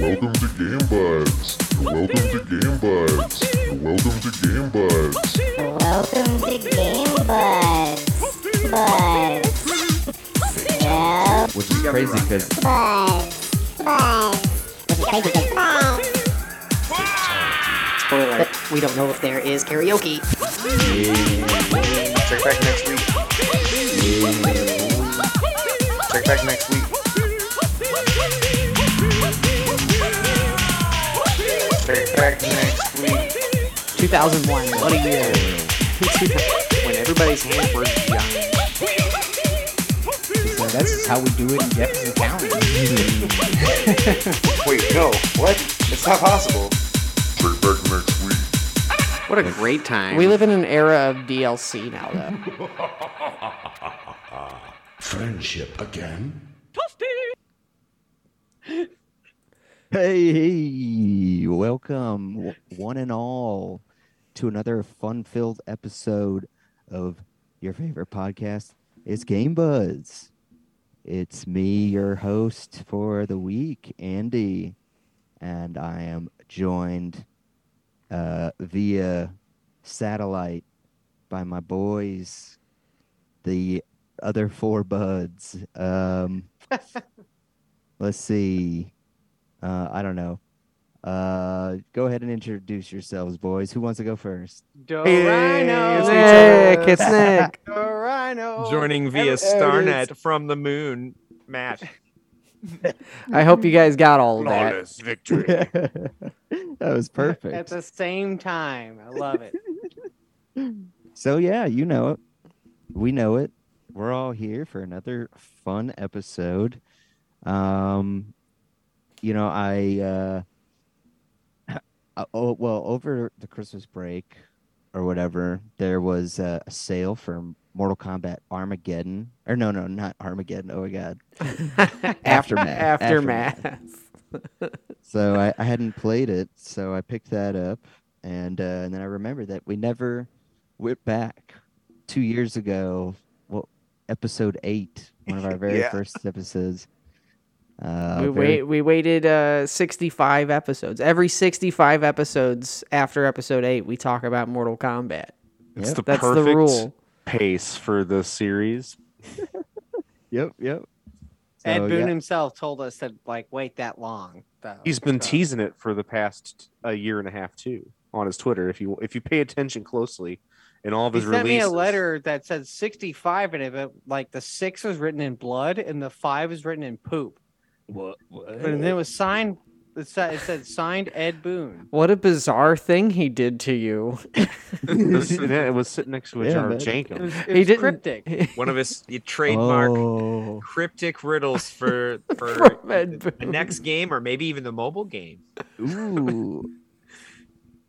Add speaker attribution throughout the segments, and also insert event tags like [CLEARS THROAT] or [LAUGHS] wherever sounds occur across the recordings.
Speaker 1: Game Vibes. Welcome to Game Vibes. Welcome to Game Vibes.
Speaker 2: Welcome to Game Buds. Buds. Yep.
Speaker 3: which is crazy because
Speaker 2: Buds. Buds. Which is crazy because Buds.
Speaker 4: Spoiler, we don't know if there is karaoke.
Speaker 5: Check back next week. Check back next week. Check back next week.
Speaker 4: 2001, what a year.
Speaker 5: When everybody's hands were young.
Speaker 3: so that's just how we do it in Jefferson County.
Speaker 5: Wait, no. What? It's not possible.
Speaker 1: Check back next week.
Speaker 5: What a great time.
Speaker 4: We live in an era of DLC now, though.
Speaker 6: Friendship again?
Speaker 7: Hey, welcome, w- one and all, to another fun filled episode of your favorite podcast. It's Game Buds. It's me, your host for the week, Andy, and I am joined uh, via satellite by my boys, the other four buds. Um, let's see. Uh, I don't know. Uh, go ahead and introduce yourselves, boys. Who wants to go first? [LAUGHS]
Speaker 8: Nick, it's
Speaker 9: [LAUGHS]
Speaker 8: Nick.
Speaker 9: Oh,
Speaker 10: joining via Starnet from the moon. Matt,
Speaker 8: I hope you guys got all of that.
Speaker 10: victory.
Speaker 7: that was perfect.
Speaker 4: same time, I love [LAUGHS] it.
Speaker 7: so yeah, you know it. We know it. We're all here for another fun episode. Um, you know, I uh, uh, [CLEARS THROAT] oh well, over the Christmas break or whatever, there was uh, a sale for Mortal Kombat Armageddon. Or no, no, not Armageddon. Oh my God,
Speaker 8: Aftermath.
Speaker 7: Aftermath.
Speaker 8: Aftermath.
Speaker 7: so I, I hadn't played it, so I picked that up, and uh, and then I remembered that we never went back two years ago. Well, episode eight, one of [LAUGHS] our very
Speaker 10: Yeah.
Speaker 7: first episodes. Uh,
Speaker 8: we,
Speaker 7: very-
Speaker 8: wait, we waited uh, 65 episodes. Every 65 episodes after episode 8, we talk about Mortal Kombat.
Speaker 10: It's
Speaker 7: Yep.
Speaker 10: the
Speaker 8: That's
Speaker 10: perfect
Speaker 8: the rule.
Speaker 10: pace for the series.
Speaker 7: Yep, yep.
Speaker 9: [LAUGHS] Ed
Speaker 7: So,
Speaker 9: Boone
Speaker 7: yeah.
Speaker 9: himself told us to like wait that long. So,
Speaker 10: He's been
Speaker 9: so-
Speaker 10: teasing it for the past a year and a half too on his Twitter. If you if you pay attention closely, in all of
Speaker 9: He
Speaker 10: his
Speaker 9: sent me a
Speaker 10: releases. [LAUGHS]
Speaker 9: letter that said 65 in it, but like the six was written in blood and the five was written in poop. What? But then it was signed. It said, it said signed Ed Boone.
Speaker 8: What a bizarre thing he did to you.
Speaker 10: it
Speaker 7: [LAUGHS]
Speaker 10: was, sitting- it was sitting next to a
Speaker 7: Yeah,
Speaker 10: jar
Speaker 7: man.
Speaker 10: of
Speaker 9: It
Speaker 10: Jankum.
Speaker 9: was, it
Speaker 8: He [LAUGHS]
Speaker 9: was
Speaker 8: didn't-
Speaker 9: cryptic.
Speaker 11: one of his you trademark
Speaker 7: Oh.
Speaker 11: cryptic riddles for
Speaker 7: [LAUGHS]
Speaker 11: for
Speaker 8: [LAUGHS] From Ed
Speaker 11: the
Speaker 8: Boon.
Speaker 11: next game or maybe even the mobile game.
Speaker 7: Ooh. [LAUGHS]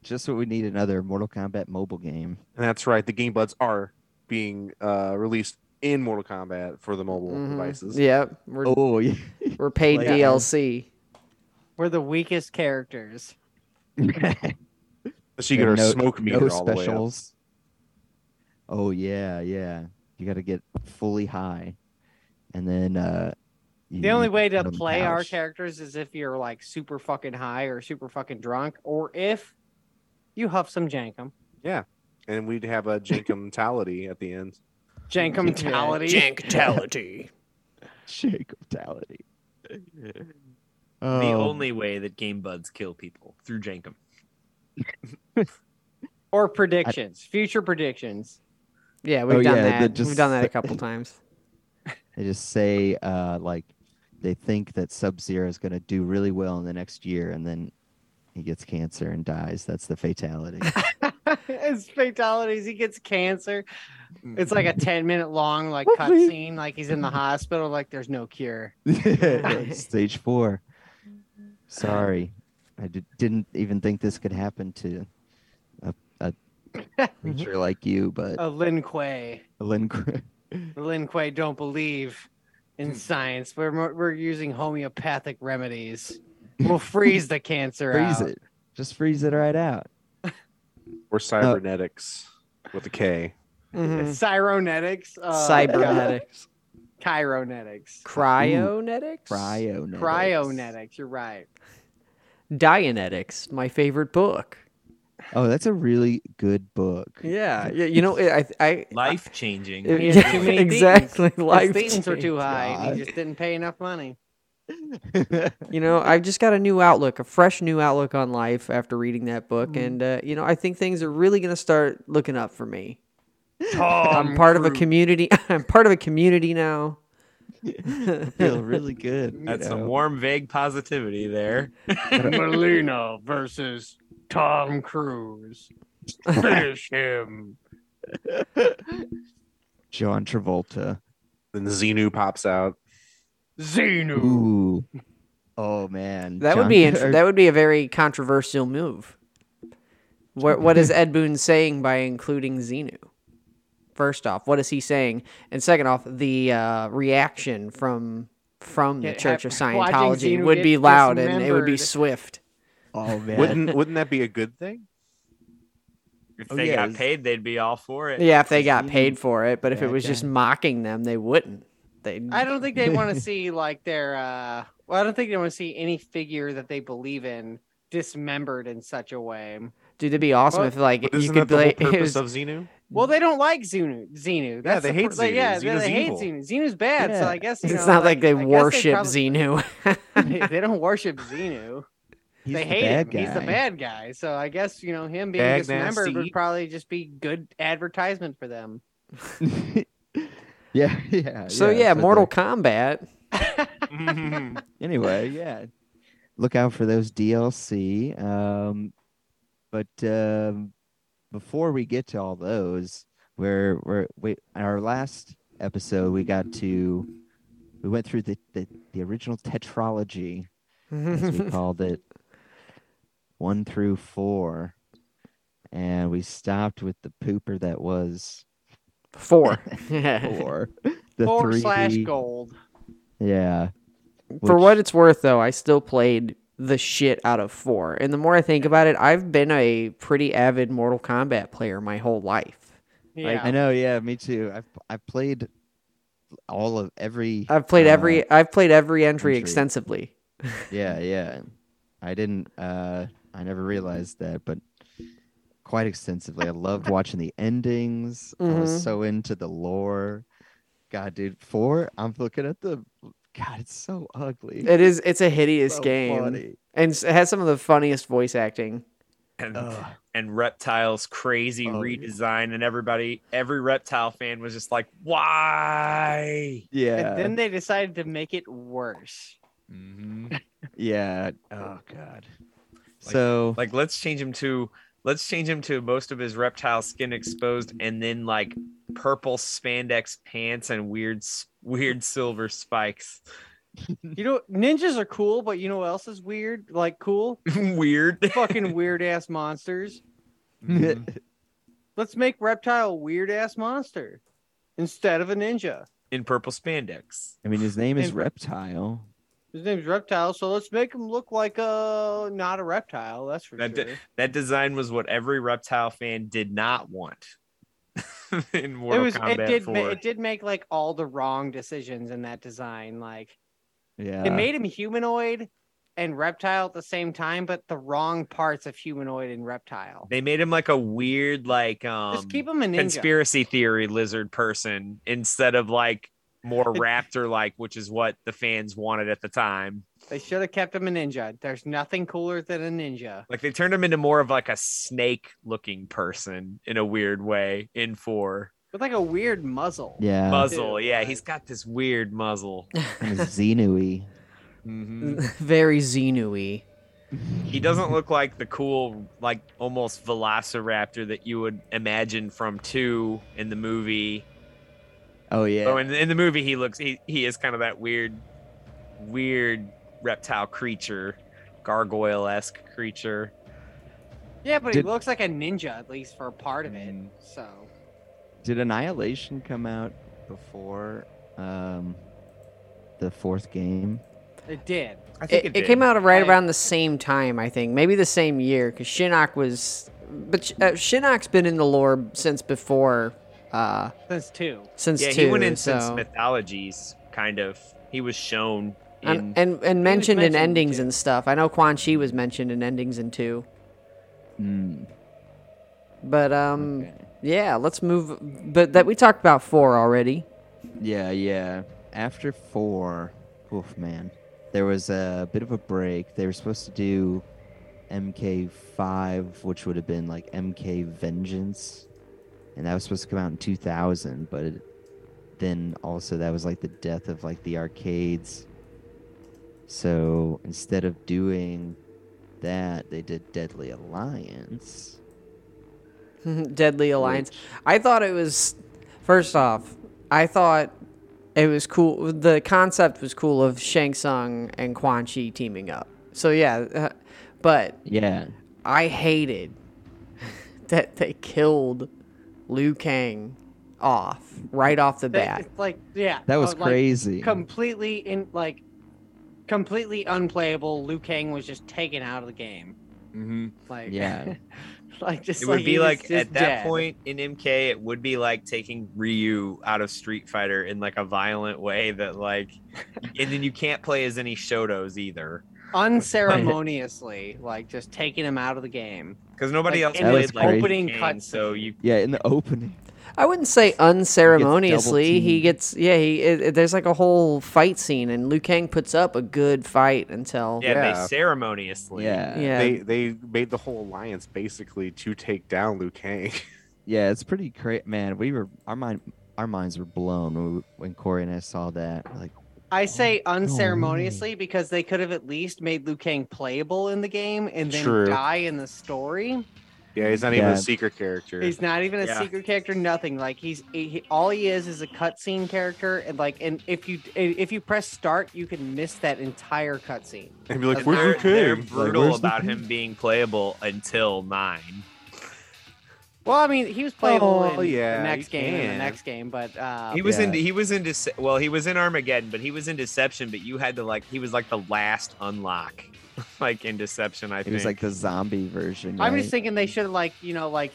Speaker 7: Just what we need another Mortal Kombat mobile game.
Speaker 10: And that's right, the Game Buds are being uh, released in Mortal Kombat for the mobile
Speaker 9: Mm-hmm.
Speaker 8: Mhm.
Speaker 10: devices.
Speaker 8: Yep. We're,
Speaker 7: Oh, yeah.
Speaker 8: we're paid
Speaker 7: Yeah.
Speaker 8: DLC.
Speaker 9: We're the weakest characters.
Speaker 10: Unless you get our
Speaker 7: no,
Speaker 10: smoke meter
Speaker 7: no
Speaker 10: all the way up.
Speaker 7: specials. Oh yeah, yeah. You got to get fully high, and then uh,
Speaker 9: The only way to
Speaker 7: on the
Speaker 9: play our
Speaker 7: couch. [LAUGHS]
Speaker 9: characters is if you're like super fucking high or super fucking drunk, or if you huff some jankum.
Speaker 10: And we'd have a Jankumtality at the end.
Speaker 9: Jankum mentality.
Speaker 8: Jankatality.
Speaker 7: shake mentality.
Speaker 11: The
Speaker 7: Oh,
Speaker 11: only way that game buds kill people through Jankum.
Speaker 9: or predictions, future predictions.
Speaker 8: [LAUGHS] Yeah, we've
Speaker 7: Oh,
Speaker 8: done
Speaker 7: yeah, the-
Speaker 8: that.
Speaker 7: just-
Speaker 8: We've done that a
Speaker 7: [LAUGHS]
Speaker 8: couple times.
Speaker 7: they just say uh, like they think that Sub Zero is going to do really well in the next year, and then he gets cancer and dies. That's the fatality.
Speaker 9: [LAUGHS] His fatalities. He gets cancer. It's like a ten minute long like
Speaker 7: Whoopsie.
Speaker 9: cutscene. Like he's in the hospital. Like there's no cure.
Speaker 7: Yeah, Stage four.
Speaker 8: Mm-hmm.
Speaker 7: Sorry, I did, didn't even think this could happen to a, a
Speaker 8: Mm-hmm.
Speaker 7: creature like you,
Speaker 8: Oh.
Speaker 7: but
Speaker 9: Uh, Lin Kuei.
Speaker 7: Lin Kuei-
Speaker 9: Lin Kuei don't believe in science. We're mo- we're using homeopathic remedies. We'll freeze the cancer.
Speaker 7: freeze
Speaker 9: out.
Speaker 7: it. Just freeze it right out.
Speaker 8: Uh,
Speaker 10: Or cybernetics with a K.
Speaker 8: Mhm.
Speaker 9: Cyronetics.
Speaker 7: [LAUGHS]
Speaker 9: Uh, [LAUGHS]
Speaker 8: Cybernetics.
Speaker 9: yeah, Chironetics.
Speaker 8: Cryonetics?
Speaker 7: Cryonetics.
Speaker 9: Cryonetics. You're right.
Speaker 8: Dianetics, my favorite book.
Speaker 7: Oh, that's a really good book.
Speaker 8: Yeah, yeah. You know, I, I [LAUGHS]
Speaker 11: Life changing.
Speaker 8: It-
Speaker 9: He had
Speaker 8: yeah,
Speaker 9: too many
Speaker 8: exactly.
Speaker 9: thetans.
Speaker 8: Life
Speaker 9: His thetans were too
Speaker 8: change.
Speaker 9: high. and
Speaker 7: God.
Speaker 9: He just didn't pay enough money.
Speaker 8: you know, I've just got a new outlook, a fresh new outlook on life after reading that book,
Speaker 9: Mm.
Speaker 8: and uh, you know, I think things are really going to start looking up for me. I'm part of a community. [LAUGHS] I'm part of a
Speaker 9: [LAUGHS]
Speaker 8: community now.
Speaker 7: I [LAUGHS] feel really good. you
Speaker 11: That's some
Speaker 7: know?
Speaker 11: warm, vague positivity there.
Speaker 9: Melina versus Tom Cruise. Finish him.
Speaker 7: John Travolta.
Speaker 10: Then Xenu pops out.
Speaker 9: Xenu.
Speaker 7: Ooh. Oh man.
Speaker 8: [LAUGHS] That would
Speaker 7: John-
Speaker 8: be int-
Speaker 7: or-
Speaker 8: that would be a very controversial move. What what is Ed Boon saying by including Xenu? First off, what is he saying? And second off, the uh, reaction from from the
Speaker 9: Yeah,
Speaker 8: Church of
Speaker 9: watching
Speaker 8: Scientology
Speaker 9: Xenu
Speaker 8: would
Speaker 9: get
Speaker 8: be loud and it would be
Speaker 9: dismembered.
Speaker 8: swift.
Speaker 7: Oh man.
Speaker 10: Wouldn't wouldn't that be a good thing?
Speaker 11: If
Speaker 7: Oh,
Speaker 11: they
Speaker 7: yeah,
Speaker 11: got
Speaker 7: it's-
Speaker 11: paid, they'd be all for it.
Speaker 8: Yeah, if they got paid for it, but if it
Speaker 7: that
Speaker 8: was just mocking them, they wouldn't. They
Speaker 9: I don't think they want to see like their. uh Well, I don't think they want to see any figure that they believe in dismembered in such a way.
Speaker 8: dude, it'd be awesome
Speaker 9: Well,
Speaker 8: if like [LAUGHS]
Speaker 10: But
Speaker 8: [LAUGHS] you
Speaker 10: isn't that
Speaker 8: could
Speaker 10: the
Speaker 8: play.
Speaker 10: whole
Speaker 8: it
Speaker 10: purpose
Speaker 8: was-
Speaker 10: of Xenu?
Speaker 9: Well, they don't like Xenu. Xenu. That's
Speaker 10: they
Speaker 9: the
Speaker 10: hate
Speaker 9: pr- like,
Speaker 10: Xenu.
Speaker 9: yeah, they,
Speaker 10: Xenu's
Speaker 9: they hate
Speaker 10: evil.
Speaker 9: Xenu. Xenu's bad. So
Speaker 7: Yeah.
Speaker 9: I guess you
Speaker 8: it's
Speaker 9: know,
Speaker 8: not like they
Speaker 9: I guess
Speaker 8: worship
Speaker 9: probably- [LAUGHS]
Speaker 8: Xenu. [LAUGHS]
Speaker 9: they don't worship Xenu.
Speaker 7: He's
Speaker 9: they
Speaker 7: the
Speaker 9: hate him.
Speaker 7: bad
Speaker 9: He's the
Speaker 7: guy.
Speaker 9: bad guy. So I guess you know him being
Speaker 10: Bag
Speaker 9: dismembered
Speaker 10: nasty.
Speaker 9: would probably just be good advertisement for them.
Speaker 7: [LAUGHS] yeah, yeah.
Speaker 8: so yeah, Mortal
Speaker 7: the-
Speaker 8: Kombat.
Speaker 7: anyway, yeah. Look out for those DLC. Um, but um, before we get to all those, we're we're we our last episode we got to we went through the the, the original tetralogy as
Speaker 9: [LAUGHS]
Speaker 7: we called it one through four, and we stopped with the pooper that was
Speaker 9: [LAUGHS]
Speaker 8: Four. Yeah.
Speaker 7: four, the
Speaker 9: Four slash
Speaker 7: 3D
Speaker 9: gold.
Speaker 7: Yeah.
Speaker 8: For
Speaker 7: Which-
Speaker 8: what it's worth, though, I still played the shit out of four. And the more I think about it, I've been a pretty avid Mortal Kombat player my whole life.
Speaker 9: Yeah.
Speaker 7: I know, yeah, me too. I've I've played all of every
Speaker 8: I've played
Speaker 7: uh,
Speaker 8: every. I've played every entry
Speaker 7: entry.
Speaker 8: extensively.
Speaker 7: Yeah, yeah. I didn't uh I never realized that, but quite extensively. I loved watching the endings. I
Speaker 8: Mhm.
Speaker 7: was so into the lore. God, dude, four. I'm looking at the God, it's so ugly.
Speaker 8: It is. It's a hideous
Speaker 7: so
Speaker 8: game,
Speaker 7: funny.
Speaker 8: and s- it has some of the funniest voice acting.
Speaker 11: And,
Speaker 7: Ugh.
Speaker 11: and reptiles crazy
Speaker 7: Oh, yeah.
Speaker 11: redesign, and everybody, every reptile fan was just like, "Why?"
Speaker 8: Uh,
Speaker 7: Yeah.
Speaker 9: And then they decided to make it worse.
Speaker 7: yeah. Oh god. so
Speaker 11: Like, let's change him to let's change him to most of his reptile skin exposed, and then like purple spandex pants and weird s- weird silver spikes. [LAUGHS]
Speaker 9: You know, ninjas are cool, but you know what else is weird? Like cool,
Speaker 11: weird.
Speaker 8: [LAUGHS]
Speaker 9: fucking weird ass monsters. mm-hmm. Let's make reptile a weird ass monster instead of a ninja.
Speaker 11: in purple spandex.
Speaker 7: [LAUGHS] I mean his name is
Speaker 9: And-
Speaker 7: Reptile.
Speaker 9: His name's Reptile, so let's make him look like a not a reptile. That's for
Speaker 11: That
Speaker 9: sure.
Speaker 11: di- That design was what every reptile fan did not want [LAUGHS] in
Speaker 9: it
Speaker 11: Mortal
Speaker 9: was. It
Speaker 11: Kombat
Speaker 9: did. ma-
Speaker 11: 4.
Speaker 9: it did make like all the wrong decisions in that design. Like
Speaker 7: Yeah.
Speaker 9: it made him humanoid and reptile at the same time, but the wrong parts of humanoid and reptile.
Speaker 11: They made him like a weird, like um,
Speaker 9: Just keep him a ninja.
Speaker 11: conspiracy theory lizard person instead of like
Speaker 9: [LAUGHS]
Speaker 11: more raptor like, which is what the fans wanted at the time.
Speaker 9: They should have kept him a ninja. There's nothing cooler than a ninja.
Speaker 11: Like they turned him into more of like a snake looking person in a weird way in four
Speaker 9: With like a weird muzzle.
Speaker 7: yeah.
Speaker 11: muzzle.
Speaker 9: Dude,
Speaker 11: Yeah,
Speaker 9: like-
Speaker 11: he's got this weird muzzle.
Speaker 7: Kind of Xenui.
Speaker 11: Mhm.
Speaker 8: [LAUGHS] Very Xenu-y.
Speaker 11: He doesn't look like the cool, like almost velociraptor that you would imagine from two in the movie.
Speaker 7: Oh yeah.
Speaker 11: Oh, in, in the movie, he looks he, he is kind of that weird, weird reptile creature, gargoyle esque creature.
Speaker 9: Yeah, but
Speaker 7: Did-
Speaker 9: he looks like a ninja at least for a part of it.
Speaker 11: Mm.
Speaker 9: So
Speaker 7: Did Annihilation come out before um, the fourth game?
Speaker 9: it did.
Speaker 11: I think
Speaker 8: It,
Speaker 11: it,
Speaker 8: it came out right
Speaker 9: Like-
Speaker 8: around the same time, I think, maybe the same year, because Shinnok was. But Sh- uh, Shinnok's been in the lore since before. Uh,
Speaker 9: That's two.
Speaker 8: since
Speaker 11: Yeah,
Speaker 8: two,
Speaker 11: he went into
Speaker 8: so.
Speaker 11: mythologies, kind of. He was shown
Speaker 8: And and, and mentioned in endings and stuff. I know Quan Chi was mentioned in endings in two.
Speaker 11: Hmm.
Speaker 8: But um, yeah, let's move. But that we talked about four already.
Speaker 7: Yeah, yeah. After four, oof, man, there was a bit of a break. They were supposed to do MK5, which would have been like MK Vengeance, and that was supposed to come out in 2000. But it, then also that was like the death of like the arcades. So instead of doing that, they did Deadly Alliance.
Speaker 8: Deadly Alliance. I thought it was first off, I thought it was cool. The concept was cool of Shang Tsung and Quan Chi teaming up. So yeah, uh, but
Speaker 7: Yeah,
Speaker 8: I hated [LAUGHS] that they killed Liu Kang off right off the
Speaker 9: They-
Speaker 8: bat.
Speaker 9: it's like yeah,
Speaker 7: That was
Speaker 9: uh, like,
Speaker 7: crazy.
Speaker 9: completely in like completely unplayable. Liu Kang was just taken out of the game.
Speaker 11: Mm-hmm.
Speaker 9: Like
Speaker 7: Yeah.
Speaker 9: [LAUGHS] like just
Speaker 11: It would
Speaker 9: like,
Speaker 11: be
Speaker 9: was
Speaker 11: like
Speaker 9: just
Speaker 11: at that
Speaker 9: dead.
Speaker 11: point in MK, it would be like taking Ryu out of Street Fighter in like a violent way that like, and then you can't play as any Shotos either
Speaker 9: unceremoniously, like just taking him out of the game.
Speaker 11: because nobody
Speaker 9: Like,
Speaker 11: else
Speaker 9: in
Speaker 11: played
Speaker 7: his
Speaker 11: like
Speaker 9: opening
Speaker 11: opening cut.
Speaker 9: cutscene.
Speaker 11: So you
Speaker 7: yeah. In the [LAUGHS] opening,
Speaker 8: I wouldn't say unceremoniously. He
Speaker 7: teamed.
Speaker 8: gets, yeah. He it, it- there's like a whole fight scene, and Liu Kang puts up a good fight until
Speaker 11: yeah,
Speaker 10: Yeah.
Speaker 11: they ceremoniously
Speaker 7: yeah, yeah,
Speaker 8: Yeah.
Speaker 10: They they made the whole alliance basically to take down Liu Kang. [LAUGHS]
Speaker 7: It's pretty crazy, man. We were our mind, our minds were blown when, we- when Corey and I saw that. We're Like,
Speaker 9: I say unceremoniously because they could have at least made Liu Kang playable in the game and then
Speaker 10: True.
Speaker 9: die in the story.
Speaker 10: Yeah, he's not even
Speaker 7: Yeah.
Speaker 10: a secret character.
Speaker 9: He's not even a
Speaker 11: Yeah.
Speaker 9: secret character. Nothing. Like he's he, he- all he is is a cutscene character, and like and if you if you press start, you can miss that entire cutscene.
Speaker 10: and be like,
Speaker 11: But they're,
Speaker 10: where's
Speaker 11: they're
Speaker 10: Liu Kang?
Speaker 11: brutal
Speaker 7: where's Liu
Speaker 11: about him being playable until nine.
Speaker 9: Well, I mean, he was playable
Speaker 10: Oh,
Speaker 9: in
Speaker 10: yeah,
Speaker 9: the next
Speaker 10: you
Speaker 9: game and the
Speaker 10: can.
Speaker 9: next game, but uh,
Speaker 11: He was
Speaker 7: Yeah.
Speaker 11: in he was in Dece- well he was in Armageddon, but he was in Deception. But you had to like he was like the last unlock, [LAUGHS] like in Deception. I
Speaker 7: it
Speaker 11: think
Speaker 7: was like the zombie version.
Speaker 9: I'm
Speaker 7: right?
Speaker 9: just thinking they should have like you know like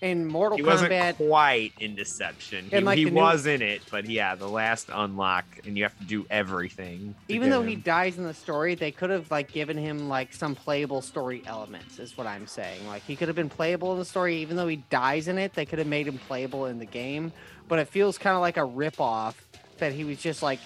Speaker 9: in Mortal
Speaker 11: he wasn't
Speaker 9: Kombat.
Speaker 11: quite in Deception. He,
Speaker 9: And, like,
Speaker 11: he
Speaker 9: the new-
Speaker 11: was in it, but yeah, the last unlock, and you have to do everything. to
Speaker 9: Even
Speaker 11: get
Speaker 9: though he
Speaker 11: him.
Speaker 9: dies in the story, they could have like given him like some playable story elements. Is what I'm saying. Like he could have been playable in the story, even though he dies in it. They could have made him playable in the game, but it feels kind of like a ripoff that he was just like,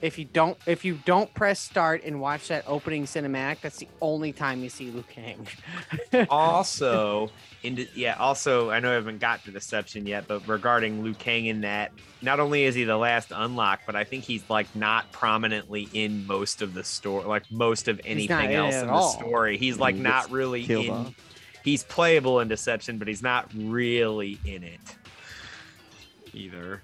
Speaker 9: if you don't if you don't press start and watch that opening cinematic, that's the only time you see Liu Kang.
Speaker 7: [LAUGHS]
Speaker 11: also in De- yeah also I know I haven't got to Deception yet, but regarding Liu Kang in that, not only is he the last unlock, but I think he's like not prominently in most of the story, like most of
Speaker 9: not in
Speaker 11: anything
Speaker 9: it
Speaker 11: else
Speaker 9: at
Speaker 11: in the
Speaker 9: all.
Speaker 11: story. He's
Speaker 7: And
Speaker 11: like
Speaker 7: he
Speaker 11: not
Speaker 7: gets
Speaker 11: really
Speaker 7: killed
Speaker 11: in.
Speaker 7: off.
Speaker 11: He's playable in Deception, but he's not really in it either.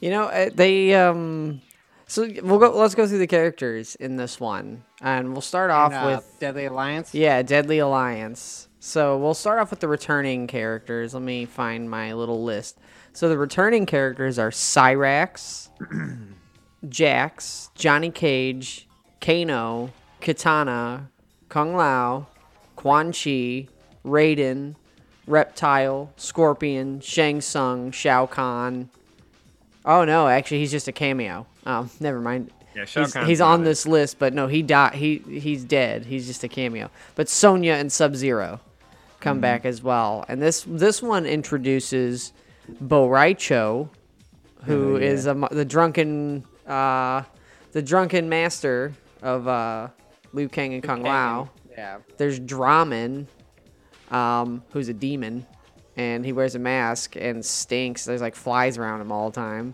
Speaker 8: You know, uh, they um so we'll go let's go through the characters in this one. And we'll start off
Speaker 9: And, uh,
Speaker 8: with
Speaker 9: Deadly Alliance.
Speaker 8: yeah, Deadly Alliance. So we'll start off with the returning characters. Let me find my little list. So the returning characters are Cyrax, Jax, Johnny Cage, Kano, Katana, Kung Lao, Quan Chi, Raiden, Reptile, Scorpion, Shang Tsung, Shao Kahn. Oh no, actually he's just a cameo. Oh, [LAUGHS] never mind.
Speaker 11: Yeah, Shao
Speaker 8: he's,
Speaker 11: Kahn's
Speaker 8: he's
Speaker 11: not
Speaker 8: on
Speaker 11: in
Speaker 8: this list, but no, he died. He he's dead. He's just a cameo. But Sonya and Sub Zero
Speaker 11: Hmm.
Speaker 8: come back as well, and this this one introduces Boraicho,
Speaker 11: Oh,
Speaker 8: who is a mo- the drunken uh, the drunken master of uh, Liu Kang and Kung Lao.
Speaker 9: Yeah.
Speaker 8: There's Draman, um, who's a demon, and he wears a mask and stinks. There's like flies around him all the time.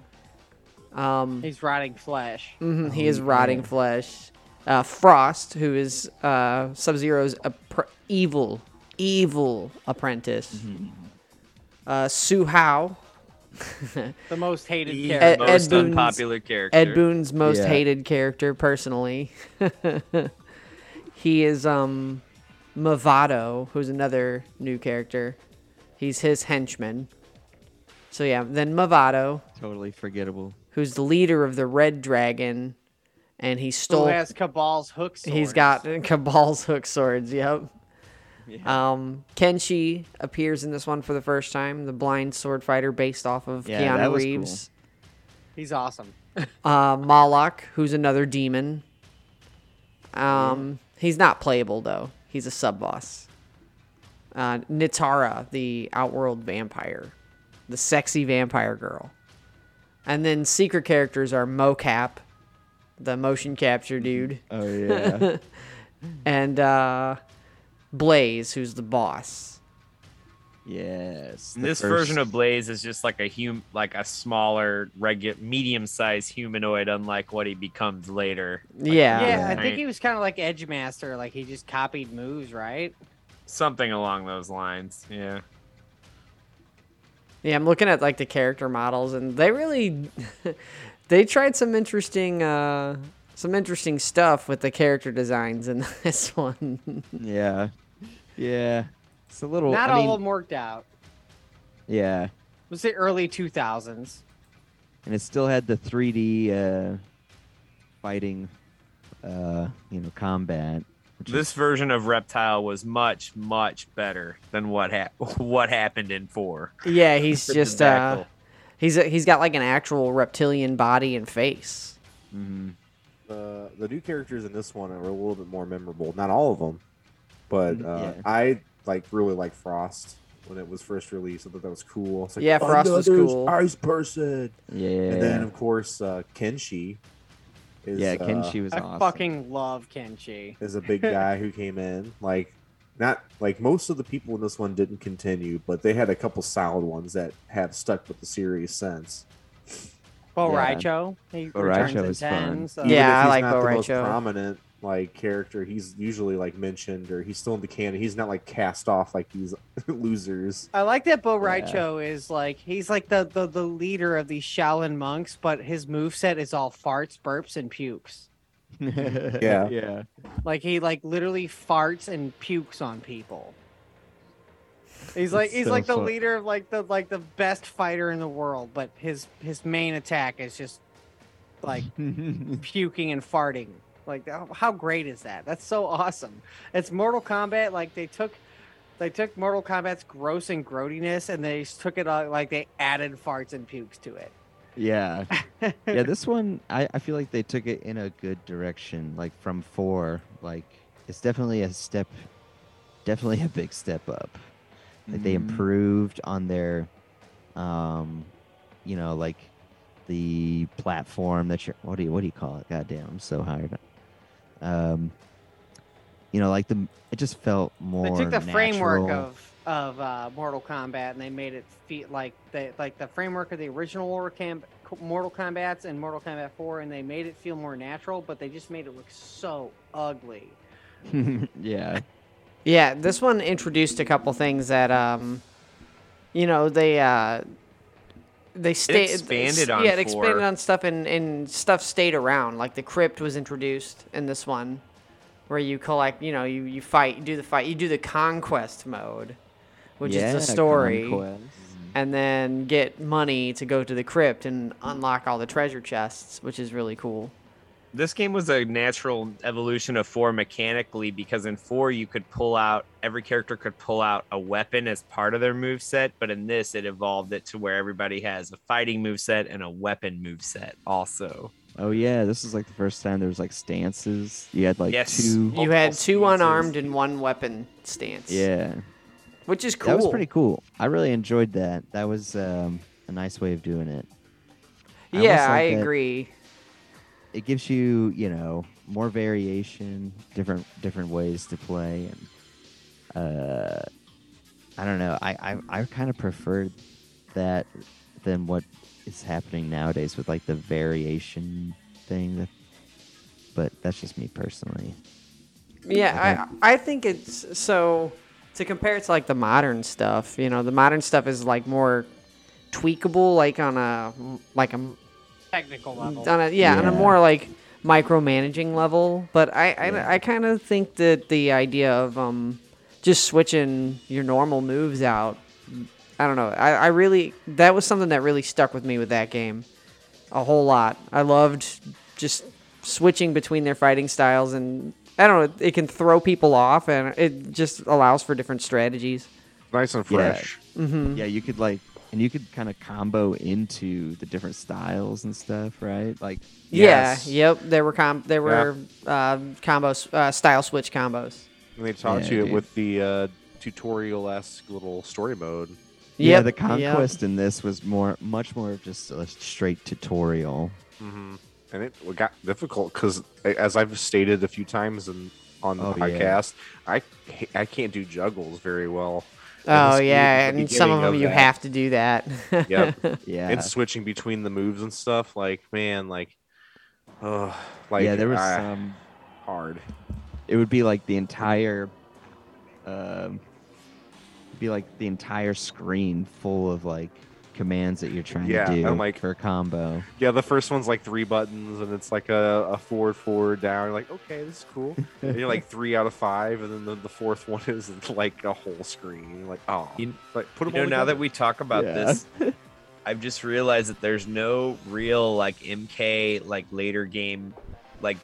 Speaker 8: [LAUGHS]
Speaker 9: He's rotting flesh.
Speaker 8: Mhm, he is rotting flesh. Uh, Frost, who is uh, Sub Zero's appr evil, evil apprentice. Uh, Su Hao,
Speaker 9: The most hated
Speaker 11: The
Speaker 9: character.
Speaker 8: Ed-
Speaker 11: most
Speaker 8: Boon's-
Speaker 11: unpopular character.
Speaker 8: Ed Boon's most
Speaker 7: Yeah.
Speaker 8: hated character personally. he is um Movado, who's another new character. He's his henchman. So yeah, then Movado,
Speaker 7: totally forgettable.
Speaker 8: who's the leader of the Red Dragon, and he
Speaker 9: Who
Speaker 8: stole
Speaker 9: has Cabal's hook swords.
Speaker 8: He's got [LAUGHS] Cabal's hook swords. Yep. Um, Kenshi appears in this one for the first time, the blind sword fighter based off of
Speaker 7: Yeah,
Speaker 8: Keanu
Speaker 7: that was
Speaker 8: Reeves.
Speaker 9: He's awesome.
Speaker 8: uh, Moloch, who's another demon. Um, he's not playable though. He's a sub boss. Uh, Nitara, the Outworld vampire, the sexy vampire girl, and then secret characters are MoCap, the motion capture dude.
Speaker 7: Oh,
Speaker 9: [LAUGHS]
Speaker 7: yeah.
Speaker 8: and uh, Blaze, who's the boss.
Speaker 7: Yes.
Speaker 11: And this version of Blaze is just like a hum, like a smaller, regular, medium-sized humanoid, unlike what he becomes later. Like,
Speaker 8: Yeah.
Speaker 9: Yeah, I think
Speaker 11: right?
Speaker 9: he was kind of like Edge Master. Like he just copied moves, right?
Speaker 11: something along those lines. Yeah,
Speaker 8: Yeah, I'm looking at like the character models, and they really [LAUGHS] they tried some interesting uh, some interesting stuff with the character designs in [LAUGHS] this one.
Speaker 7: Yeah. Yeah. It's a little.
Speaker 9: Not
Speaker 7: I
Speaker 9: all
Speaker 7: mean,
Speaker 9: of them worked out.
Speaker 7: Yeah.
Speaker 9: It was the early 2000s.
Speaker 7: and it still had the 3D uh, fighting, uh, you know, combat. Which
Speaker 11: this version of Reptile was much, much better than what hap- [LAUGHS] what happened in four.
Speaker 9: [LAUGHS]
Speaker 8: yeah, he's
Speaker 11: The
Speaker 8: just uh,
Speaker 11: tobacco.
Speaker 8: he's a, he's got like an actual reptilian body and face.
Speaker 7: Mm-hmm.
Speaker 10: Uh, the new characters in this one are a little bit more memorable. Not all of them,
Speaker 8: Mm,
Speaker 10: but uh,
Speaker 7: Yeah.
Speaker 10: I like really like Frost when it was first released. I thought that was cool. It's like,
Speaker 8: Yeah, Frost was
Speaker 10: "Another
Speaker 8: cool."
Speaker 10: Ice person,
Speaker 7: yeah,
Speaker 10: and then of course uh, Kenshi. Is,
Speaker 7: yeah,
Speaker 10: uh,
Speaker 7: Kenshi was
Speaker 9: I
Speaker 7: awesome.
Speaker 9: fucking love Kenshi.
Speaker 10: is
Speaker 7: [LAUGHS]
Speaker 10: a big guy who came in like not like most of the people in this one didn't continue but they had a couple solid ones that have stuck with the series since
Speaker 9: Bo
Speaker 7: Yeah.
Speaker 9: Raicho. He
Speaker 7: Bo
Speaker 9: returns
Speaker 7: Raicho
Speaker 9: in
Speaker 7: is fun.
Speaker 9: 10, so-
Speaker 10: Even
Speaker 8: Yeah,
Speaker 10: if
Speaker 8: I
Speaker 10: he's
Speaker 8: like
Speaker 10: not
Speaker 8: Bo
Speaker 10: the most
Speaker 8: Raicho.
Speaker 10: prominent like character he's usually like mentioned or he's still in the canon he's not like cast off like these [LAUGHS] losers
Speaker 9: I like that Bo
Speaker 7: Yeah.
Speaker 9: Raicho is like he's like the, the the leader of these Shaolin monks, but his moveset is all farts, burps, and pukes.
Speaker 7: [LAUGHS] yeah, yeah.
Speaker 9: Like he like literally farts and pukes on people. He's like
Speaker 7: That's
Speaker 9: he's
Speaker 7: so
Speaker 9: like the
Speaker 7: fu-
Speaker 9: leader of like the like the best fighter in the world, but his his main attack is just
Speaker 7: [LAUGHS]
Speaker 9: like puking and farting. Like how- how great is that? That's so awesome. It's Mortal Kombat. Like they took they took Mortal Kombat's gross and groatiness and they just took it all like they added farts and pukes to it.
Speaker 7: yeah,
Speaker 9: [LAUGHS]
Speaker 7: yeah. This one, I, I feel like they took it in a good direction, like from four. Like it's definitely a step, definitely a big step up. Like they
Speaker 9: Mm-hmm.
Speaker 7: improved on their, um, you know, like the platform that you're. What do you what do you call it? Goddamn, I'm so hired. Um, you know, like the it just felt more.
Speaker 9: they took the framework
Speaker 7: natural.
Speaker 9: of of uh, Mortal Kombat and they made it feel like they like the framework of the original Mortal, Com- Mortal Kombat's and Mortal Kombat 4 and they made it feel more natural, but they just made it look so ugly.
Speaker 7: yeah.
Speaker 8: Yeah, this one introduced a couple things that um, you know they uh, they stayed
Speaker 11: expanded on
Speaker 8: yeah it expanded
Speaker 11: four.
Speaker 8: on stuff and and stuff stayed around like the crypt was introduced in this one where you collect you know you you fight you do the fight you do the conquest mode which
Speaker 7: yeah,
Speaker 8: is the story
Speaker 7: conquest.
Speaker 8: and then get money to go to the crypt and unlock all the treasure chests which is really cool
Speaker 11: This game was a natural evolution of four mechanically because in four you could pull out every character could pull out a weapon as part of their move set, but in this it evolved it to where everybody has a fighting move set and a weapon move set also.
Speaker 7: Oh yeah, this is like the first time there was like stances. You had like
Speaker 11: Yes.
Speaker 7: two.
Speaker 8: you had
Speaker 11: Multiple
Speaker 8: two
Speaker 11: stances.
Speaker 8: unarmed and one weapon stance
Speaker 7: Yeah,
Speaker 8: which is cool
Speaker 7: that was pretty cool. I really enjoyed that. That was um, a nice way of doing it. I almost
Speaker 8: Yeah,
Speaker 7: like
Speaker 8: I
Speaker 7: that-
Speaker 8: agree.
Speaker 7: it gives you you know more variation different different ways to play and uh i don't know i i, I kind of preferred that than what is happening nowadays with like the variation thing that, but that's just me personally
Speaker 8: Yeah, I I think it's so to compare it to like the modern stuff. You know, the modern stuff is like more tweakable, like on a like a on
Speaker 9: Technical level.
Speaker 8: a yeah, on
Speaker 7: Yeah.
Speaker 8: a more like micromanaging level. But I I, I kind of think that the idea of um just switching your normal moves out. I don't know. I, I really that was something that really stuck with me with that game. a whole lot. I loved just switching between their fighting styles, and I don't know, it can throw people off, and it just allows for different strategies.
Speaker 10: nice and
Speaker 7: Yeah.
Speaker 10: fresh
Speaker 7: yeah you could like and you could kind of combo into the different styles and stuff, right? Like
Speaker 10: Yes.
Speaker 8: Yeah. Yep. There were com. There were uh, combos. Uh, style switch combos.
Speaker 10: And they taught
Speaker 7: Yeah,
Speaker 10: you
Speaker 7: dude.
Speaker 10: it with the uh, tutorial esque little story mode.
Speaker 7: yeah,
Speaker 8: Yep,
Speaker 7: the
Speaker 8: yep.
Speaker 7: conquest in this was more much more of just a straight tutorial.
Speaker 10: Mm-hmm. And it w- got difficult because, as I've stated a few times in, on the
Speaker 7: Oh, yeah.
Speaker 10: podcast, I ca- I can't do juggles very well.
Speaker 8: Oh
Speaker 10: this-
Speaker 8: yeah,
Speaker 10: the
Speaker 8: and some of
Speaker 10: beginning
Speaker 8: them you
Speaker 10: that.
Speaker 8: have to do that. [LAUGHS]
Speaker 10: Yep.
Speaker 7: Yeah.
Speaker 10: And switching between the moves and stuff, like man, like, oh, like
Speaker 7: yeah, there was
Speaker 10: ah,
Speaker 7: some
Speaker 10: hard.
Speaker 7: it would be like the entire um be like the entire screen full of like commands that you're trying
Speaker 10: Yeah,
Speaker 7: to do
Speaker 10: and, like-
Speaker 7: for a combo.
Speaker 10: Yeah, the first one's like three buttons, and it's like a, a forward, forward, down. You're like, okay, this is cool. and you're like three out of five, and then the, the fourth one [LAUGHS] is like a whole screen. You're like, oh,
Speaker 11: You-
Speaker 10: like put them
Speaker 11: You know,
Speaker 10: all
Speaker 11: now
Speaker 10: together.
Speaker 11: that we talk about
Speaker 7: Yeah.
Speaker 11: this, I've just realized that there's no real like MK like later game, like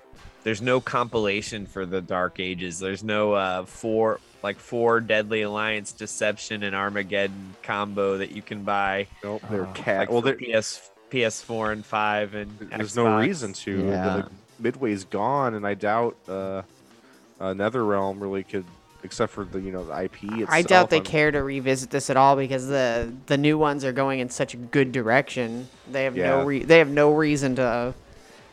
Speaker 11: there's no compilation for the Dark Ages. There's no uh four like four Deadly Alliance, Deception, and Armageddon combo that you can buy.
Speaker 10: Nope, they're
Speaker 7: Oh.
Speaker 10: cat.
Speaker 11: Like
Speaker 10: well,
Speaker 11: for
Speaker 10: there,
Speaker 11: PS PS4 and five and
Speaker 10: there's no
Speaker 11: Xbox.
Speaker 10: reason to. The-
Speaker 7: Yeah.
Speaker 10: the Midway's gone, and I doubt uh, uh, NetherRealm really could, except for the you know the IP. Itself,
Speaker 8: I doubt they
Speaker 10: I'm-
Speaker 8: care to revisit this at all because the the new ones are going in such a good direction. They have
Speaker 10: Yeah.
Speaker 8: no re- they have no reason to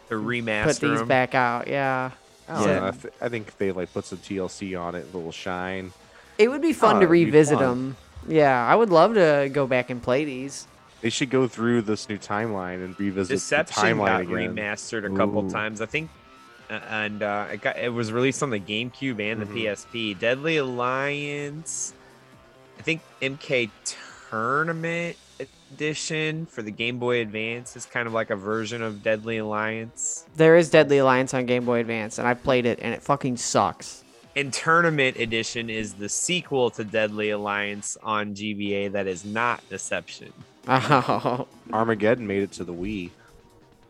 Speaker 11: to remaster
Speaker 8: put these
Speaker 11: them.
Speaker 8: back out. Yeah.
Speaker 10: I, don't
Speaker 7: Yeah.
Speaker 10: know, I, th- I think if they like put some TLC on it, a little shine.
Speaker 8: It would be fun
Speaker 10: Oh,
Speaker 8: to
Speaker 10: it'd be
Speaker 8: revisit
Speaker 10: fun.
Speaker 8: them. Yeah, I would love to go back and play these.
Speaker 10: They should go through this new timeline and revisit the
Speaker 11: Deception
Speaker 10: timeline
Speaker 11: got
Speaker 10: again.
Speaker 11: remastered a couple
Speaker 7: Ooh.
Speaker 11: times, I think, uh, and uh, it got it was released on the GameCube and the
Speaker 10: Mhm.
Speaker 11: PSP. Deadly Alliance, I think MK Tournament Edition for the Game Boy Advance is kind of like a version of Deadly Alliance.
Speaker 8: There is Deadly Alliance on Game Boy Advance, and I've played it, and it fucking sucks. [LAUGHS]
Speaker 11: And Tournament Edition is the sequel to Deadly Alliance on GBA that is not Deception.
Speaker 8: Oh,
Speaker 10: Armageddon made it to the Wii.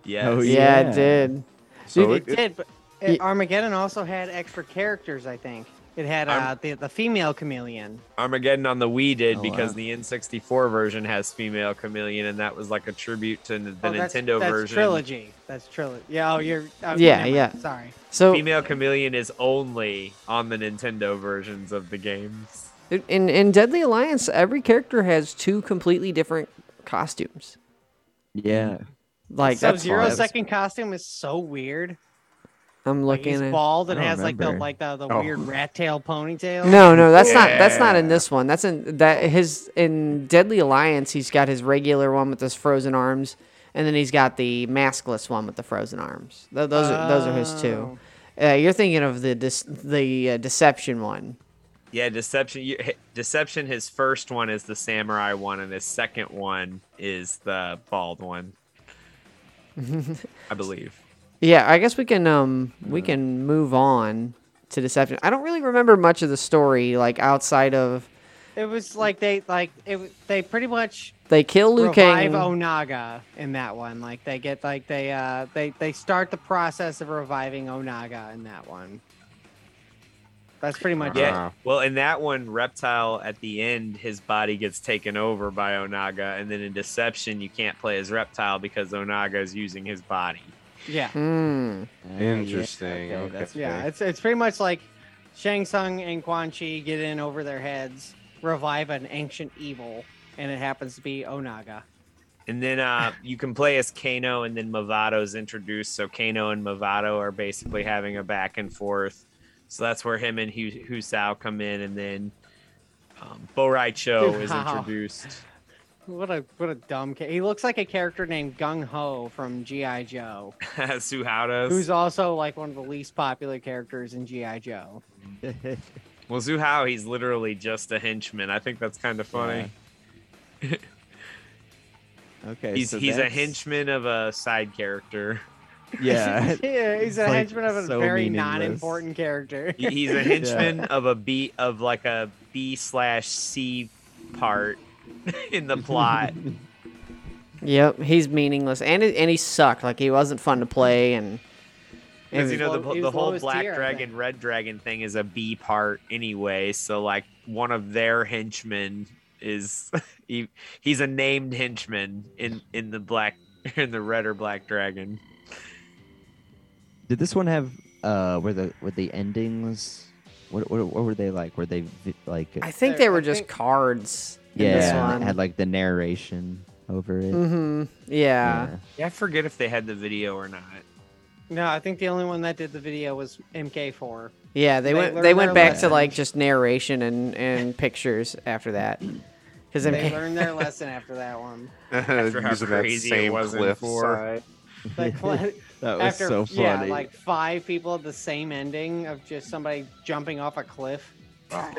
Speaker 11: Yes.
Speaker 7: Oh, yeah.
Speaker 8: yeah, it did.
Speaker 10: So
Speaker 9: Dude,
Speaker 10: it,
Speaker 9: it, did, but uh,
Speaker 8: Ye-
Speaker 9: Armageddon also had extra characters. I think it had uh,
Speaker 11: Arm-
Speaker 9: the the female chameleon.
Speaker 11: Armageddon on the Wii did
Speaker 7: Oh,
Speaker 11: because
Speaker 7: wow.
Speaker 11: the N64 version has female chameleon, and that was like a tribute to the
Speaker 9: Oh, that's,
Speaker 11: Nintendo
Speaker 9: that's
Speaker 11: version.
Speaker 9: trilogy. That's trilogy. Yeah. Oh, you're. oh,
Speaker 8: Yeah,
Speaker 9: never mind.
Speaker 8: yeah.
Speaker 9: Sorry.
Speaker 8: So
Speaker 11: Female chameleon is only on the Nintendo versions of the games.
Speaker 8: in in Deadly Alliance, every character has two completely different costumes.
Speaker 7: Yeah.
Speaker 8: Like
Speaker 9: So
Speaker 8: that's
Speaker 9: Zero's
Speaker 8: fine.
Speaker 9: second costume is so weird.
Speaker 8: I'm
Speaker 9: Like,
Speaker 8: looking
Speaker 9: he's
Speaker 8: at.
Speaker 9: bald and
Speaker 7: I don't
Speaker 9: has like the
Speaker 7: remember.
Speaker 9: like the, the
Speaker 10: Oh.
Speaker 9: weird rat tail ponytail.
Speaker 8: No, no, that's not that's not in this one. That's in that his in Deadly Alliance. He's got his regular one with his frozen arms, and then he's got the maskless one with the frozen arms. Th- those are those are his two. Uh, you're thinking of the dis- the uh, deception one.
Speaker 11: Yeah, Deception. You, Deception. His first one is the samurai one, and his second one is the
Speaker 7: [LAUGHS]
Speaker 11: bald one. I believe.
Speaker 8: Yeah, I guess we can um we can move on to deception. I don't really remember much of the story, like outside of
Speaker 9: It was like they like it. w- They pretty much
Speaker 8: they kill Liu
Speaker 9: revive
Speaker 8: Kang.
Speaker 9: Onaga in that one. Like they get like they uh they they start the process of reviving Onaga in that one. That's pretty much
Speaker 11: Yeah.
Speaker 9: it.
Speaker 10: Wow.
Speaker 11: Well, in that one, Reptile at the end, his body gets taken over by Onaga, and then in Deception, you can't play as Reptile because Onaga is using his body.
Speaker 9: Yeah.
Speaker 8: Hmm.
Speaker 7: Mm-hmm.
Speaker 10: Interesting.
Speaker 7: Okay,
Speaker 10: Okay.
Speaker 7: that's-
Speaker 9: Yeah, it's it's pretty much like Shang Tsung and Quan Chi get in over their heads, revive an ancient evil, and it happens to be Onaga.
Speaker 11: And then uh, you can play as Kano, and then Mavato's introduced. So Kano and Mavato are basically having a back and forth. So that's where him and Hu- Husao come in, and then um, Boraicho is
Speaker 9: Wow.
Speaker 11: introduced. [LAUGHS]
Speaker 9: What a what a dumb kid. He looks like a character named Gung Ho from GI Joe,
Speaker 11: Suhaudos.
Speaker 9: who's also like one of the least popular characters in GI Joe.
Speaker 11: well, Zuhao, he's literally just a henchman. I think that's kind of funny.
Speaker 7: [LAUGHS] okay.
Speaker 11: he's
Speaker 7: so
Speaker 11: he's a
Speaker 7: that's-
Speaker 11: henchman of a side
Speaker 7: [LAUGHS]
Speaker 11: character.
Speaker 9: [LAUGHS]
Speaker 7: Yeah.
Speaker 9: yeah, he's
Speaker 7: It's,
Speaker 9: a
Speaker 7: like,
Speaker 9: henchman of a
Speaker 7: so
Speaker 9: very
Speaker 7: meaningless.
Speaker 9: non-important character.
Speaker 11: He- He's a henchman of a B of like a B slash C part [LAUGHS] in
Speaker 7: [LAUGHS]
Speaker 11: the plot.
Speaker 8: Yep, he's meaningless, and it, and he sucked. Like he wasn't fun to play, and
Speaker 11: Because you
Speaker 9: He's
Speaker 11: know
Speaker 9: low-
Speaker 11: the,
Speaker 9: he's
Speaker 11: the whole
Speaker 9: lowest
Speaker 11: black
Speaker 9: tier, I
Speaker 11: dragon,
Speaker 9: think.
Speaker 11: red dragon thing is a B part anyway. So like one of their henchmen is [LAUGHS] he he's a named henchman in in the black [LAUGHS] in the red or black dragon.
Speaker 7: Did this one have uh where the where the endings? What what, what were they like? Were they vi- like?
Speaker 8: I think they were just cards. in
Speaker 7: yeah,
Speaker 8: this
Speaker 7: and
Speaker 8: one.
Speaker 7: it had like the narration over it.
Speaker 8: Mhm. Yeah.
Speaker 11: Yeah, I forget if they had the video or not.
Speaker 9: [LAUGHS] No, I think the only one that did the video was MK4.
Speaker 8: Yeah, they,
Speaker 9: They
Speaker 8: went
Speaker 9: learned
Speaker 8: they went
Speaker 9: their
Speaker 8: back to
Speaker 9: lesson.
Speaker 8: like just narration and and pictures after that. Because
Speaker 9: They
Speaker 7: [LAUGHS]
Speaker 9: learned their lesson after that one.
Speaker 7: Uh,
Speaker 11: After
Speaker 10: [LAUGHS]
Speaker 11: how
Speaker 10: Using that
Speaker 11: crazy it
Speaker 10: same
Speaker 11: was in
Speaker 10: cliff
Speaker 11: four.
Speaker 10: side.
Speaker 9: Like, what-
Speaker 7: That was
Speaker 9: after,
Speaker 7: so
Speaker 9: Yeah,
Speaker 7: funny.
Speaker 9: like five people had the same ending of just somebody jumping off a cliff.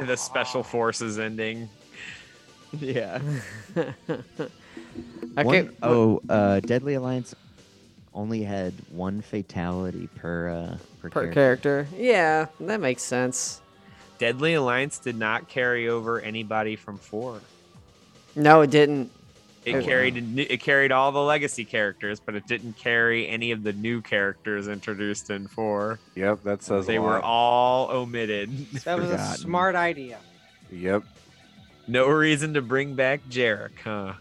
Speaker 11: the special forces ending.
Speaker 7: [LAUGHS] Yeah.
Speaker 8: okay.
Speaker 7: One, oh, uh, Deadly Alliance only had one fatality per uh, per,
Speaker 8: per character. Yeah, that makes sense.
Speaker 11: Deadly Alliance did not carry over anybody from four.
Speaker 8: No, it didn't.
Speaker 11: It
Speaker 8: Oh, wow.
Speaker 11: carried it carried all the legacy characters, but it didn't carry any of the new characters introduced in four.
Speaker 10: Yep, that says
Speaker 11: They
Speaker 10: a
Speaker 11: were
Speaker 10: lot.
Speaker 11: all omitted. [LAUGHS]
Speaker 9: That was a
Speaker 7: Forgotten.
Speaker 9: smart idea.
Speaker 10: Yep.
Speaker 11: No reason to bring back Jarek, huh?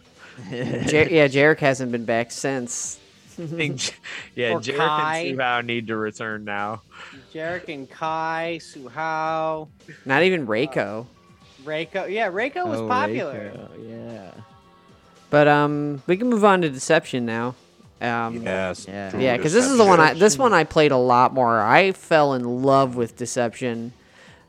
Speaker 8: Jer- yeah, Jarek hasn't been back since.
Speaker 11: I
Speaker 7: [LAUGHS]
Speaker 11: think, J- yeah,
Speaker 9: Or
Speaker 11: Jarek
Speaker 9: Kai.
Speaker 11: and Suhao need to return now.
Speaker 9: Jarek and Kai, Suhao,
Speaker 8: Not even Reiko.
Speaker 9: Reiko. Yeah, Reiko was
Speaker 7: Oh,
Speaker 9: popular.
Speaker 7: Reiko, Yeah.
Speaker 8: But um, we can move on to Deception now. Um, yeah,
Speaker 10: Yes.
Speaker 7: Yeah.
Speaker 10: True
Speaker 8: because this is the one I this
Speaker 10: deception.
Speaker 8: one I played a lot more. I fell in love with Deception.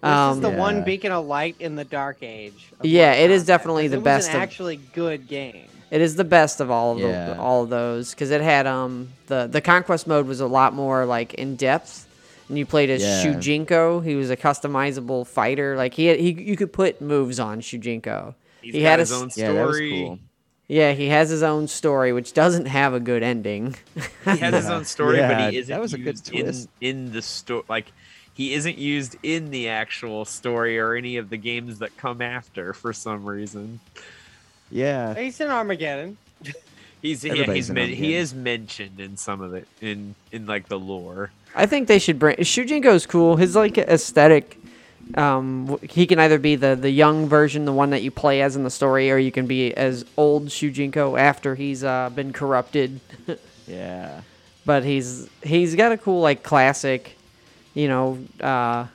Speaker 9: This
Speaker 8: Um,
Speaker 9: is the
Speaker 7: Yeah.
Speaker 9: one beacon of light in the dark age. of
Speaker 8: Yeah,
Speaker 9: Mortal
Speaker 8: it is
Speaker 9: Kombat.
Speaker 8: definitely the
Speaker 9: it
Speaker 8: best
Speaker 9: Was
Speaker 8: of-
Speaker 9: an actually good game.
Speaker 8: It is the best of all of
Speaker 7: Yeah.
Speaker 8: the, all of those because it had um the the conquest mode was a lot more like in depth, and you played as
Speaker 7: Yeah.
Speaker 8: Shujinko. He was a customizable fighter. Like he had, he you could put moves on Shujinko.
Speaker 11: He's
Speaker 8: he
Speaker 11: got
Speaker 8: had a
Speaker 11: his
Speaker 8: s-
Speaker 11: own
Speaker 7: Yeah, that was
Speaker 11: story.
Speaker 7: cool.
Speaker 8: yeah. He has his own story, which doesn't have a good ending. [LAUGHS]
Speaker 11: He has his
Speaker 7: [LAUGHS]
Speaker 11: own story,
Speaker 7: Yeah,
Speaker 11: but he isn't
Speaker 7: that was a good
Speaker 11: used
Speaker 7: twist.
Speaker 11: In, in the story. Like, he isn't used in the actual story or any of the games that come after for some reason.
Speaker 7: Yeah.
Speaker 9: He's in Armageddon.
Speaker 11: He's yeah,
Speaker 7: Everybody's
Speaker 11: he's
Speaker 7: in
Speaker 11: men-
Speaker 7: on
Speaker 11: he
Speaker 7: him.
Speaker 11: is mentioned in some of it in in like the lore.
Speaker 8: I think they should bring Shujinko's cool. His like aesthetic. Um, w- he can either be the the young version, the one that you play as in the story, or you can be as old Shujinko after he's uh, been corrupted.
Speaker 7: Yeah.
Speaker 8: but he's he's got a cool like classic, you know, uh,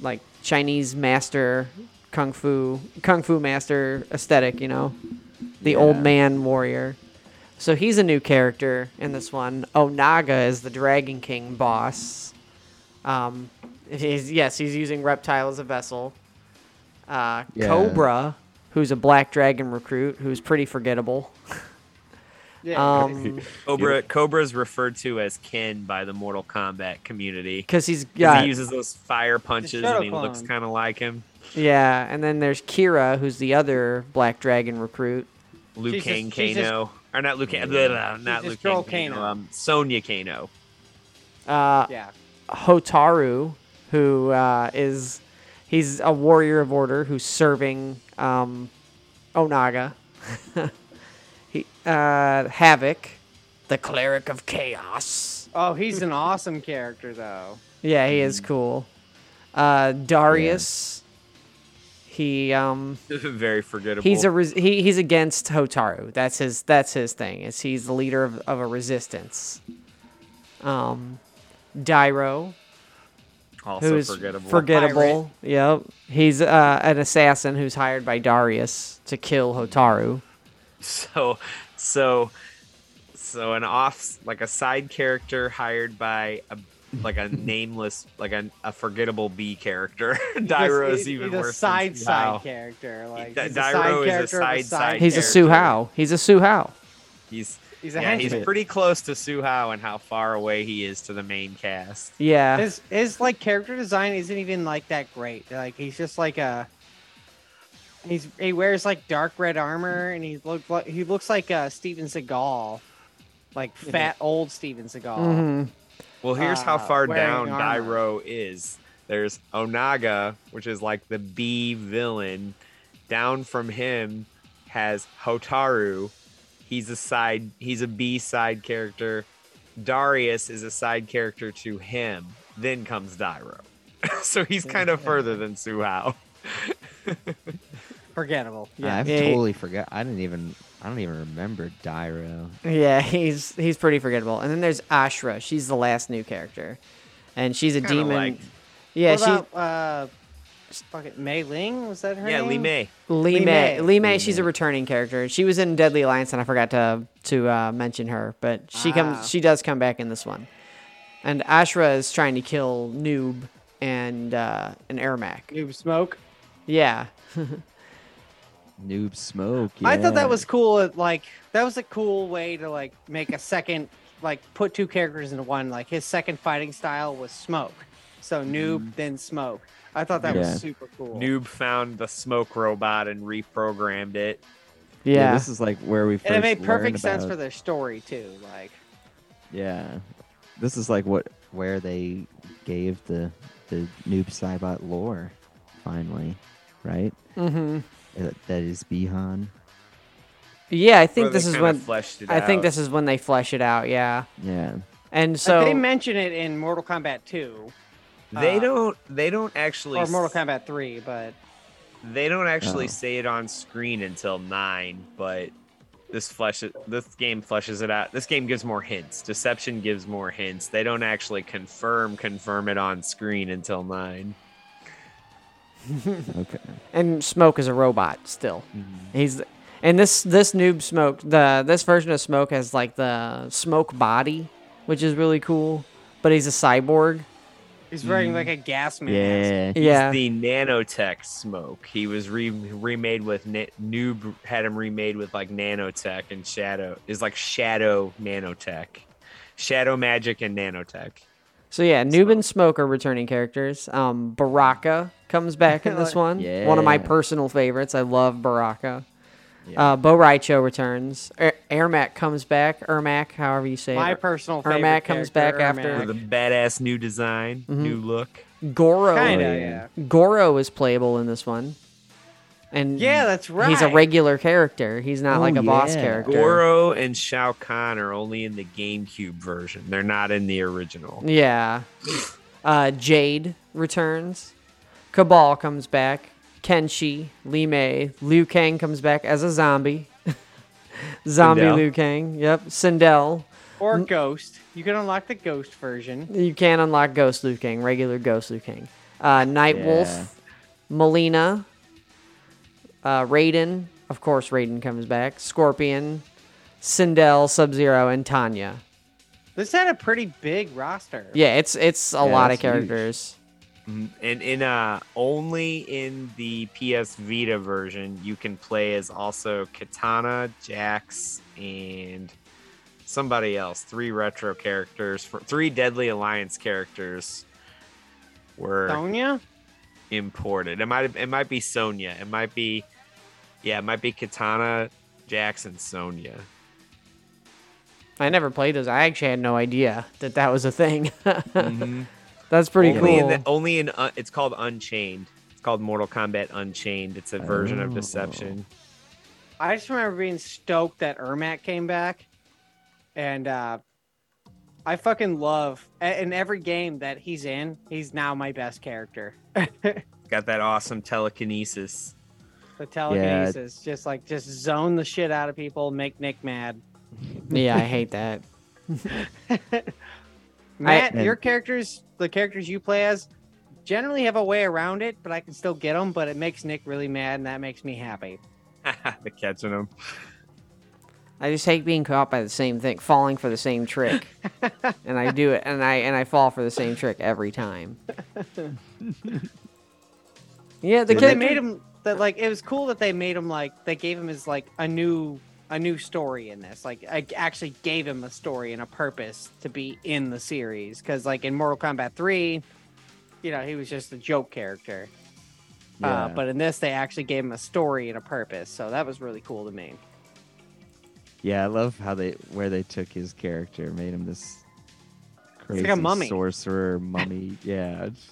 Speaker 8: like Chinese master kung fu kung fu master aesthetic. You know, the old
Speaker 7: Yeah.
Speaker 8: man warrior. So he's a new character in this one. Onaga is the Dragon King boss. Um, he's, yes, he's using reptile as a vessel. Uh,
Speaker 7: Yeah.
Speaker 8: Cobra, who's a black dragon recruit, who's pretty
Speaker 7: [LAUGHS]
Speaker 8: forgettable.
Speaker 9: Yeah.
Speaker 8: Um,
Speaker 11: Cobra Cobra is referred to as Ken by the Mortal Kombat community.
Speaker 8: because he's
Speaker 11: 'Cause
Speaker 8: got
Speaker 11: he uses those fire punches
Speaker 9: Shadow
Speaker 11: and he looks
Speaker 9: Clone.
Speaker 11: kind of like him.
Speaker 8: Yeah, and then there's Kira, who's the other Black Dragon recruit.
Speaker 11: Liu
Speaker 9: She's just-
Speaker 11: Kang
Speaker 9: she's just-
Speaker 11: Kano, or not Liu Kang, blah, blah, not
Speaker 9: just
Speaker 11: Liu
Speaker 9: Joel
Speaker 11: Kang Kano,
Speaker 9: Kano.
Speaker 11: um, Sonya Kano. [LAUGHS]
Speaker 8: Uh,
Speaker 9: yeah.
Speaker 8: Hotaru, who uh, is he's a warrior of order who's serving um, Onaga. [LAUGHS] he, uh, Havoc, the cleric of chaos. Hmm.
Speaker 9: Oh, he's an awesome character though.
Speaker 8: Yeah, he is cool. Uh, Darius, he um,
Speaker 11: Very forgettable.
Speaker 8: He's a res- he, he's against Hotaru. That's his that's his thing. Is he's the leader of, of a resistance. Um, Dairo,
Speaker 11: also
Speaker 8: who's
Speaker 11: forgettable.
Speaker 8: forgettable. Yep, he's uh, an assassin who's hired by Darius to kill Hotaru.
Speaker 11: [LAUGHS] so, so, so an off like a side character hired by a
Speaker 9: [LAUGHS]
Speaker 11: like a nameless like a, a forgettable B character. [LAUGHS] Dairo's
Speaker 9: He's-
Speaker 11: even
Speaker 9: he's
Speaker 11: worse.
Speaker 9: A
Speaker 11: than
Speaker 9: side
Speaker 11: Suhao.
Speaker 9: side character. Like
Speaker 11: Di-
Speaker 9: he's a side
Speaker 11: Dairo is a
Speaker 9: character of
Speaker 11: side side
Speaker 8: He's a
Speaker 11: character.
Speaker 8: Suhao. He's a Suhao.
Speaker 11: He's
Speaker 9: He's a
Speaker 11: yeah, he's
Speaker 9: henchman.
Speaker 11: pretty close to Suhao and how far away he is to the main cast.
Speaker 8: Yeah,
Speaker 9: His his like character design isn't even like that great. Like he's just like a. He's he wears like dark red armor and he look like he looks like uh, Steven Seagal, like fat old Steven Seagal.
Speaker 8: Mhm.
Speaker 11: Well, here's how
Speaker 9: uh,
Speaker 11: far
Speaker 9: wearing
Speaker 11: down
Speaker 9: armor.
Speaker 11: Dairo is. There's Onaga, which is like the B villain. Down from him has Hotaru. He's a side. He's a B side character. Darius is a side character to him. Then [LAUGHS] comes Dairo. so he's kind of further than Suhao.
Speaker 9: Forgettable.
Speaker 7: Yeah,
Speaker 9: Yeah.
Speaker 7: I've
Speaker 8: Yeah.
Speaker 7: totally forgot. I didn't even. I don't even remember Dyro.
Speaker 8: Yeah, he's he's pretty forgettable. And then there's Ashra. She's the last new character, and she's a
Speaker 11: Kinda
Speaker 8: demon.
Speaker 11: liked.
Speaker 8: Yeah,
Speaker 9: What
Speaker 8: she
Speaker 9: about, uh, fuck it, Mei Ling? Was that her
Speaker 11: Yeah,
Speaker 9: name?
Speaker 11: Lee May.
Speaker 8: Lee
Speaker 9: Lee
Speaker 8: May.
Speaker 9: May.
Speaker 8: Lee May. She's a returning character. She was in Deadly Alliance, and I forgot to to uh, mention her, but she
Speaker 9: Ah.
Speaker 8: comes. She does come back in this one. And Ashra is trying to kill Noob and uh, an Ermac.
Speaker 9: Noob Smoke.
Speaker 8: Yeah,
Speaker 7: Noob Smoke.
Speaker 9: I thought
Speaker 7: yeah.
Speaker 9: that was cool. It, like that was a cool way to like make a second, like put two characters into one. Like his second fighting style was smoke, so noob then smoke. I thought that
Speaker 7: Mm-hmm. Yeah.
Speaker 9: was super cool.
Speaker 11: Noob found the smoke robot and reprogrammed it.
Speaker 8: yeah.
Speaker 7: This is like where we first.
Speaker 9: and it made
Speaker 7: learned
Speaker 9: perfect sense
Speaker 7: about-
Speaker 9: for their story too. Like
Speaker 7: Yeah, this is like what where they gave the the Noob Saibot lore, finally, right?
Speaker 8: mm-hmm.
Speaker 7: Uh, That is Bihan.
Speaker 8: Yeah, I
Speaker 11: Where
Speaker 8: think
Speaker 11: they
Speaker 8: this is
Speaker 11: kinda
Speaker 8: when
Speaker 11: fleshed it
Speaker 8: I think
Speaker 11: out.
Speaker 8: this is when they flesh it out. Yeah,
Speaker 7: Yeah.
Speaker 8: and
Speaker 9: so
Speaker 8: so
Speaker 9: they mention it in Mortal Kombat Two
Speaker 11: They
Speaker 9: uh,
Speaker 11: don't. They don't actually.
Speaker 9: or Mortal
Speaker 11: s-
Speaker 9: Kombat Three, but
Speaker 11: They don't actually
Speaker 7: Oh.
Speaker 11: say it on screen until nine, but this flesh this game fleshes it out. This game gives more hints. Deception gives more hints. They don't actually confirm confirm it on screen until nine.
Speaker 7: Okay.
Speaker 8: and Smoke is a robot still.
Speaker 11: Mm-hmm.
Speaker 8: He's and this this noob Smoke the this version of Smoke has like the Smoke body, which is really cool. But he's a cyborg.
Speaker 9: he's wearing like a gas mask.
Speaker 7: Mm-hmm. Yeah.
Speaker 8: yeah,
Speaker 11: The nanotech smoke. He was re- remade with na- noob had him remade with like nanotech and shadow is like shadow nanotech, shadow magic and nanotech.
Speaker 8: So yeah, Noob and Smoke are returning characters. Um, Baraka comes back in
Speaker 9: [LAUGHS]
Speaker 8: this one. One of my
Speaker 7: Yeah.
Speaker 8: personal favorites. I love Baraka. Uh, Bo Raicho returns. Er- Ermac comes back. Ermac, however you say
Speaker 9: My
Speaker 8: it.
Speaker 9: personal favorite
Speaker 8: Ermac comes
Speaker 9: character,
Speaker 8: back
Speaker 9: Ermac.
Speaker 8: after-
Speaker 11: With a badass new design, new look.
Speaker 8: Goro.
Speaker 9: Kinda,
Speaker 7: Oh, yeah.
Speaker 9: yeah.
Speaker 8: Goro is playable in this one. And
Speaker 9: Yeah, that's right.
Speaker 8: He's a regular character. He's not
Speaker 7: Oh,
Speaker 8: like a boss
Speaker 7: yeah.
Speaker 8: character.
Speaker 11: Goro and Shao Kahn are only in the GameCube version. They're not in the original.
Speaker 8: Yeah. Uh, Jade returns. Cabal comes back. Kenshi, Li Mei, Liu Kang comes back as a zombie. [LAUGHS] zombie
Speaker 11: Sindel.
Speaker 8: Liu Kang. Yep. Sindel.
Speaker 9: or Ghost. You can unlock the Ghost version.
Speaker 8: You can unlock Ghost Liu Kang, regular Ghost Liu Kang. Uh, Night
Speaker 7: Yeah.
Speaker 8: Wolf, Melina, uh, Raiden. Of course, Raiden comes back. Scorpion, Sindel, Sub Zero, and Tanya.
Speaker 9: This had a pretty big roster.
Speaker 8: Yeah, it's it's a lot
Speaker 7: that's huge.
Speaker 8: of characters.
Speaker 11: And in uh only in the PS Vita version you can play as also Katana, Jax, and somebody else. Three retro characters for three Deadly Alliance characters were
Speaker 9: Sonya?
Speaker 11: imported. It might it might be Sonya. It might be yeah, it might be Katana, Jax, and Sonya.
Speaker 8: I never played those. I actually had no idea that that was a thing. [LAUGHS] That's pretty
Speaker 11: only
Speaker 8: cool.
Speaker 11: In the, only in uh, it's called Unchained. It's called Mortal Kombat Unchained. It's a version of Deception.
Speaker 9: I just remember being stoked that Ermac came back, and uh, I fucking love a- in every game that he's in. He's now my best character.
Speaker 11: Got that awesome telekinesis. [LAUGHS]
Speaker 9: The telekinesis, just like just zone the shit out of people, make Nick mad.
Speaker 8: [LAUGHS] yeah, I hate that.
Speaker 9: Matt,
Speaker 7: Man.
Speaker 9: your characters, the characters you play as, generally have a way around it, but I can still get them. But it makes Nick really mad, and that makes me happy.
Speaker 11: the catching him.
Speaker 8: I just hate being caught by the same thing, falling for the same [LAUGHS] trick. and I do it and I and I fall for the same trick every time. [LAUGHS] yeah, the
Speaker 9: But they
Speaker 8: kid
Speaker 9: made him that like it was cool that they made him like they gave him his like a new a new story in this like I actually gave him a story and a purpose to be in the series because like in Mortal Kombat three, you know he was just a joke character, uh,
Speaker 7: Yeah.
Speaker 9: but in this they actually gave him a story and a purpose, so that was really cool to me.
Speaker 7: Yeah, I love how they where they took his character, made him this
Speaker 9: like
Speaker 7: crazy
Speaker 9: a mummy.
Speaker 7: sorcerer mummy. [LAUGHS] yeah, it's-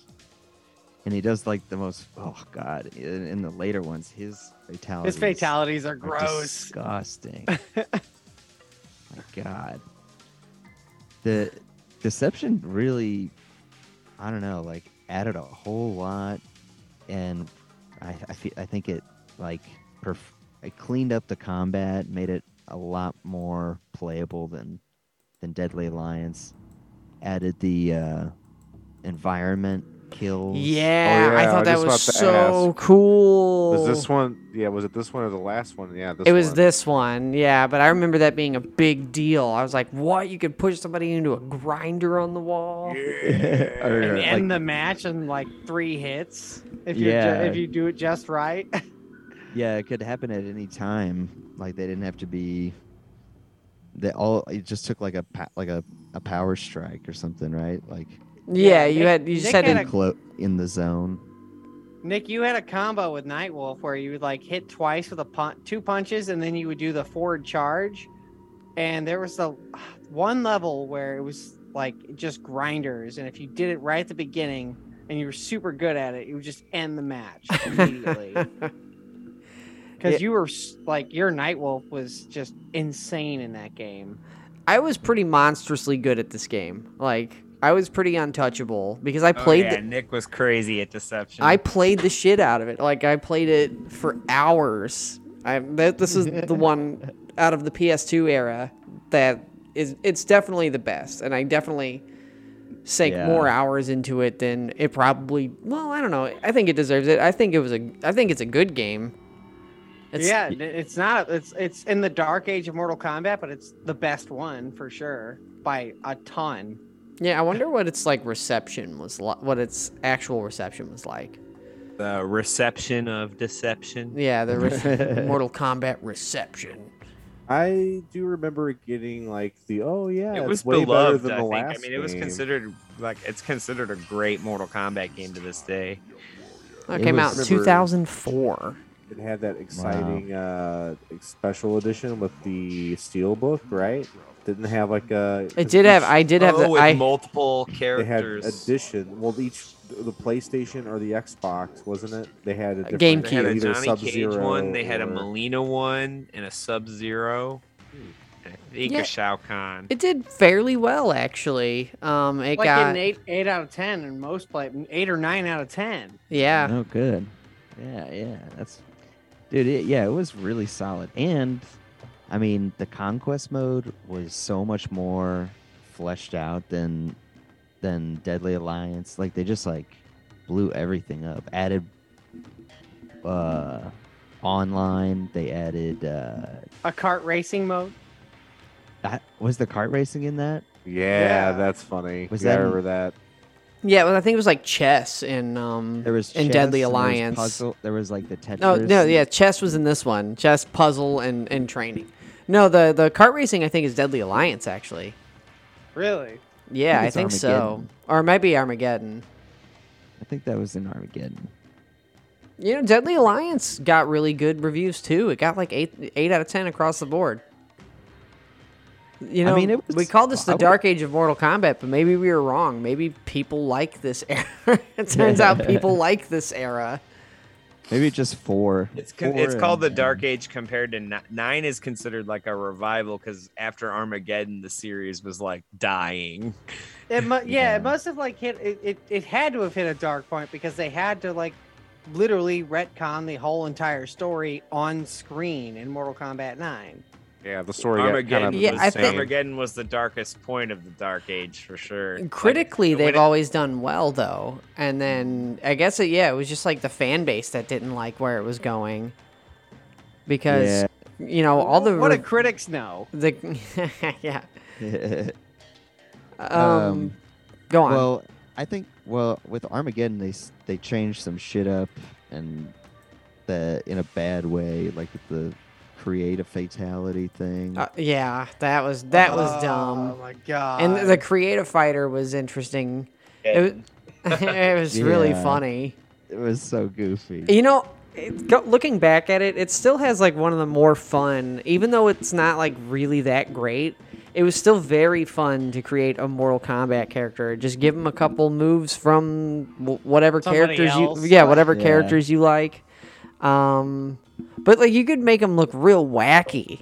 Speaker 7: and he does like the most. Oh God! In, in the later ones, his fatality.
Speaker 9: His fatalities
Speaker 7: Oh,
Speaker 9: are
Speaker 7: are
Speaker 9: gross.
Speaker 7: Disgusting. My God. The deception really, I don't know, like added a whole lot, and I I, fe- I think it like perf- it cleaned up the combat, made it a lot more playable than than Deadly Alliance. Added the uh, environment kills.
Speaker 8: [LAUGHS] Yeah,
Speaker 10: Oh,
Speaker 8: I
Speaker 10: yeah,
Speaker 8: thought
Speaker 10: I
Speaker 8: that
Speaker 10: just
Speaker 8: was
Speaker 10: about to
Speaker 8: so
Speaker 10: ask.
Speaker 8: cool.
Speaker 10: Was this one? Yeah, was it this one or the last one? Yeah, this
Speaker 8: it was
Speaker 10: one.
Speaker 8: this one, yeah. But I remember that being a big deal. I was like, "What? You could push somebody into a grinder on the wall?"
Speaker 7: Or,
Speaker 9: and
Speaker 7: like,
Speaker 9: end the match in like three hits if you
Speaker 7: Yeah.
Speaker 9: ju- if you do it just right.
Speaker 7: yeah, it could happen at any time. Like they didn't have to be. They all it just took like a pa- like a, a power strike or something, right? Like
Speaker 8: Yeah, you
Speaker 9: Nick-
Speaker 8: had you just
Speaker 9: Nick
Speaker 8: had
Speaker 9: had
Speaker 8: to
Speaker 9: a-
Speaker 7: clo- in the zone.
Speaker 9: Nick, you had a combo with Nightwolf where you would like hit twice with a pun- two punches, and then you would do the forward charge. And there was the [SIGHS] one level where it was like just grinders, and if you did it right at the beginning and you were super good at it, you would just end the
Speaker 8: [LAUGHS]
Speaker 9: match immediately. Because
Speaker 8: Yeah.
Speaker 9: you were s- like your Nightwolf was just insane in that game.
Speaker 8: I was pretty monstrously good at this game. Like I was pretty untouchable because I played
Speaker 11: Oh, yeah,
Speaker 8: the,
Speaker 11: Nick was crazy at Deception.
Speaker 8: I played the shit out of it. Like I played it for hours. I th- this is the one out of the PS2 era that is it's definitely the best and I definitely sank
Speaker 7: Yeah.
Speaker 8: more hours into it than it probably well, I don't know. I think it deserves it. I think it was a I think it's a good game. It's,
Speaker 9: yeah, n- it's not. It's it's in the dark age of Mortal Kombat, but it's the best one for sure by a ton.
Speaker 8: Yeah, I wonder what its like reception was like, what its actual reception was like.
Speaker 11: the reception of Deception.
Speaker 8: Yeah, the
Speaker 7: [LAUGHS]
Speaker 8: re- Mortal Kombat reception.
Speaker 10: I do remember getting like the oh yeah,
Speaker 11: it
Speaker 10: it's
Speaker 11: was
Speaker 10: way better
Speaker 11: beloved.
Speaker 10: than
Speaker 11: I
Speaker 10: the
Speaker 11: think.
Speaker 10: last.
Speaker 11: I mean, it was
Speaker 10: game.
Speaker 11: considered like it's considered a great Mortal Kombat game to this day.
Speaker 8: That
Speaker 7: It
Speaker 8: came
Speaker 7: was-
Speaker 8: out in 2004.
Speaker 10: It had that exciting uh, special edition with the steel book, right? Didn't have like a.
Speaker 8: It did have I did have
Speaker 11: oh,
Speaker 8: the
Speaker 11: with
Speaker 8: I
Speaker 11: multiple
Speaker 10: They had
Speaker 11: characters.
Speaker 10: edition. Well, each the PlayStation or the Xbox, wasn't it? They had a different
Speaker 11: they had
Speaker 8: Uh, GameCube.
Speaker 11: a
Speaker 10: either
Speaker 11: Johnny Cage
Speaker 10: Sub-Zero
Speaker 11: one. They had a
Speaker 10: or-
Speaker 11: Molina one and a Sub Zero. I think
Speaker 8: Yeah.
Speaker 11: a Shao Kahn.
Speaker 8: it did fairly well actually. Um it
Speaker 9: like
Speaker 8: got
Speaker 9: an eight eight out of ten, and most play eight or nine out of ten.
Speaker 8: yeah.
Speaker 7: Oh, good. Yeah, yeah. That's, dude. It, yeah, it was really solid. And, I mean, the conquest mode was so much more fleshed out than than Deadly Alliance. Like they just like blew everything up. Added, uh, online. They added. uh
Speaker 9: A kart racing mode.
Speaker 7: that, Was the kart racing in that?
Speaker 10: Yeah,
Speaker 9: Yeah.
Speaker 10: that's funny.
Speaker 7: Was
Speaker 10: yeah, I
Speaker 7: that-
Speaker 10: remember that?
Speaker 8: Yeah, well I think it was like chess in um
Speaker 7: There was
Speaker 8: in
Speaker 7: chess,
Speaker 8: Deadly
Speaker 7: and there was
Speaker 8: Alliance.
Speaker 7: puzzle. There was like the Tetris.
Speaker 8: No, no,
Speaker 7: and-
Speaker 8: yeah, chess was in this one. Chess, puzzle and and training. No, the the kart racing I think is Deadly Alliance actually.
Speaker 9: Really?
Speaker 8: Yeah, I
Speaker 7: it's
Speaker 8: think, so.
Speaker 7: Armageddon.
Speaker 8: Or it might be Armageddon.
Speaker 7: I think that was in Armageddon.
Speaker 8: You know, Deadly Alliance got really good reviews too. It got like eight eight out of ten across the board. You know,
Speaker 7: I mean, it
Speaker 8: we
Speaker 7: was-
Speaker 8: called this the
Speaker 7: I would-
Speaker 8: Dark Age of Mortal Kombat, but maybe we were wrong. Maybe people like this era. [LAUGHS] it
Speaker 7: [LAUGHS]
Speaker 8: turns out people like this era.
Speaker 7: Maybe just four.
Speaker 11: It's con-
Speaker 7: Four
Speaker 11: it's called the
Speaker 7: and-
Speaker 11: Dark Age compared to ni- nine is considered like a revival because after Armageddon the series was like dying.
Speaker 9: It mu- yeah.
Speaker 7: Yeah.
Speaker 9: it must have like hit it, it. It had to have hit a dark point because they had to like literally retcon the whole entire story on screen in Mortal Kombat Nine.
Speaker 10: Yeah, the story got kind
Speaker 11: Armageddon,
Speaker 10: of
Speaker 8: Yeah,
Speaker 11: was,
Speaker 8: I
Speaker 10: insane.
Speaker 8: think-
Speaker 11: Armageddon was the darkest point of the Dark Age for sure. Like,
Speaker 8: Critically,
Speaker 11: when
Speaker 8: they've
Speaker 11: it-
Speaker 8: always done well though. And then I guess it, yeah, it was just like the fan base that didn't like where it was going because
Speaker 7: Yeah.
Speaker 8: you know all the
Speaker 9: what do
Speaker 8: rev-
Speaker 9: critics know?
Speaker 8: the [LAUGHS] yeah
Speaker 7: [LAUGHS]
Speaker 8: um,
Speaker 7: Um,
Speaker 8: go on
Speaker 7: Well, I think well with Armageddon they s- they changed some shit up and the in a bad way like the create a fatality thing.
Speaker 8: Uh, yeah, that was that was
Speaker 9: Oh
Speaker 8: dumb.
Speaker 9: my god!
Speaker 8: And uh, the creative fighter was interesting. It was, [LAUGHS] it was really
Speaker 7: Yeah.
Speaker 8: funny.
Speaker 7: it was so goofy.
Speaker 8: You know, it, go, looking back at it, it still has like one of the more fun, even though it's not like really that great. It was still very fun to create a Mortal Kombat character. Just give him a couple moves from wh- whatever
Speaker 9: Somebody
Speaker 8: characters
Speaker 9: else,
Speaker 8: you, yeah, whatever
Speaker 7: Yeah.
Speaker 8: characters you like. Um, but like you could make him look real wacky,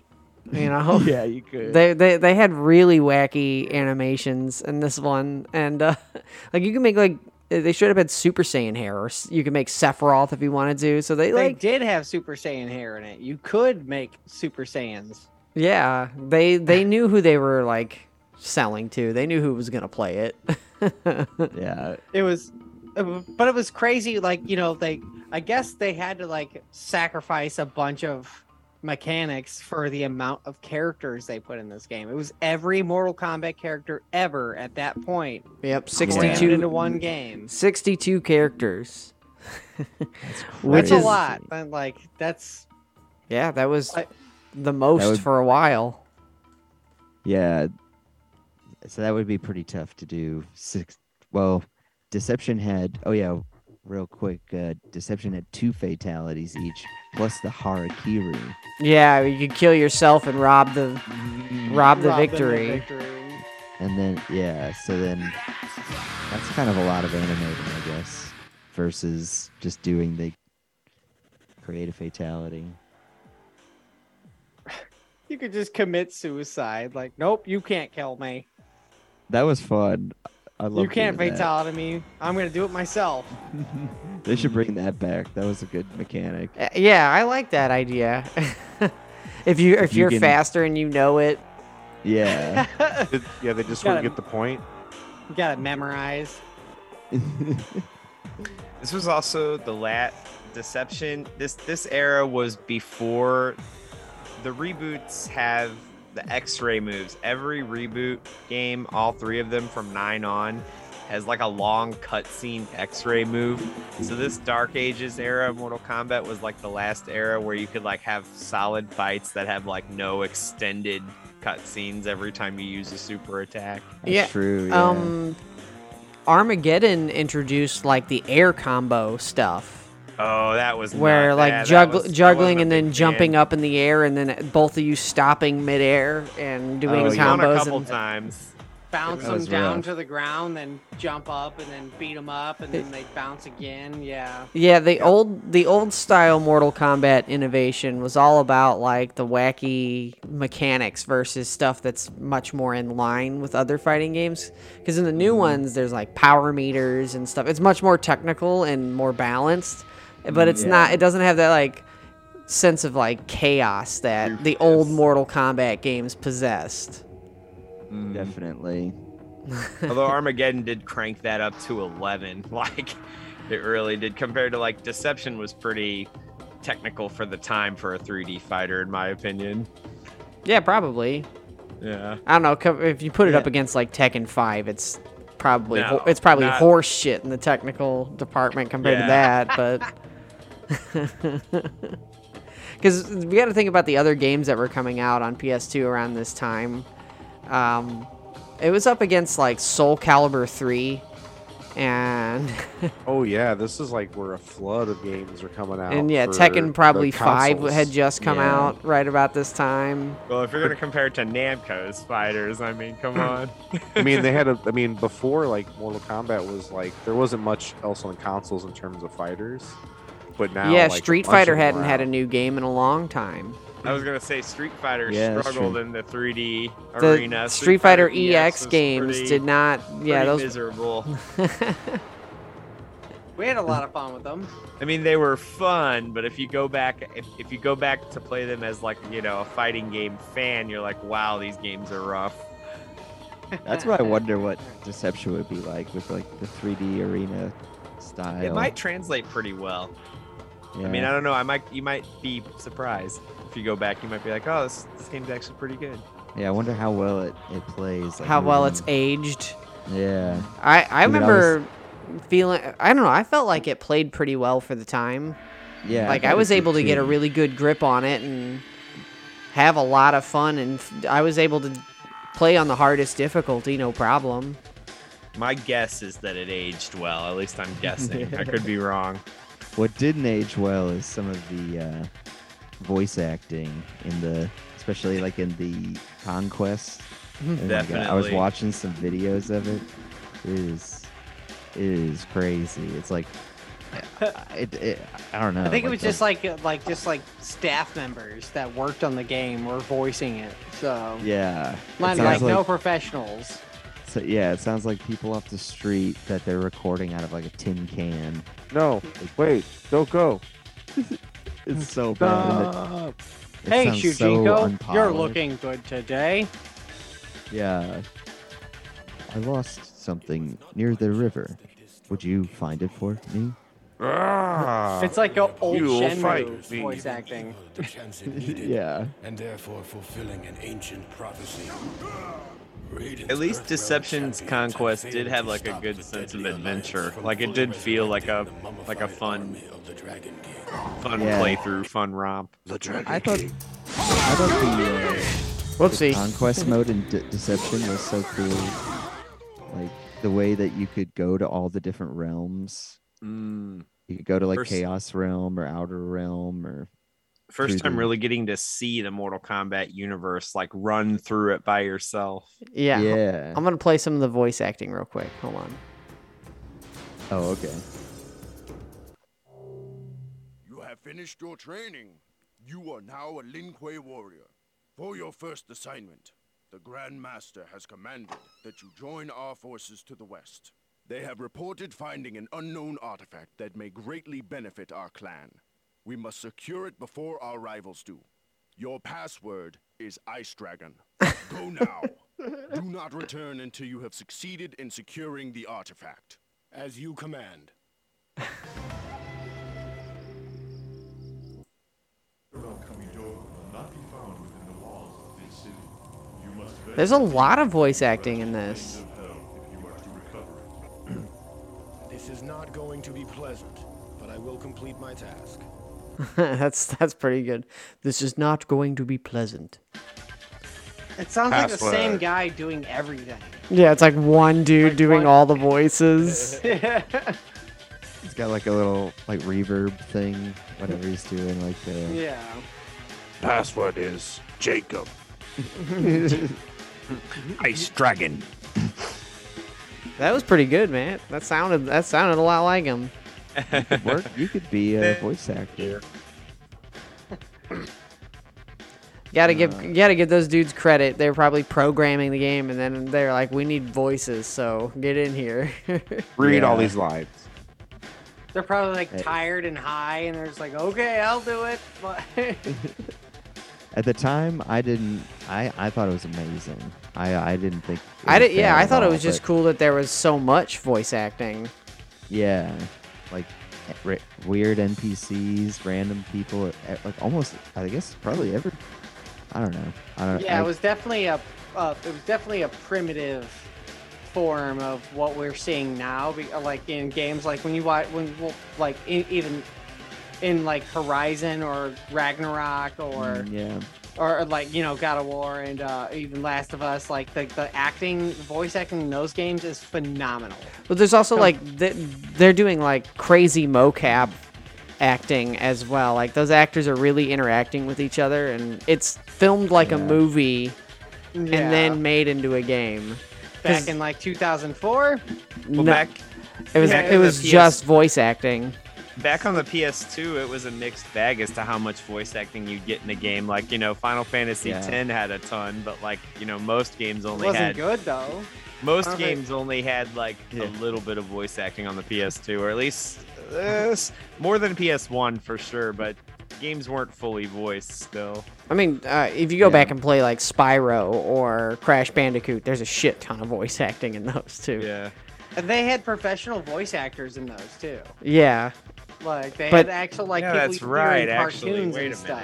Speaker 8: you know?
Speaker 7: yeah, you could.
Speaker 8: they, they they had really wacky animations in this one, and uh, [LAUGHS] like you can make like They should have had Super Saiyan hair, or s- you could make Sephiroth if you wanted to. So they
Speaker 9: They
Speaker 8: like,
Speaker 9: did have Super Saiyan hair in it. You could make Super Saiyans.
Speaker 8: yeah, they they knew who they were like selling to. They knew who was gonna [LAUGHS] play it.
Speaker 7: yeah.
Speaker 9: It was, it wa- but it was crazy. Like you know, they I guess they had to like sacrifice a bunch of mechanics for the amount of characters they put in this game. It was every Mortal Kombat character ever at that point
Speaker 8: Yep,
Speaker 9: slammed
Speaker 8: 62
Speaker 9: into one game.
Speaker 8: 62 characters. Which
Speaker 9: That's a
Speaker 8: is-
Speaker 9: lot, but like that's
Speaker 8: Yeah, that was
Speaker 9: I-
Speaker 8: the most
Speaker 7: would-
Speaker 8: for a while.
Speaker 7: Yeah. So that would be pretty tough to do. Six. Well, Deception had. Oh yeah, real quick. Uh, Deception had two fatalities each, plus the Harakiri.
Speaker 8: Yeah, you could kill yourself and rob the rob the
Speaker 9: robbed them of
Speaker 8: victory.
Speaker 9: victory.
Speaker 7: And then yeah, so then that's kind of a lot of animating, I guess, versus just doing the create a fatality.
Speaker 9: You could just commit suicide. Like, nope, you can't kill me.
Speaker 7: That was fun. I love.
Speaker 9: you can't
Speaker 7: doing that.
Speaker 9: fatality me. I'm gonna do it myself.
Speaker 7: They should bring that back. That was a good mechanic.
Speaker 8: Uh, Yeah, I like that idea. [LAUGHS] if you if
Speaker 7: you
Speaker 8: you're
Speaker 7: can-
Speaker 8: faster and you know it, [LAUGHS]
Speaker 7: Yeah.
Speaker 10: It- yeah, they just
Speaker 9: Got
Speaker 10: wouldn't
Speaker 9: it.
Speaker 10: get the point.
Speaker 9: You gotta memorize.
Speaker 11: This was also the lat deception. This this era was before the reboots have the X-ray moves. Every reboot game, all three of them from nine on, has like a long cutscene X-ray move. So this Dark Ages era of Mortal Kombat was like the last era where you could like have solid fights that have like no extended cutscenes every time you use a super attack.
Speaker 7: That's
Speaker 8: Yeah,
Speaker 7: True. yeah.
Speaker 8: um Armageddon introduced like the air combo stuff.
Speaker 11: Oh, that was
Speaker 8: Where
Speaker 11: nuts.
Speaker 8: like
Speaker 11: Yeah, that
Speaker 8: jugg-
Speaker 11: was- I wasn't
Speaker 8: juggling
Speaker 11: a
Speaker 8: and then
Speaker 11: big
Speaker 8: jumping
Speaker 11: fan.
Speaker 8: up in the air and then both of you stopping midair and doing
Speaker 11: It
Speaker 7: Oh,
Speaker 11: was on a
Speaker 8: combos
Speaker 11: couple
Speaker 8: and [LAUGHS]
Speaker 11: times.
Speaker 9: Bounce
Speaker 7: That
Speaker 9: them
Speaker 7: was
Speaker 9: down
Speaker 7: rough.
Speaker 9: to the ground, then jump up, and then beat them up, and then they bounce again. Yeah.
Speaker 8: Yeah, the old the old style Mortal Kombat innovation was all about like the wacky mechanics versus stuff that's much more in line with other fighting games. Because in the new ones, there's like power meters and stuff. It's much more technical and more balanced, but it's not. It doesn't have that like sense of like chaos that the old Mortal Kombat games possessed.
Speaker 7: Definitely.
Speaker 11: Although Armageddon did crank that up to 11. [LAUGHS] Like, it really did. Compared to, like, Deception was pretty technical for the time for a 3D fighter, in my opinion.
Speaker 8: Yeah, probably.
Speaker 11: Yeah.
Speaker 8: I don't know. co- If you put it
Speaker 7: Yeah.
Speaker 8: up against like Tekken Five, it's probably
Speaker 11: No,
Speaker 8: ho- it's probably
Speaker 11: not-
Speaker 8: horse shit in the technical department compared
Speaker 11: Yeah. [LAUGHS]
Speaker 8: to that. But because we got to think about the other games that were coming out on PS2 around this time. Um, it was up against like Soul Calibur Three, and [LAUGHS]
Speaker 10: Oh yeah, this is like where a flood of games are coming out.
Speaker 8: and yeah,
Speaker 10: for
Speaker 8: Tekken probably
Speaker 10: the
Speaker 8: Five
Speaker 10: consoles.
Speaker 8: had just come
Speaker 10: Yeah.
Speaker 8: out right about this time.
Speaker 11: Well, if you're going to compare it to Namco's fighters, I mean,
Speaker 8: [LAUGHS]
Speaker 11: come on.
Speaker 10: I mean, they had a. I mean, before like Mortal Kombat was like there wasn't much else on consoles in terms of fighters, but now
Speaker 8: yeah,
Speaker 10: like, a
Speaker 8: Street
Speaker 10: bunch of
Speaker 8: Fighter
Speaker 10: them are
Speaker 8: hadn't had
Speaker 10: out.
Speaker 8: a new game in a long time.
Speaker 11: I was going to say Street Fighter
Speaker 7: Yeah, that's
Speaker 11: struggled
Speaker 7: true.
Speaker 11: in the 3D
Speaker 8: the
Speaker 11: arena. E
Speaker 8: Street, Fighter, EX
Speaker 11: was
Speaker 8: games
Speaker 11: pretty-
Speaker 8: did not. Yeah,
Speaker 11: pretty
Speaker 8: those.
Speaker 11: miserable.
Speaker 9: We had a lot of fun with them.
Speaker 11: I mean, they were fun, but if you go back, if, if you go back to play them as like you know a fighting game fan, you're like, wow, these games are rough.
Speaker 7: That's what I wonder what Deception would be like with like the 3D arena style.
Speaker 11: It might translate pretty well. I mean, I
Speaker 7: Yeah.
Speaker 11: don't know. I might, you might be surprised if you go back. You might be like, oh, this, this game's actually pretty good.
Speaker 7: yeah, I wonder how well it, it plays. like,
Speaker 8: How well
Speaker 7: moving-
Speaker 8: it's aged.
Speaker 7: Yeah.
Speaker 8: I I
Speaker 7: Dude, I
Speaker 8: remember feeling. I don't know. I felt like it played pretty well for the time.
Speaker 7: Yeah.
Speaker 8: like
Speaker 7: thought
Speaker 8: I
Speaker 7: it
Speaker 8: was
Speaker 7: did
Speaker 8: able to get a
Speaker 7: too.
Speaker 8: really good grip on it and have a lot of fun, and f- I was able to play on the hardest difficulty, no problem.
Speaker 11: My guess is that it aged well. At least I'm guessing. I could be wrong.
Speaker 7: What didn't age well is some of the uh, voice acting in the, especially like in the Conquest. Oh my God, I was
Speaker 11: Definitely.
Speaker 7: watching some videos of it. It is, it is crazy. It's [LAUGHS] like, it, it, I don't know.
Speaker 9: I think it was
Speaker 7: the-
Speaker 9: just like uh, like just like staff members that worked on the game were voicing it. So
Speaker 7: Yeah. it
Speaker 9: Mine,
Speaker 7: sounds
Speaker 9: like, no professionals.
Speaker 7: sounds [LAUGHS] So yeah, it sounds like people off the street that they're recording out of like a tin can.
Speaker 10: No, wait, don't go.
Speaker 7: It's so bad. and it-
Speaker 10: Stop.
Speaker 7: it
Speaker 9: hey,
Speaker 7: sounds so
Speaker 9: Shujinko, you're
Speaker 7: unpolished.
Speaker 9: looking good today.
Speaker 7: Yeah. I lost something near the river. Would you find it for me? Uh,
Speaker 10: Ah,
Speaker 9: It's like an old
Speaker 10: you will
Speaker 9: Shenmue
Speaker 10: fight me.
Speaker 9: voice acting.
Speaker 6: The chance it needed,
Speaker 7: yeah.
Speaker 6: and therefore fulfilling an ancient prophecy. Radiant's
Speaker 11: At least
Speaker 6: Earthrealm
Speaker 11: Deception's
Speaker 6: champions
Speaker 11: Conquest
Speaker 6: have
Speaker 11: did
Speaker 6: failed
Speaker 11: have
Speaker 6: to
Speaker 11: like a
Speaker 6: stop
Speaker 11: good
Speaker 6: the
Speaker 11: sense of
Speaker 6: deadly
Speaker 11: adventure.
Speaker 6: alliance from
Speaker 11: Like it
Speaker 6: fully
Speaker 11: did feel like a
Speaker 6: resurrecting the
Speaker 11: like a
Speaker 6: mummified
Speaker 11: fun
Speaker 6: army of the Dragon King.
Speaker 11: fun
Speaker 7: Yeah.
Speaker 11: playthrough, fun romp.
Speaker 6: The Dragon
Speaker 8: I thought-
Speaker 6: King.
Speaker 7: I thought the uh,
Speaker 4: Whoopsie.
Speaker 7: conquest mode in De- Deception was so cool. Like the way that you could go to all the different realms.
Speaker 11: Hmm.
Speaker 10: Mm.
Speaker 7: You could go to like
Speaker 11: First-
Speaker 7: Chaos Realm or Outer Realm or
Speaker 11: First time
Speaker 7: Mhm.
Speaker 11: really getting to see the Mortal Kombat universe, like run through it by yourself.
Speaker 8: Yeah. Um,
Speaker 7: yeah.
Speaker 8: I'm gonna play some of the voice acting real quick. Hold on.
Speaker 7: Oh, okay.
Speaker 6: You have finished your training. You are now a Lin Kuei warrior. For your first assignment, the Grand Master has commanded that you join our forces to the west. They have reported finding an unknown artifact that may greatly benefit our clan. We must secure it before our rivals do. Your password is Ice Dragon.
Speaker 8: [LAUGHS]
Speaker 6: Go now. do not return until you have succeeded in securing the artifact. As you command.
Speaker 8: There's a lot of voice acting in this.
Speaker 6: [CLEARS THROAT] This is not going to be pleasant, but I will complete my task.
Speaker 8: [LAUGHS] that's that's pretty good. This is not going to be pleasant.
Speaker 9: It sounds like the same
Speaker 10: Password.
Speaker 9: guy doing everything.
Speaker 8: Yeah, it's like one dude doing
Speaker 9: one-
Speaker 8: all the voices.
Speaker 7: It's got like a little like reverb thing, whatever he's doing, like uh, the
Speaker 9: Yeah.
Speaker 6: Password is
Speaker 7: [LAUGHS]
Speaker 6: Jacob.
Speaker 11: Ice Dragon.
Speaker 8: that was pretty good, man. That sounded that sounded a lot like him.
Speaker 7: work. You could be a voice actor.
Speaker 8: Gotta give you gotta give those dudes credit. They're probably programming the game, and then they're like, "We need voices, so get in here." [LAUGHS]
Speaker 10: Read all
Speaker 7: Yeah.
Speaker 10: these lines.
Speaker 9: They're probably like
Speaker 7: Hey.
Speaker 9: tired and high, and they're just like, okay, I'll do it. But
Speaker 7: At the time, I didn't. I I thought it was amazing. I I didn't think. it
Speaker 8: I
Speaker 7: was
Speaker 8: did, yeah.
Speaker 7: bad
Speaker 8: I
Speaker 7: at
Speaker 8: thought it
Speaker 7: all,
Speaker 8: was just
Speaker 7: but
Speaker 8: cool that there was so much voice acting.
Speaker 7: Yeah, like ra- weird NPCs, random people, eh, like almost. I guess probably every. I don't know. I don't.
Speaker 9: yeah,
Speaker 7: I,
Speaker 9: it was definitely a, uh, it was definitely a primitive form of what we're seeing now. be- uh, Like in games, like when you watch, when well, like in, even in like Horizon or Ragnarok or.
Speaker 7: mm, yeah.
Speaker 9: or like you know God of War and uh, even Last of Us. Like the, the acting, voice acting in those games is phenomenal.
Speaker 8: [LAUGHS] But there's also like th- they're doing like crazy mocap acting as well. Like those actors are really interacting with each other, and it's filmed like a
Speaker 7: Yeah.
Speaker 8: movie
Speaker 9: And
Speaker 8: and then made into a game.
Speaker 9: back in like 2004,
Speaker 11: Well,
Speaker 8: No,
Speaker 11: back
Speaker 8: it was
Speaker 11: back
Speaker 8: it
Speaker 11: in the
Speaker 8: was
Speaker 11: PS
Speaker 8: just voice acting.
Speaker 11: back on the PS2, it was a mixed bag as to how much voice acting you'd get in a game. Like you know, Final Fantasy
Speaker 7: Yeah.
Speaker 11: X had a ton, but like you know, most games
Speaker 9: it
Speaker 11: only
Speaker 9: wasn't
Speaker 11: had
Speaker 9: good though.
Speaker 11: Most
Speaker 9: Okay.
Speaker 11: games only had like
Speaker 7: Yeah.
Speaker 11: a little bit of voice acting on the PS2, or at least this more than PS1 for sure. But games weren't fully voiced still.
Speaker 8: I mean, uh, if you go
Speaker 7: Yeah.
Speaker 8: back and play like Spyro or Crash Bandicoot, there's a shit ton of voice acting in those too.
Speaker 11: Yeah,
Speaker 9: And they had professional voice actors in those too.
Speaker 8: yeah,
Speaker 9: Like they
Speaker 8: But-
Speaker 9: had actual like
Speaker 11: yeah,
Speaker 9: people
Speaker 11: that's
Speaker 9: you could hear
Speaker 11: right.
Speaker 9: in
Speaker 11: Actually,
Speaker 9: cartoons
Speaker 11: wait
Speaker 9: and
Speaker 11: a
Speaker 9: stuff.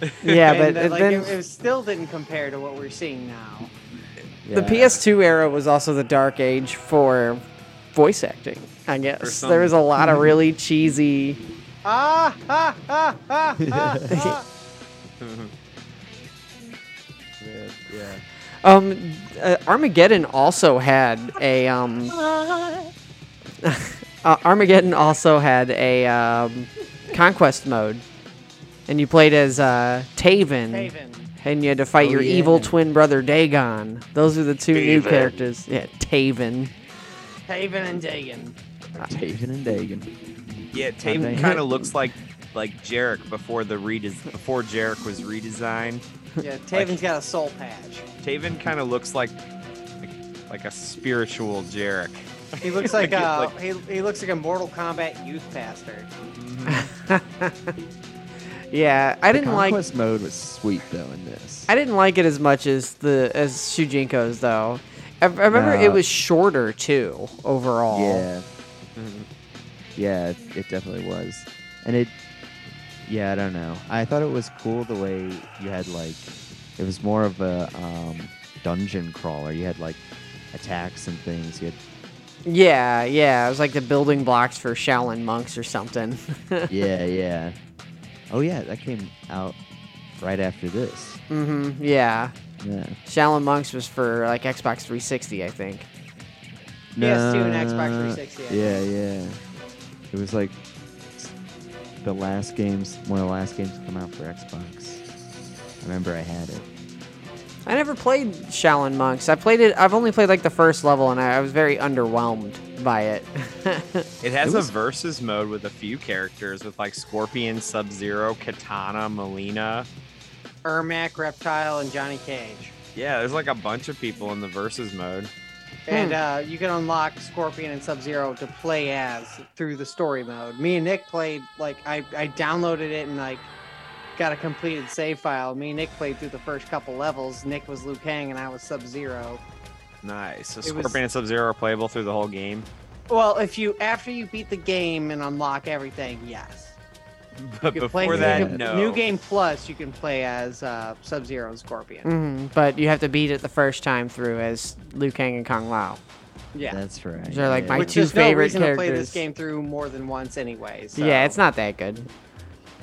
Speaker 11: minute.
Speaker 9: [LAUGHS]
Speaker 8: yeah,
Speaker 9: and
Speaker 8: but
Speaker 9: uh, like,
Speaker 8: then
Speaker 9: it, it still didn't compare to what we're seeing now.
Speaker 8: The
Speaker 7: yeah.
Speaker 8: PS2 era was also the dark age for voice acting, I guess.
Speaker 11: some-
Speaker 8: There was a lot [LAUGHS] of really cheesy.
Speaker 9: Ah, ah, ah, ah, ah, ah.
Speaker 7: Yeah, yeah.
Speaker 8: Um, uh, Armageddon also had a um. [LAUGHS] uh, Armageddon also had a um, conquest mode, and you played as uh, Taven,
Speaker 9: Taven.
Speaker 8: and you had to fight
Speaker 7: Oh,
Speaker 8: your
Speaker 7: yeah.
Speaker 8: evil twin brother Dagon. Those are the two new characters. Yeah, Taven.
Speaker 9: Taven and Dagon.
Speaker 7: Taven and Dagon.
Speaker 11: Yeah,
Speaker 7: dang.
Speaker 11: Taven kind of looks like like Jarek before the redes before Jarek was redesigned.
Speaker 8: [LAUGHS]
Speaker 9: Yeah, Taven's got a soul patch.
Speaker 11: Taven kind of looks like like
Speaker 10: like a spiritual Jarek.
Speaker 9: He
Speaker 11: [LAUGHS]
Speaker 9: looks like uh, a he, he looks like a Mortal Kombat youth pastor.
Speaker 8: Yeah, I didn't like
Speaker 7: Conquest mode was sweet though in this.
Speaker 8: I didn't like it as much as the as Shujinko's though. I, I remember
Speaker 7: No.
Speaker 8: it was shorter too overall.
Speaker 7: Yeah. [LAUGHS] Yeah, it, it definitely was. And it, yeah, I don't know. I thought it was cool the way you had like, it was more of a um, dungeon crawler. You had like attacks and things. You
Speaker 9: [LAUGHS]
Speaker 7: had,
Speaker 8: Yeah, yeah. It was like the building blocks for Shaolin monks or something. [LAUGHS]
Speaker 7: yeah, yeah. Oh yeah, that came out right after this.
Speaker 8: hmm Yeah.
Speaker 7: Yeah.
Speaker 8: Shaolin monks was for like Xbox 360, I think.
Speaker 9: PS2 and Xbox
Speaker 7: No,
Speaker 9: 360, I
Speaker 7: Yeah, yeah. It was like the last games, one of the last games to come out for Xbox. I remember I had it.
Speaker 8: I never played Shaolin monks. I played it. I've only played like the first level, and I, I was very underwhelmed by it. [LAUGHS]
Speaker 11: It has
Speaker 8: It was-
Speaker 11: a versus mode with a few characters with like Scorpion, Sub Zero, Katana, Melina.
Speaker 9: Ermac, Reptile, and Johnny Cage.
Speaker 11: Yeah, there's like a bunch of people in the versus mode.
Speaker 8: Hmm.
Speaker 9: And uh, you can unlock Scorpion and Sub Zero to play as through the story mode. Me and Nick played like I, I downloaded it and like got a completed save file. Me and Nick played through the first couple levels. Nick was Liu Kang and I was Sub Zero.
Speaker 11: Nice. So
Speaker 9: It was-
Speaker 11: Scorpion and Sub Zero are playable through the whole game, [LAUGHS]
Speaker 9: Well, if you after you beat the game and unlock everything, yes.
Speaker 11: but
Speaker 9: You can play
Speaker 11: before
Speaker 9: through
Speaker 11: that,
Speaker 9: the-
Speaker 11: no.
Speaker 9: New game plus, you can play as uh, Sub Zero and Scorpion.
Speaker 7: Mm-hmm.
Speaker 8: hmm But you have to beat it the first time through as Liu Kang and Kong Lao.
Speaker 9: Yeah.
Speaker 7: That's right.
Speaker 8: Those are like my
Speaker 9: Which
Speaker 8: two
Speaker 9: there's no
Speaker 8: favorite
Speaker 9: reason
Speaker 8: characters.
Speaker 9: to play this game through more than once, anyway. So.
Speaker 8: Yeah, it's not that good.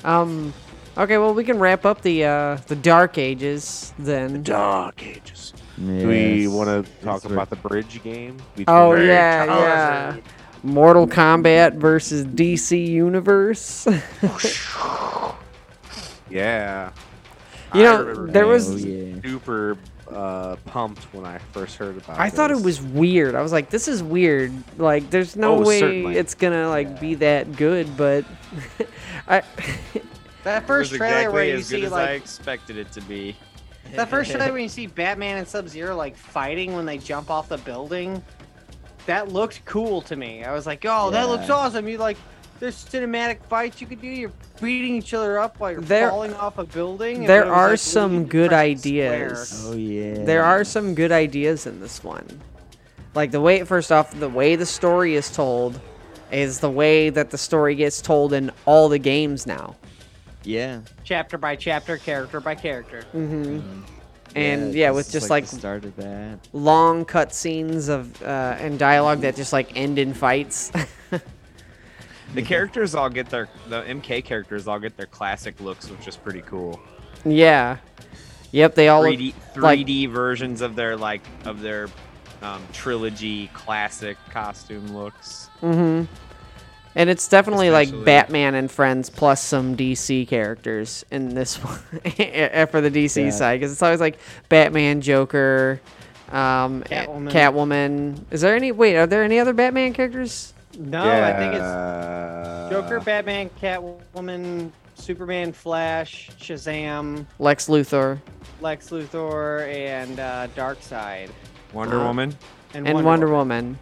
Speaker 8: Um, okay, well we can wrap up the uh, the Dark Ages then.
Speaker 10: Dark Ages.
Speaker 7: Yes.
Speaker 10: Do we want to talk
Speaker 7: That's right.
Speaker 10: about the bridge game? We
Speaker 8: Oh
Speaker 10: can-
Speaker 8: yeah, yeah. Mortal Kombat versus DC Universe. [LAUGHS]
Speaker 10: yeah.
Speaker 8: You
Speaker 10: I
Speaker 8: know,
Speaker 10: remember
Speaker 8: there
Speaker 10: being
Speaker 8: was-
Speaker 7: Oh, yeah.
Speaker 10: super uh, pumped when I first heard about.
Speaker 8: I thought it
Speaker 10: this.
Speaker 8: was weird. I was like, this is weird. Like, there's no
Speaker 10: Oh,
Speaker 8: way
Speaker 10: certainly.
Speaker 8: it's gonna like be that good. But [LAUGHS] I,
Speaker 9: that
Speaker 11: It
Speaker 9: first
Speaker 11: was
Speaker 9: trailer
Speaker 11: exactly
Speaker 9: where you
Speaker 11: as good
Speaker 9: see
Speaker 11: as I
Speaker 9: like
Speaker 11: expected it to be.
Speaker 9: that first
Speaker 11: [LAUGHS]
Speaker 9: trailer when you see Batman and Sub Zero like fighting when they jump off the building. That looked cool to me. I was like, oh, that looks
Speaker 7: Yeah.
Speaker 9: awesome. You like. There's cinematic fights you could do. You're beating each other up while you're
Speaker 8: There-
Speaker 9: falling off a building. and
Speaker 8: there
Speaker 9: it was,
Speaker 8: are
Speaker 9: like,
Speaker 8: some
Speaker 9: Legion
Speaker 8: good
Speaker 9: versus
Speaker 8: ideas.
Speaker 9: Square.
Speaker 7: Oh yeah.
Speaker 8: there are some good ideas in this one. Like the way, first off, the way the story is told is the way that the story gets told in all the games now.
Speaker 7: Yeah.
Speaker 9: Chapter by chapter, character by character.
Speaker 8: Mm-hmm. And yeah,
Speaker 7: this
Speaker 8: with
Speaker 7: is
Speaker 8: just like,
Speaker 7: the start of that.
Speaker 8: long cutscenes of uh, and dialogue that just like end in fights. [LAUGHS]
Speaker 11: The
Speaker 8: Mm-hmm.
Speaker 11: characters all get their the MK characters all get their classic looks, which is pretty cool.
Speaker 8: yeah. Yep, they all look
Speaker 11: 3D 3D
Speaker 8: like-
Speaker 11: versions of their like of their um, trilogy classic costume looks.
Speaker 8: hmm And it's definitely like
Speaker 11: Especially-
Speaker 8: Batman and Friends plus some DC characters in this one [LAUGHS] for the DC
Speaker 7: Yeah.
Speaker 8: side because it's always like Batman, Joker, um, a-
Speaker 9: Catwoman.
Speaker 8: Catwoman. Is there any? Wait, are there any other Batman characters?
Speaker 9: No, I think it's
Speaker 10: it's
Speaker 9: Joker, Batman, Catwoman, Superman, Flash, Shazam,
Speaker 8: Lex Luthor
Speaker 9: Lex Luthor, and uh, Darkseid.
Speaker 11: Wonder
Speaker 8: Uh,
Speaker 11: Woman
Speaker 8: and Wonder, Woman.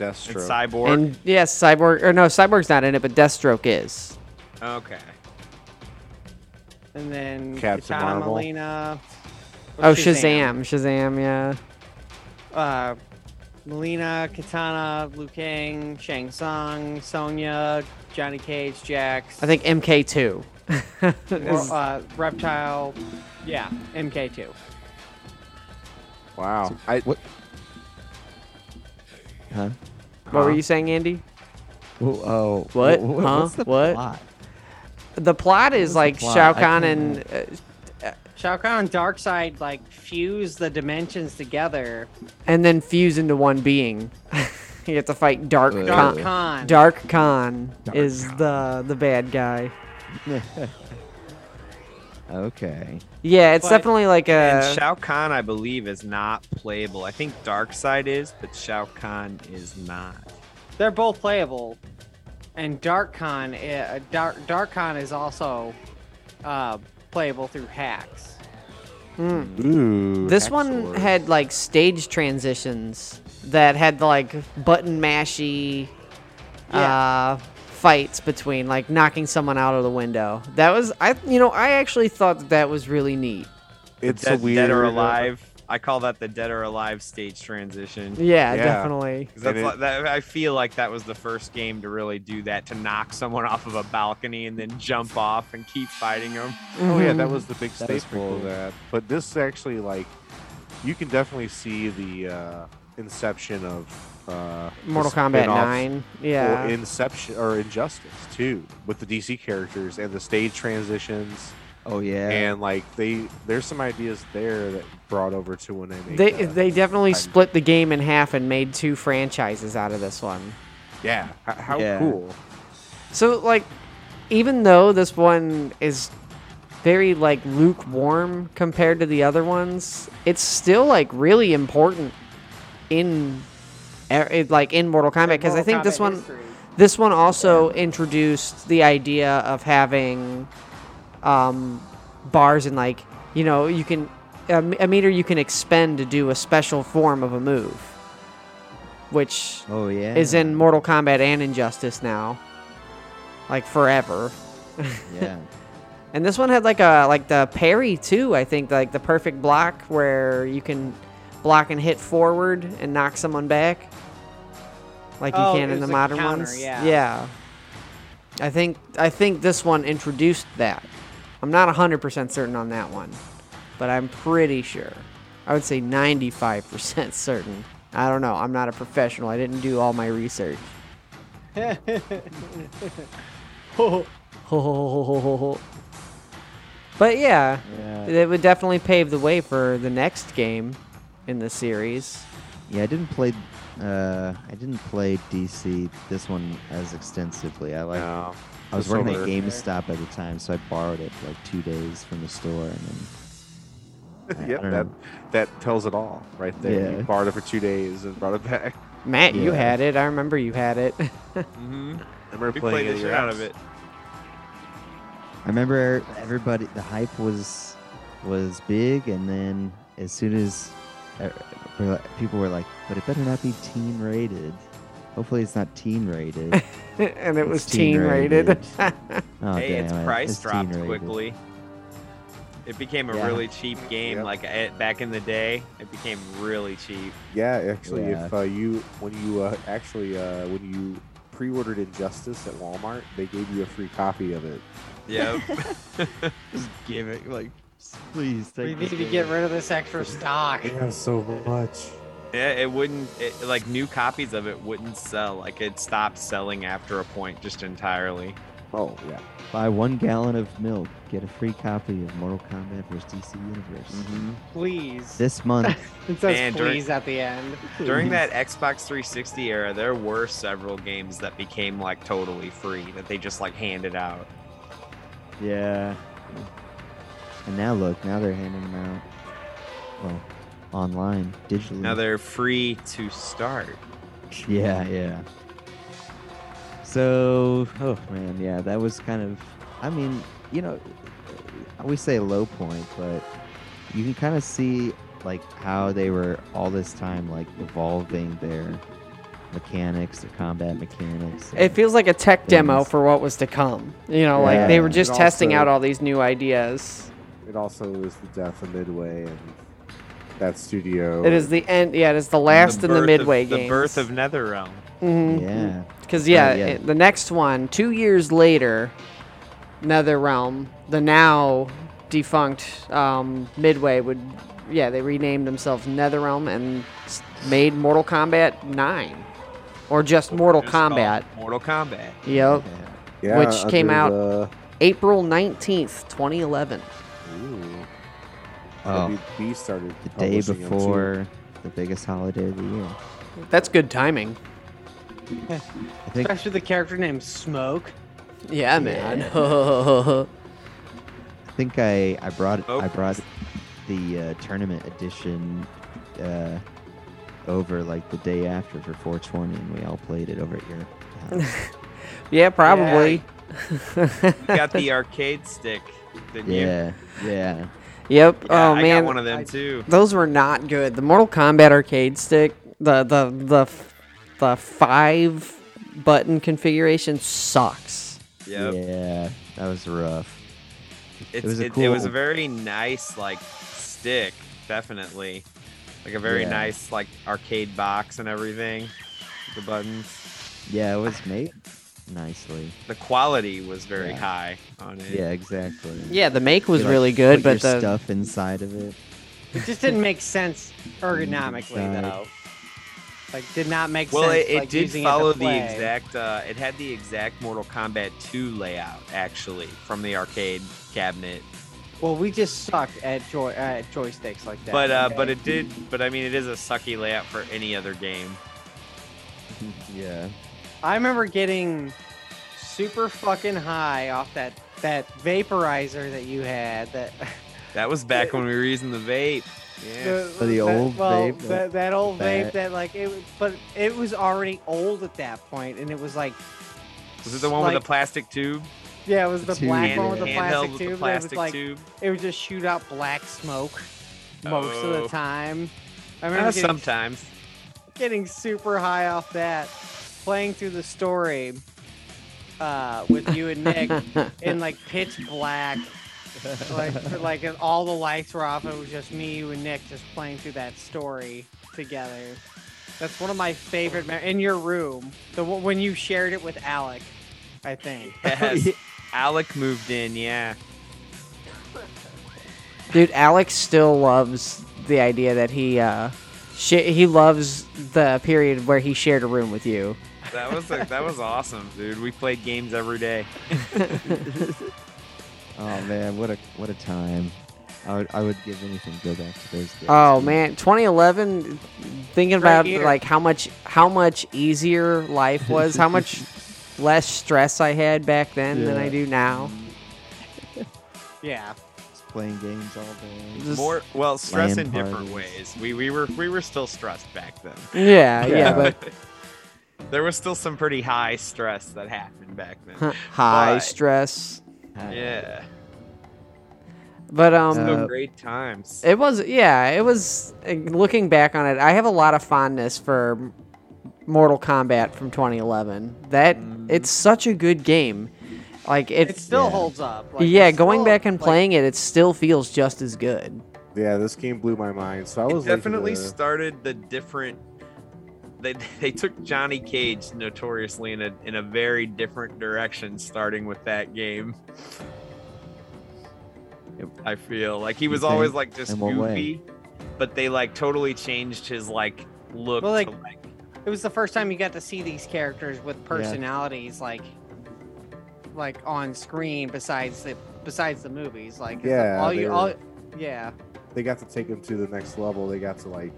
Speaker 11: and
Speaker 10: Deathstroke.
Speaker 11: Cyborg.
Speaker 8: And yes, Cyborg or no, Cyborg's not in it, but Deathstroke is.
Speaker 11: okay.
Speaker 9: And then
Speaker 10: Captain
Speaker 9: Katana
Speaker 10: Marvel.
Speaker 9: Melina.
Speaker 8: Oh, Shazam. Shazam, yeah.
Speaker 9: Uh, Melina, Katana, Liu Kang, Shang Tsung, Sonya, Johnny Cage, Jax.
Speaker 8: I think [LAUGHS] MK2.
Speaker 9: Or, uh, Reptile. Yeah, MK2.
Speaker 10: Wow. I,
Speaker 7: What? Huh?
Speaker 8: What were you saying, Andy?
Speaker 7: Whoa, oh.
Speaker 8: What?
Speaker 7: wh- wh-
Speaker 8: Huh?
Speaker 7: What's the
Speaker 8: What?
Speaker 7: plot?
Speaker 8: The plot is
Speaker 7: was the
Speaker 8: like
Speaker 7: plot?
Speaker 8: Shao
Speaker 7: I
Speaker 8: Kahn
Speaker 7: can't
Speaker 8: and uh,
Speaker 9: Shao Kahn and Darkseid like fuse the dimensions together.
Speaker 8: and then fuse into one being. [LAUGHS] you have to fight Dark
Speaker 7: Ugh.
Speaker 9: Dark
Speaker 8: Khan.
Speaker 9: Khan.
Speaker 8: Dark Khan is the the bad guy.
Speaker 7: Okay.
Speaker 8: Yeah, it's
Speaker 9: But-
Speaker 8: definitely like
Speaker 11: and
Speaker 8: a
Speaker 11: Shao Kahn, I believe, is not playable. I think Darkseid is, but Shao Kahn is not.
Speaker 9: They're both playable, and Darkcon, uh, Dark Darkcon is also uh, playable through hacks.
Speaker 10: Ooh.
Speaker 8: This one had like stage transitions that had like button mashy uh, fights between like knocking someone out of the window. That was I you know I actually thought that, that was really neat.
Speaker 7: It's
Speaker 11: dead,
Speaker 7: a
Speaker 11: dead or
Speaker 7: weird, uh,
Speaker 11: alive. I call that the dead or alive stage transition.
Speaker 8: Yeah, Yeah. definitely.
Speaker 11: 'Cause That's
Speaker 8: And
Speaker 11: like,
Speaker 8: it-
Speaker 11: that, I feel like that was the first game to really do that to knock someone off of a balcony and then jump off and keep fighting them.
Speaker 10: Oh yeah, that was the big
Speaker 11: That was
Speaker 10: staple
Speaker 11: pretty
Speaker 10: of
Speaker 11: cool.
Speaker 10: that. But this actually like you can definitely see the uh, inception of uh, the
Speaker 8: Mortal Kombat
Speaker 10: spin-offs
Speaker 8: 9,
Speaker 10: or
Speaker 8: yeah.
Speaker 10: Inception or Injustice too with the DC characters and the stage transitions.
Speaker 7: Oh yeah,
Speaker 10: and like they there's some ideas there that brought over to when they made.
Speaker 8: They
Speaker 10: uh,
Speaker 8: they definitely split the game in half and made two franchises out of this one.
Speaker 10: yeah, [LAUGHS] h- how
Speaker 8: Yeah.
Speaker 10: cool.
Speaker 8: So like even though this one is very like lukewarm compared to the other ones, it's still like really important in er, it- like in Mortal Kombat because
Speaker 4: Mortal
Speaker 8: I think this
Speaker 4: Kombat
Speaker 8: one
Speaker 4: history.
Speaker 8: this one also introduced the idea of having um bars and like you know you can a, m- a meter you can expend to do a special form of a move which
Speaker 7: Oh, yeah.
Speaker 8: is in Mortal Kombat and Injustice now like forever
Speaker 7: Yeah.
Speaker 8: and this one had like a like the parry too I think like the perfect block where you can block and hit forward and knock someone back like you
Speaker 9: Oh,
Speaker 8: can
Speaker 9: it
Speaker 8: in the
Speaker 9: was a
Speaker 8: modern
Speaker 9: counter,
Speaker 8: ones
Speaker 9: yeah.
Speaker 8: yeah I think I think this one introduced that. I'm not 100% certain on that one, but I'm pretty sure. I would say 95% [LAUGHS] certain. I don't know. I'm not a professional. I didn't do all
Speaker 10: [LAUGHS]
Speaker 8: my research. But yeah,
Speaker 7: Yeah.
Speaker 8: it would definitely pave the way for the next game in the series.
Speaker 7: Yeah, I didn't play. Uh, I didn't play DC this one as extensively. I like.
Speaker 11: Um,
Speaker 7: I was
Speaker 10: it's
Speaker 7: working at
Speaker 10: over.
Speaker 7: GameStop at the time, so I borrowed it for like two days from the store, and [LAUGHS] then I- I
Speaker 10: yep,
Speaker 7: don't
Speaker 10: that
Speaker 7: know.
Speaker 10: that tells it all right there.
Speaker 7: Yeah.
Speaker 10: You borrowed it for two days and brought it back.
Speaker 8: Matt, you
Speaker 10: Yeah.
Speaker 8: had it. I remember you had it. [LAUGHS]
Speaker 11: Mm-hmm.
Speaker 10: I remember
Speaker 11: We
Speaker 10: playing
Speaker 11: played
Speaker 10: it at
Speaker 11: the
Speaker 10: your
Speaker 11: shit out of
Speaker 10: house.
Speaker 11: it.
Speaker 7: I remember everybody. The hype was was big, and then as soon as uh, we're like- people were like, "But it better not be teen rated." Hopefully, it's not teen
Speaker 11: [LAUGHS]
Speaker 7: rated.
Speaker 8: and it
Speaker 7: It's
Speaker 8: was teen rated.
Speaker 7: oh,
Speaker 11: hey, its
Speaker 7: damn it,
Speaker 11: price
Speaker 7: it's teen
Speaker 11: dropped
Speaker 7: rated.
Speaker 11: quickly. It became a
Speaker 7: Yeah.
Speaker 11: really cheap game.
Speaker 10: Yep.
Speaker 11: Like eh, back in the day, it became really cheap.
Speaker 10: Yeah, actually,
Speaker 7: Yeah.
Speaker 10: if uh, you when you uh, actually uh, when you pre-ordered Injustice at Walmart, they gave you a free copy of it.
Speaker 11: Yep.
Speaker 7: [LAUGHS] Just give it, like, please
Speaker 9: We
Speaker 7: take
Speaker 9: need
Speaker 7: this
Speaker 9: to
Speaker 7: game.
Speaker 9: get rid of this extra stock.
Speaker 10: so much.
Speaker 11: Yeah, it wouldn't it, like new copies of it wouldn't sell. Like it stopped selling after a point just entirely.
Speaker 10: Oh yeah.
Speaker 7: Buy one gallon of milk, get a free copy of Mortal Kombat vs. DC Universe
Speaker 11: Mm-hmm.
Speaker 9: Please.
Speaker 7: this
Speaker 11: [LAUGHS]
Speaker 7: month.
Speaker 9: It says
Speaker 11: Man, during-
Speaker 9: please at the end.
Speaker 11: During that Xbox 360 era, there were several games that became like totally free that they just like handed out.
Speaker 7: yeah. And now look, now they're handing them out. Well, online, digitally.
Speaker 11: Now they're free to start.
Speaker 7: Yeah, yeah. So, oh man, yeah, that was kind of. I mean, you know, we say low point, but you can kind of see like how they were all this time like evolving their mechanics, their combat mechanics.
Speaker 8: [LAUGHS] It
Speaker 7: and-
Speaker 8: feels like a tech demo
Speaker 7: things.
Speaker 8: for what was to come. You know, like they were
Speaker 10: Yeah.
Speaker 8: just
Speaker 10: It
Speaker 8: testing
Speaker 10: also-
Speaker 8: out all these new ideas.
Speaker 10: It also is the death of Midway and that studio.
Speaker 8: It is the end. Yeah, it is the last in the
Speaker 11: birth
Speaker 8: midway
Speaker 11: of,
Speaker 8: game.
Speaker 11: The birth of NetherRealm.
Speaker 7: yeah.
Speaker 8: Because yeah,
Speaker 7: Oh, yeah.
Speaker 8: it- the next one, two years later, NetherRealm, the now defunct um, Midway would, yeah, they renamed themselves NetherRealm and s- made Mortal Kombat Nine, or just Mortal
Speaker 11: It's called
Speaker 8: Kombat.
Speaker 11: Mortal Kombat.
Speaker 8: Yep.
Speaker 10: Yeah,
Speaker 8: which came out
Speaker 10: under
Speaker 8: April nineteenth, twenty eleven.
Speaker 10: the- ooh,
Speaker 7: Oh,
Speaker 10: WB started
Speaker 7: the day
Speaker 10: publishing 'em, too.
Speaker 7: before the biggest holiday of the year.
Speaker 8: That's good timing.
Speaker 7: I think
Speaker 9: Especially the character named Smoke.
Speaker 8: Yeah, man. [LAUGHS]
Speaker 7: I think I I brought
Speaker 11: Oh.
Speaker 7: I brought the uh, tournament edition uh, over like the day after for 420, and we all played it over at your
Speaker 8: [LAUGHS]
Speaker 7: house.
Speaker 8: yeah, probably.
Speaker 11: You got the arcade stick, didn't you?
Speaker 7: yeah, yeah.
Speaker 8: Yep.
Speaker 11: Yeah,
Speaker 8: oh
Speaker 11: I got
Speaker 8: man,
Speaker 11: one of them, too.
Speaker 8: Those were not good. The Mortal Kombat arcade stick, the the the f- the five button configuration sucks.
Speaker 11: Yep.
Speaker 7: Yeah, that was rough. it
Speaker 11: It's,
Speaker 7: was a
Speaker 11: it,
Speaker 7: cool.
Speaker 11: was a very nice like stick, definitely. Like a very
Speaker 7: Yeah.
Speaker 11: nice like arcade box and everything. The buttons.
Speaker 7: yeah, it was made nicely.
Speaker 11: The quality was very
Speaker 7: Yeah.
Speaker 11: high on it.
Speaker 7: Yeah, exactly.
Speaker 8: Yeah, the make
Speaker 7: You
Speaker 8: was
Speaker 7: could, like,
Speaker 8: really
Speaker 7: put
Speaker 8: good, but
Speaker 7: your
Speaker 8: the
Speaker 7: stuff inside of it.
Speaker 9: It just didn't make sense ergonomically
Speaker 7: Inside.
Speaker 9: though. Like did not make
Speaker 11: Well,
Speaker 9: sense.
Speaker 11: it, it
Speaker 9: like,
Speaker 11: did
Speaker 9: using
Speaker 11: follow
Speaker 9: it to
Speaker 11: the
Speaker 9: play.
Speaker 11: exact. Uh, it had the exact Mortal Kombat 2 layout, actually, from the arcade cabinet.
Speaker 9: Well, we just sucked at joy at joysticks like that.
Speaker 11: but uh,
Speaker 9: okay?
Speaker 11: but it did. But I mean, it is a sucky layout for any other game.
Speaker 7: Yeah.
Speaker 9: I remember getting super fucking high off that that vaporizer that you had that [LAUGHS]
Speaker 11: That was back when we were using the vape. Yeah.
Speaker 7: Oh, the
Speaker 9: that-
Speaker 7: old
Speaker 9: well,
Speaker 7: vape,
Speaker 9: that,
Speaker 7: that-
Speaker 9: that old vape
Speaker 7: that-
Speaker 9: that like it but it was already old at that point and it was like
Speaker 11: Was it the one with
Speaker 9: like-
Speaker 11: the plastic tube?
Speaker 9: yeah it was the
Speaker 7: Two
Speaker 9: black
Speaker 11: Hand,
Speaker 9: one with the
Speaker 11: handheld
Speaker 9: plastic tube and it was
Speaker 11: with the plastic
Speaker 9: like
Speaker 11: tube.
Speaker 9: it would just shoot out black smoke most of
Speaker 11: Oh.
Speaker 9: the time I
Speaker 11: Uh,
Speaker 9: remember getting [LAUGHS]
Speaker 11: sometimes.
Speaker 9: getting super high off that, playing through the story uh, with you and
Speaker 8: [LAUGHS]
Speaker 9: Nick in like pitch black. like, for, like and all the lights were off. It was just me, you, and Nick just playing through that story together. That's one of my favorite. Me- in your room, the one- when you shared it with Alec, I think.
Speaker 11: Yes. Alec moved in. Yeah.
Speaker 8: Dude, Alex still loves the idea that he uh sh- he loves the period where he shared a room with you.
Speaker 11: That was a, that was awesome, dude. We played games every day.
Speaker 7: Oh man, what a what a time. I would I would give anything to go back to those days.
Speaker 8: Oh
Speaker 7: dude.
Speaker 8: man, 2011 thinking about
Speaker 9: here.
Speaker 8: like how much how much easier life was,
Speaker 9: [LAUGHS]
Speaker 8: how much less stress I had back then than I
Speaker 7: Yeah.
Speaker 8: do now.
Speaker 9: Mm. yeah.
Speaker 7: Just playing games all day.
Speaker 8: Just-
Speaker 11: More well, stress in
Speaker 7: Land
Speaker 11: different
Speaker 7: parties.
Speaker 11: ways. We we were we were still stressed back then.
Speaker 8: Yeah, yeah,
Speaker 7: Yeah.
Speaker 8: but
Speaker 11: There was still some pretty high stress that happened back then.
Speaker 8: [LAUGHS]
Speaker 7: [LAUGHS]
Speaker 8: high
Speaker 11: But-
Speaker 8: stress.
Speaker 11: Yeah.
Speaker 8: But um
Speaker 11: So
Speaker 7: Uh,
Speaker 11: great times.
Speaker 8: It was, yeah, it was. uh, Looking back on it, I have a lot of fondness for Mortal Kombat from 2011. That it's such a good game. Like it,
Speaker 9: It Mm. still
Speaker 7: Yeah.
Speaker 9: holds up. Like,
Speaker 8: yeah.
Speaker 9: it's
Speaker 8: Going
Speaker 9: still,
Speaker 8: back and
Speaker 9: like-
Speaker 8: playing it, it still feels just as good.
Speaker 10: Yeah, this game blew my mind. So I was
Speaker 11: It
Speaker 10: uh, late to
Speaker 11: definitely
Speaker 10: the-
Speaker 11: started the different. They, they took Johnny Cage notoriously in a in a very different direction, starting with that game. I feel like he was
Speaker 7: think?
Speaker 11: always like just
Speaker 7: In what
Speaker 11: goofy, but they like totally changed his like look.
Speaker 9: Well, like,
Speaker 11: to, like
Speaker 9: it was the first time you got to see these characters with personalities like like on screen besides the besides the movies like it's
Speaker 10: Yeah,
Speaker 9: all
Speaker 10: they
Speaker 9: you
Speaker 10: were-
Speaker 9: all yeah
Speaker 10: they got to take them to the next level. They got to like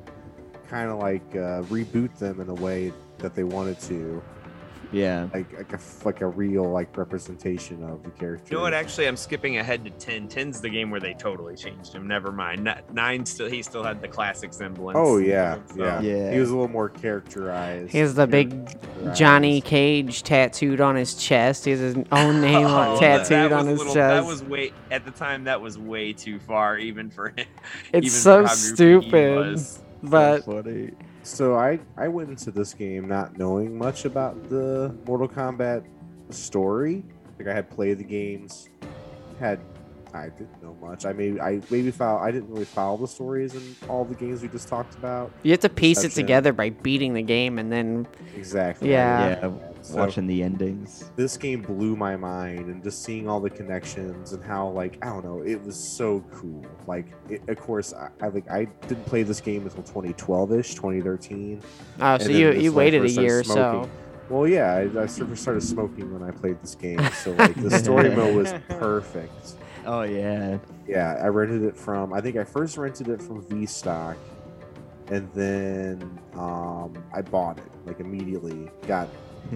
Speaker 10: kind of like uh, reboot them in a way that they wanted to,
Speaker 7: Yeah.
Speaker 10: like like a, f- like a real like representation of the character.
Speaker 11: you know what? Actually, I'm skipping ahead to ten. Ten's the game where they totally changed him. Never mind. Ni- Nine still he still had the classic semblance.
Speaker 10: Oh yeah, yeah,
Speaker 7: Yeah.
Speaker 10: He was a little more characterized.
Speaker 8: He has the big
Speaker 10: characterized.
Speaker 8: Johnny Cage tattooed on his chest. He has his
Speaker 10: [LAUGHS]
Speaker 8: own name on-
Speaker 11: Oh, that-
Speaker 8: tattooed
Speaker 11: that
Speaker 8: on
Speaker 11: was a
Speaker 8: his
Speaker 11: little-
Speaker 8: chest.
Speaker 11: That was way at the time. That was way too far, even for him. even
Speaker 8: it's so
Speaker 11: for how goofy he
Speaker 8: stupid,
Speaker 11: was.
Speaker 8: but
Speaker 7: funny.
Speaker 10: So I I went into this game not knowing much about the Mortal Kombat story. Like I had played the games, had I didn't know much. I maybe I maybe follow I didn't really follow the stories in all the games we just talked about.
Speaker 8: you have to piece it
Speaker 10: Perception.
Speaker 8: together by beating the game and then
Speaker 10: Exactly.
Speaker 8: Yeah.
Speaker 7: Yeah,
Speaker 10: So
Speaker 7: watching the endings.
Speaker 10: this game blew my mind and just seeing all the connections and how like I don't know, it was so cool. Like it, of course I, I like I didn't play this game until 2012ish, 2013.
Speaker 8: oh,
Speaker 10: And
Speaker 8: so
Speaker 10: then
Speaker 8: you
Speaker 10: this is
Speaker 8: you
Speaker 10: when I
Speaker 8: waited a
Speaker 10: first started
Speaker 8: year or so.
Speaker 10: smoking. Well, yeah, I, I sort of started smoking when I played this game, so like the story mode was perfect.
Speaker 7: Oh yeah.
Speaker 10: Yeah, I rented it from. I think I first rented it from V Stock, and then um, I bought it like immediately. Got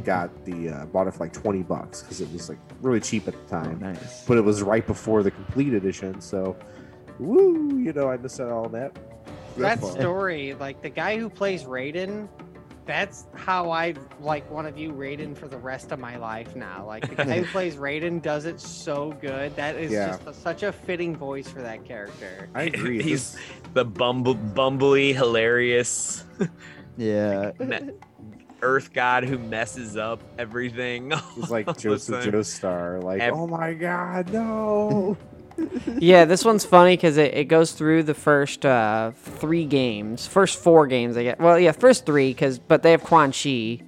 Speaker 10: got the uh, bought it for like twenty bucks because it was like really cheap at the
Speaker 7: Oh,
Speaker 10: time
Speaker 7: nice.
Speaker 10: but it was right before the complete edition. So, woo, you know, I missed out on all that.
Speaker 9: that
Speaker 10: fun.
Speaker 9: story like the guy who plays Raiden that's how I like want to view Raiden for the rest of my life now. Like the guy who plays Raiden does it so good. That is
Speaker 11: Yeah.
Speaker 9: just a, such a fitting voice for that character.
Speaker 11: [LAUGHS] He's the bumble, bumbly, hilarious
Speaker 7: Yeah.
Speaker 8: [LAUGHS]
Speaker 11: me- Earth God who messes up everything. [LAUGHS] Oh,
Speaker 10: He's like Joseph Joestar. Like,
Speaker 11: Ev-
Speaker 10: oh my god, no.
Speaker 8: yeah, this one's funny because it, it goes through the first uh, three games, first four games, I guess. Well, yeah, first three, because but they have Quan Chi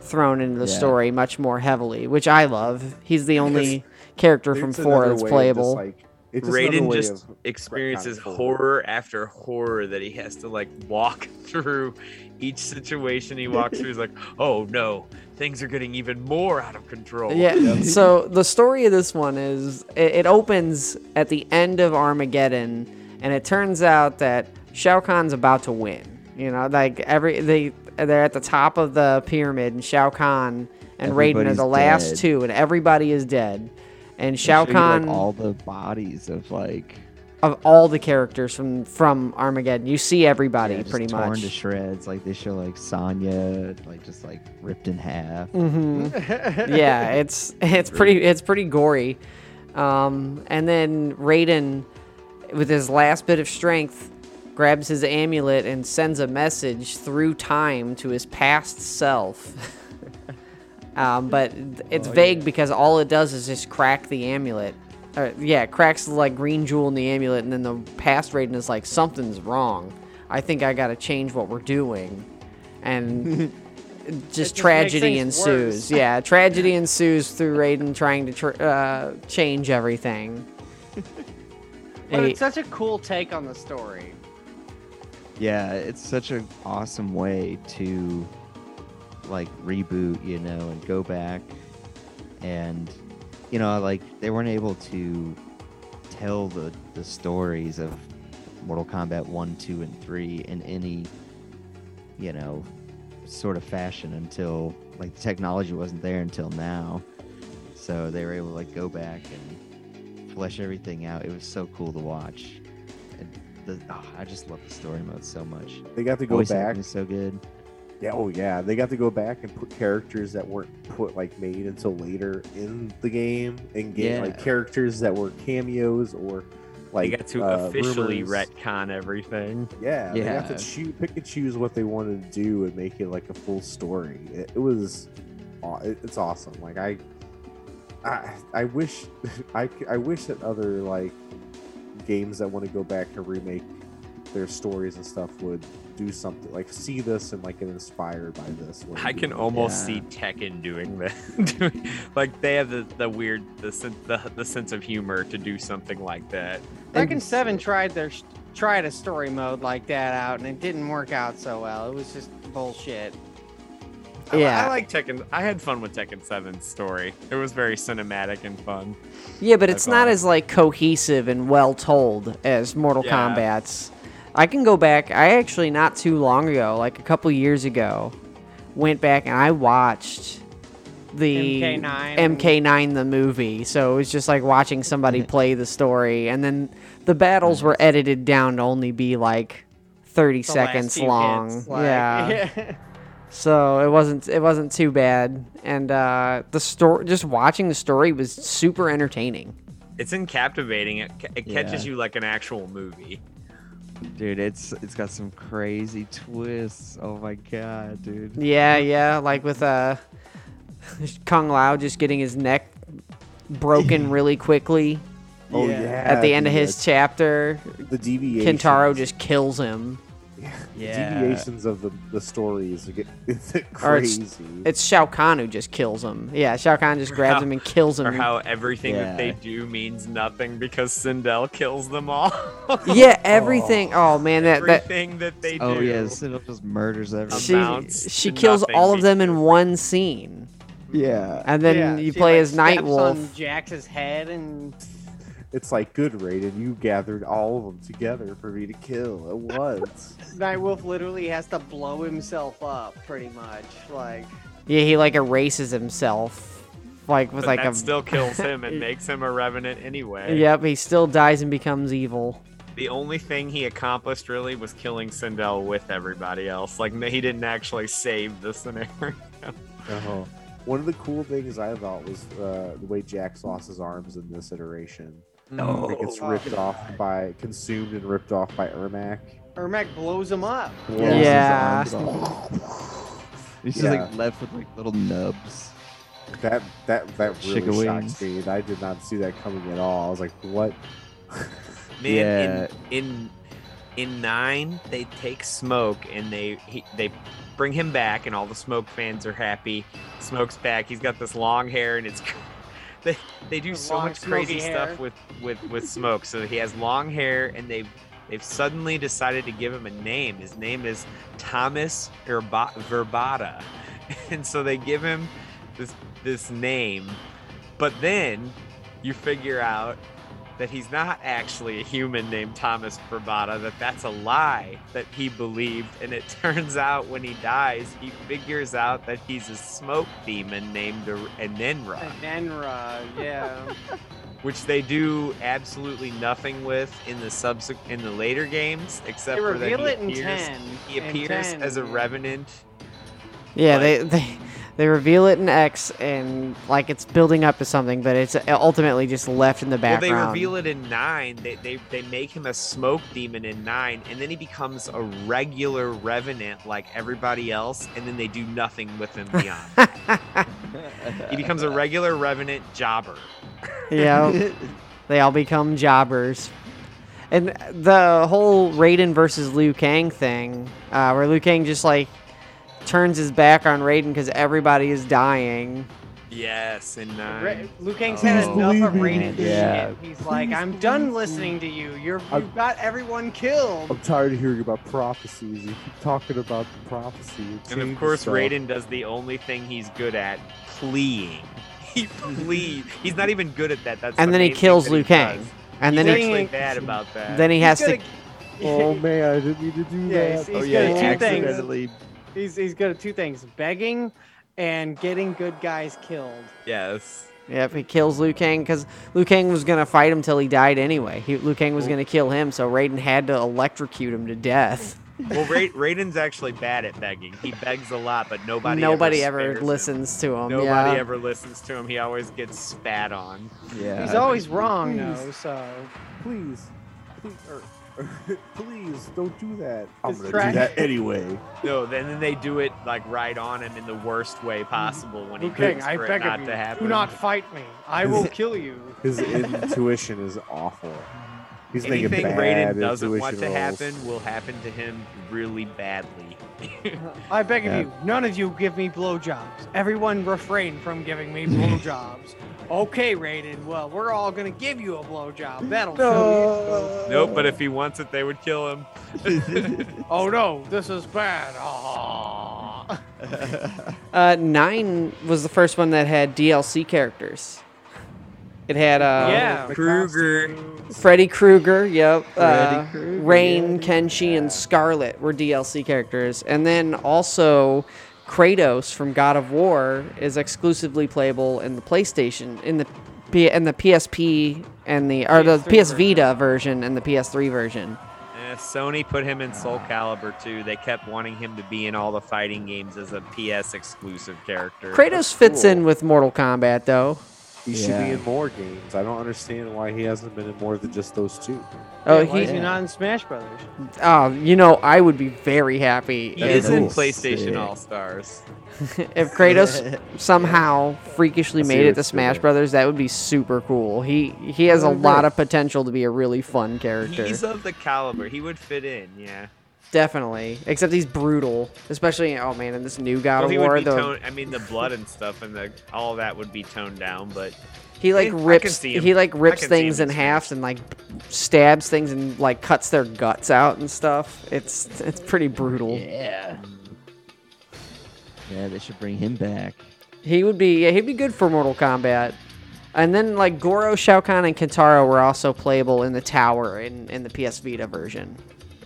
Speaker 8: thrown into the
Speaker 9: Yeah.
Speaker 8: story much more heavily, which I love. He's the only character [LAUGHS] from
Speaker 10: It's
Speaker 8: four
Speaker 10: another
Speaker 8: that's
Speaker 10: way of just,
Speaker 8: playable.
Speaker 10: like- it's just another
Speaker 11: Raiden
Speaker 10: way
Speaker 11: just
Speaker 10: of
Speaker 11: experiences
Speaker 10: retconning
Speaker 11: horror after horror that he has to like walk [LAUGHS] through each situation he walks through. He's like, oh no, things are getting even more out of
Speaker 7: Oh,
Speaker 11: control.
Speaker 8: Yeah. [LAUGHS] so the story of this one is it, it opens at the end of Armageddon, and it turns out that Shao Kahn's about to win. You know, like every they they're at the top of the pyramid, and Shao Kahn and Raiden are
Speaker 7: Everybody's
Speaker 8: the last
Speaker 7: dead.
Speaker 8: two, and everybody is dead. And Shao
Speaker 7: They show you, like,
Speaker 8: Kahn
Speaker 7: all the bodies of like
Speaker 8: of all the characters from from Armageddon, you see everybody
Speaker 7: yeah, just
Speaker 8: pretty
Speaker 7: torn
Speaker 8: [LAUGHS]
Speaker 7: to
Speaker 8: much.
Speaker 7: shreds. Like they show like Sonya like just like ripped in half.
Speaker 8: hmm yeah, it's it's pretty it's pretty gory. Um, and then Raiden, with his last bit of strength, grabs his amulet and sends a message through time to his past self. [LAUGHS] um, but it's
Speaker 9: Oh,
Speaker 8: vague because all it does is just crack the amulet. Uh, yeah, it cracks the like green jewel in the amulet, and then the past Raiden is like something's wrong. I think I got to change what we're doing,
Speaker 9: [LAUGHS]
Speaker 8: and just
Speaker 9: just
Speaker 8: tragedy
Speaker 9: makes things
Speaker 8: ensues.
Speaker 9: worse. [LAUGHS]
Speaker 8: Yeah, tragedy ensues through Raiden trying to tr- uh, change everything.
Speaker 9: But
Speaker 8: Hey,
Speaker 9: it's such a cool take on the story.
Speaker 7: Yeah, it's such an awesome way to like reboot, you know, and go back and you know, like they weren't able to tell the the stories of Mortal Kombat 1, 2 and 3 in any you know, sort of fashion until like the technology wasn't there until now. So they were able to like go back and flesh everything out. It was so cool to watch. And the, oh, I just love the story mode so much.
Speaker 10: They got to go
Speaker 7: Voice
Speaker 10: back.
Speaker 7: acting is so good.
Speaker 10: Yeah, oh yeah. They got to go back and put characters that weren't put like made until later in the game and get
Speaker 11: Yeah.
Speaker 10: like characters that were cameos or like
Speaker 11: they got to
Speaker 10: uh,
Speaker 11: officially
Speaker 10: rumors.
Speaker 11: retcon everything.
Speaker 10: Yeah, they got
Speaker 11: Yeah.
Speaker 10: to choose, pick and choose what they wanted to do and make it like a full story. It, it was, aw- it, it's awesome. Like I, I, I wish, [LAUGHS] I, c- I wish that other like games that want to go back and remake their stories and stuff would do something like see this and like get inspired by this. when
Speaker 11: I
Speaker 10: they
Speaker 11: can
Speaker 10: do it.
Speaker 11: almost see Tekken doing that. [LAUGHS] doing- like they have the, the weird the, sen- the the sense of humor to do something like that.
Speaker 9: Tekken Seven tried their sh- tried a story mode like that out, and it didn't work out so well. It was just bullshit.
Speaker 11: I- I,
Speaker 9: Yeah.
Speaker 11: like Tekken. I had fun with Tekken 7's story. It was very cinematic and fun.
Speaker 8: Yeah, but
Speaker 11: I
Speaker 8: it's not
Speaker 11: thought.
Speaker 8: as like cohesive and well told as Mortal
Speaker 11: Yeah.
Speaker 8: Kombat's. I can go back. I actually not too long ago, like a couple years ago, went back and I watched the
Speaker 9: MK9.
Speaker 8: MK9 the movie. So it was just like watching somebody play the story and then the battles were edited down to only be like 30
Speaker 9: The last
Speaker 8: seconds
Speaker 9: few
Speaker 8: long.
Speaker 9: hits, like- [LAUGHS]
Speaker 11: [LAUGHS]
Speaker 8: yeah. So it wasn't it wasn't too bad, and uh, the story just watching the story was super entertaining.
Speaker 11: It's in captivating. It, ca- it catches
Speaker 7: Yeah.
Speaker 11: you like an actual movie.
Speaker 7: Dude, it's it's got some crazy twists. Oh my god, dude. [LAUGHS]
Speaker 8: Yeah, yeah, like with uh, [LAUGHS] Kung Lao just getting his neck [LAUGHS] broken really quickly.
Speaker 10: Oh, Yeah.
Speaker 8: At the end of
Speaker 10: yeah,
Speaker 8: his
Speaker 10: dude.
Speaker 8: chapter,
Speaker 10: The deviations.
Speaker 8: Kintaro just kills him.
Speaker 10: The deviations of the, the stories get [LAUGHS] it's
Speaker 8: Or it's,
Speaker 10: crazy.
Speaker 8: it's Shao Kahn who just kills him. Yeah, Shao Kahn just grabs [LAUGHS]
Speaker 11: How-
Speaker 8: him and kills him.
Speaker 11: Or how everything that they
Speaker 8: Mm-hmm. Yeah.
Speaker 11: do means nothing because Sindel kills them all. [LAUGHS]
Speaker 8: [LAUGHS] yeah, everything. Oh, man, that that
Speaker 11: everything that, they
Speaker 7: oh
Speaker 11: do.
Speaker 7: yeah, Sinnoh just murders everyone.
Speaker 8: she she kills all of them in one scene.
Speaker 7: Yeah.
Speaker 8: And then you play as Night Wolf.
Speaker 9: on Jax's head and
Speaker 10: It's like good, Raiden. You gathered all of them together for me to kill at once.
Speaker 9: Night Wolf literally has to blow himself up, pretty much. Like,
Speaker 8: Yeah, he like erases himself, like with
Speaker 11: But
Speaker 8: like
Speaker 11: that
Speaker 8: a [LAUGHS]
Speaker 11: still kills him and makes him a revenant anyway.
Speaker 8: Yep, he still dies and becomes evil.
Speaker 11: the only thing he accomplished really was killing Sindel with everybody else. Like he didn't actually save the scenario.
Speaker 10: Uh-huh. One of the cool things I thought was uh, the way Jack's lost his arms in this iteration.
Speaker 11: No.
Speaker 10: It gets ripped off by, consumed and ripped off by Ermac.
Speaker 9: Ermac blows him up.
Speaker 10: Blows his
Speaker 8: Yeah.
Speaker 10: arms off.
Speaker 7: He's just like left with like little nubs.
Speaker 10: That that that really
Speaker 7: Chicken
Speaker 10: shocked
Speaker 7: wings.
Speaker 10: me. and I did not see that coming at all. I was like, "What?"
Speaker 11: Man, in in in nine, they take smoke and they he, they bring him back, and all the smoke fans are happy. Smoke's back. He's got this long hair, and it's [LAUGHS] they they do
Speaker 9: The
Speaker 11: so
Speaker 9: long,
Speaker 11: much crazy
Speaker 9: smoky hair.
Speaker 11: stuff with with with smoke. So he has long hair, and they've they've suddenly decided to give him a name. His name is Thomas Verba- Verbata, [LAUGHS] and so they give him this this name, but then you figure out that he's not actually a human named Thomas Bravada, that that's a lie that he believed. And it [LAUGHS] turns out when he dies, he figures out that he's a smoke demon named Ar- Anenra,
Speaker 9: Nenra,
Speaker 11: uh,
Speaker 9: yeah.
Speaker 11: which they do absolutely nothing with in the subsequent in the later games, except
Speaker 9: they
Speaker 11: for that
Speaker 9: reveal
Speaker 11: he
Speaker 9: it in
Speaker 11: appears,
Speaker 9: 10.
Speaker 11: he
Speaker 9: in
Speaker 11: appears
Speaker 9: 10,
Speaker 11: as a
Speaker 9: yeah.
Speaker 11: revenant.
Speaker 8: Yeah, they, they they reveal it in X, and like it's building up to something, but it's ultimately just left in the background.
Speaker 11: Well, they reveal it in nine. They, they they make him a smoke demon in nine, and then he becomes a regular revenant like everybody else, and then they do nothing with him beyond.
Speaker 8: [LAUGHS]
Speaker 11: that. he becomes a regular revenant jobber. [LAUGHS]
Speaker 8: yeah, they all become jobbers. And the whole Raiden versus Liu Kang thing, uh, where Liu Kang just like turns his back on Raiden because everybody is dying.
Speaker 11: Yes, in nine.
Speaker 9: Ra- Liu Kang's
Speaker 11: Oh.
Speaker 9: had enough of
Speaker 10: believe me.
Speaker 9: Raiden's
Speaker 7: Yeah.
Speaker 9: shit. He's like, I'm done listening to you. You're,
Speaker 8: Uh,
Speaker 10: I-
Speaker 9: you've got everyone killed.
Speaker 10: I'm tired of hearing about prophecies. You keep talking about the prophecy. it
Speaker 11: And of
Speaker 10: changes
Speaker 11: course,
Speaker 10: stuff.
Speaker 11: Raiden does the only thing he's good at: pleading. [LAUGHS] He pleads. He's not even good at that. That's
Speaker 8: And
Speaker 11: the
Speaker 8: then he
Speaker 11: main thing
Speaker 8: kills
Speaker 11: that
Speaker 8: Liu
Speaker 11: he
Speaker 8: Kang.
Speaker 11: does.
Speaker 8: And then
Speaker 11: he's
Speaker 8: he
Speaker 11: actually
Speaker 8: [LAUGHS]
Speaker 9: Dang.
Speaker 11: bad about that.
Speaker 8: then he has to.
Speaker 10: Oh man, I didn't mean to do
Speaker 9: Yeah,
Speaker 10: that.
Speaker 9: he's- he's
Speaker 10: oh,
Speaker 9: good at
Speaker 7: he
Speaker 9: two things.
Speaker 7: accidentally
Speaker 9: He's, he's good at two things begging and getting good guys killed.
Speaker 11: yes.
Speaker 8: Yep, he kills Liu Kang because Liu Kang was gonna fight him till he died anyway. He, Liu Kang was gonna kill him, so Raiden had to electrocute him to death.
Speaker 11: Well, Ra- Raiden's actually bad at begging. He begs a lot, but nobody
Speaker 8: Nobody
Speaker 11: ever,
Speaker 8: ever,
Speaker 11: spares him.
Speaker 8: listens to him.
Speaker 11: Nobody
Speaker 8: yeah.
Speaker 11: ever listens to him. He always gets spat on.
Speaker 7: Yeah.
Speaker 9: He's always wrong, though, so.
Speaker 10: please, please, er, er, [LAUGHS] please don't do that. I'm
Speaker 9: Just
Speaker 10: gonna
Speaker 9: try-
Speaker 10: do [LAUGHS] that anyway.
Speaker 11: No, then then they do it like right on him in the worst way possible when he
Speaker 9: Liu Kang,
Speaker 11: begs
Speaker 9: I
Speaker 11: for it
Speaker 9: beg
Speaker 11: not
Speaker 9: of
Speaker 11: to
Speaker 9: you.
Speaker 11: happen.
Speaker 9: Do not fight me.
Speaker 11: [LAUGHS]
Speaker 9: I will kill you.
Speaker 10: His intuition is awful. He's
Speaker 11: Anything
Speaker 10: making bad
Speaker 11: Raiden doesn't want
Speaker 10: intuition
Speaker 11: to
Speaker 10: rolls.
Speaker 11: happen will happen to him really badly.
Speaker 9: I beg of
Speaker 7: Yeah.
Speaker 9: you, none of you give me blowjobs. Everyone refrain from giving
Speaker 11: [LAUGHS]
Speaker 9: me blowjobs. okay, Raiden, well, we're all gonna give you a blowjob. That'll kill you.
Speaker 11: Nope, but if he wants it, they would kill him.
Speaker 9: Oh no, this is bad. Ah.
Speaker 8: Uh, nine was the first one that had DLC characters. It had uh,
Speaker 9: yeah.
Speaker 11: Kruger.
Speaker 8: Freddy Krueger, yep, uh,
Speaker 7: Freddy Krueger,
Speaker 8: Rain, Kenshi, and Scarlet were DLC characters, and then also Kratos from God of War is exclusively playable in the PlayStation, in the P- in the PSP and the or the PS Vita version and the PS3 version.
Speaker 11: Eh, Sony put him in Soul Calibur too. They kept wanting him to be in all the fighting games as a PS exclusive character.
Speaker 8: Kratos fits in with Mortal Kombat though.
Speaker 10: He should
Speaker 7: Yeah.
Speaker 10: be in more games. I don't understand why he hasn't been in more than just those two.
Speaker 8: Oh,
Speaker 9: Why is
Speaker 8: he,
Speaker 9: he not in Smash Brothers?
Speaker 8: oh, you know, I would be very happy
Speaker 11: He
Speaker 8: if,
Speaker 11: is in
Speaker 7: Cool.
Speaker 11: PlayStation
Speaker 7: Sick.
Speaker 11: All Stars.
Speaker 8: if
Speaker 11: [LAUGHS]
Speaker 8: Kratos somehow freakishly
Speaker 10: see
Speaker 8: made it
Speaker 10: what
Speaker 8: to
Speaker 10: you
Speaker 8: Smash
Speaker 10: did.
Speaker 8: Brothers. That would be super cool. He he has a lot of potential to be a really fun character.
Speaker 11: He's of the caliber. He would fit in, yeah.
Speaker 8: Definitely. Except he's brutal, especially oh man, in this new God
Speaker 11: Well,
Speaker 8: of
Speaker 11: he
Speaker 8: War
Speaker 11: would be
Speaker 8: though.
Speaker 11: toned, I mean, the blood and stuff and the all that would be toned down, but Eh,
Speaker 8: He like
Speaker 11: I can
Speaker 8: rips
Speaker 11: see him.
Speaker 8: he like
Speaker 11: I
Speaker 8: rips
Speaker 11: can see him
Speaker 8: things in
Speaker 11: in
Speaker 8: halves and like stabs things and like cuts their guts out and stuff. It's it's pretty brutal.
Speaker 7: Yeah. Yeah, they should bring him back.
Speaker 8: He would be yeah, he'd be good for Mortal Kombat. And then like Goro, Shao Kahn, and Kintaro were also playable in the tower in, in the PS Vita version.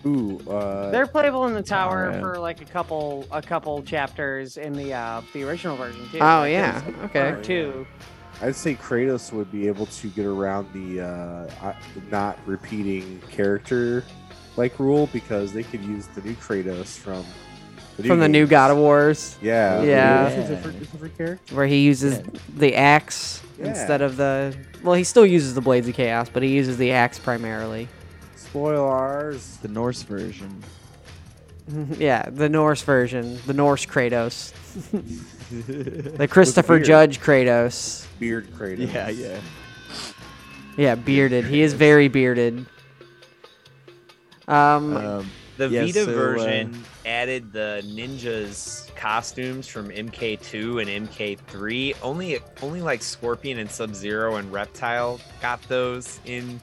Speaker 10: Ooh, uh,
Speaker 9: They're playable in the tower
Speaker 7: yeah.
Speaker 9: for like a couple a couple chapters in the uh the original version too.
Speaker 8: Oh
Speaker 9: Like,
Speaker 8: yeah.
Speaker 9: there's
Speaker 8: Okay.
Speaker 9: Two.
Speaker 10: I'd say Kratos would be able to get around the uh, I- not repeating character like rule because they could use the new Kratos from the
Speaker 8: from the new
Speaker 10: games.
Speaker 8: God of Wars.
Speaker 10: Yeah.
Speaker 8: Yeah.
Speaker 10: It's a different- it's a different character.
Speaker 8: Where he uses the axe
Speaker 10: Yeah.
Speaker 8: instead of the. Well, he still uses the Blades of Chaos, but he uses the axe primarily. [LAUGHS]
Speaker 10: Spoilers.
Speaker 7: The Norse version.
Speaker 8: yeah, the Norse version, the Norse
Speaker 10: [LAUGHS]
Speaker 8: Kratos, the
Speaker 10: the
Speaker 8: Christopher Judge Kratos.
Speaker 10: Beard Kratos.
Speaker 7: Yeah, yeah.
Speaker 8: Yeah, bearded. He is very bearded. Um,
Speaker 7: Um,
Speaker 11: The
Speaker 7: yeah,
Speaker 11: Vita
Speaker 7: so, uh,
Speaker 11: version added the ninjas costumes from MK2 and MK3. Only only like Scorpion and Sub Zero and Reptile got those in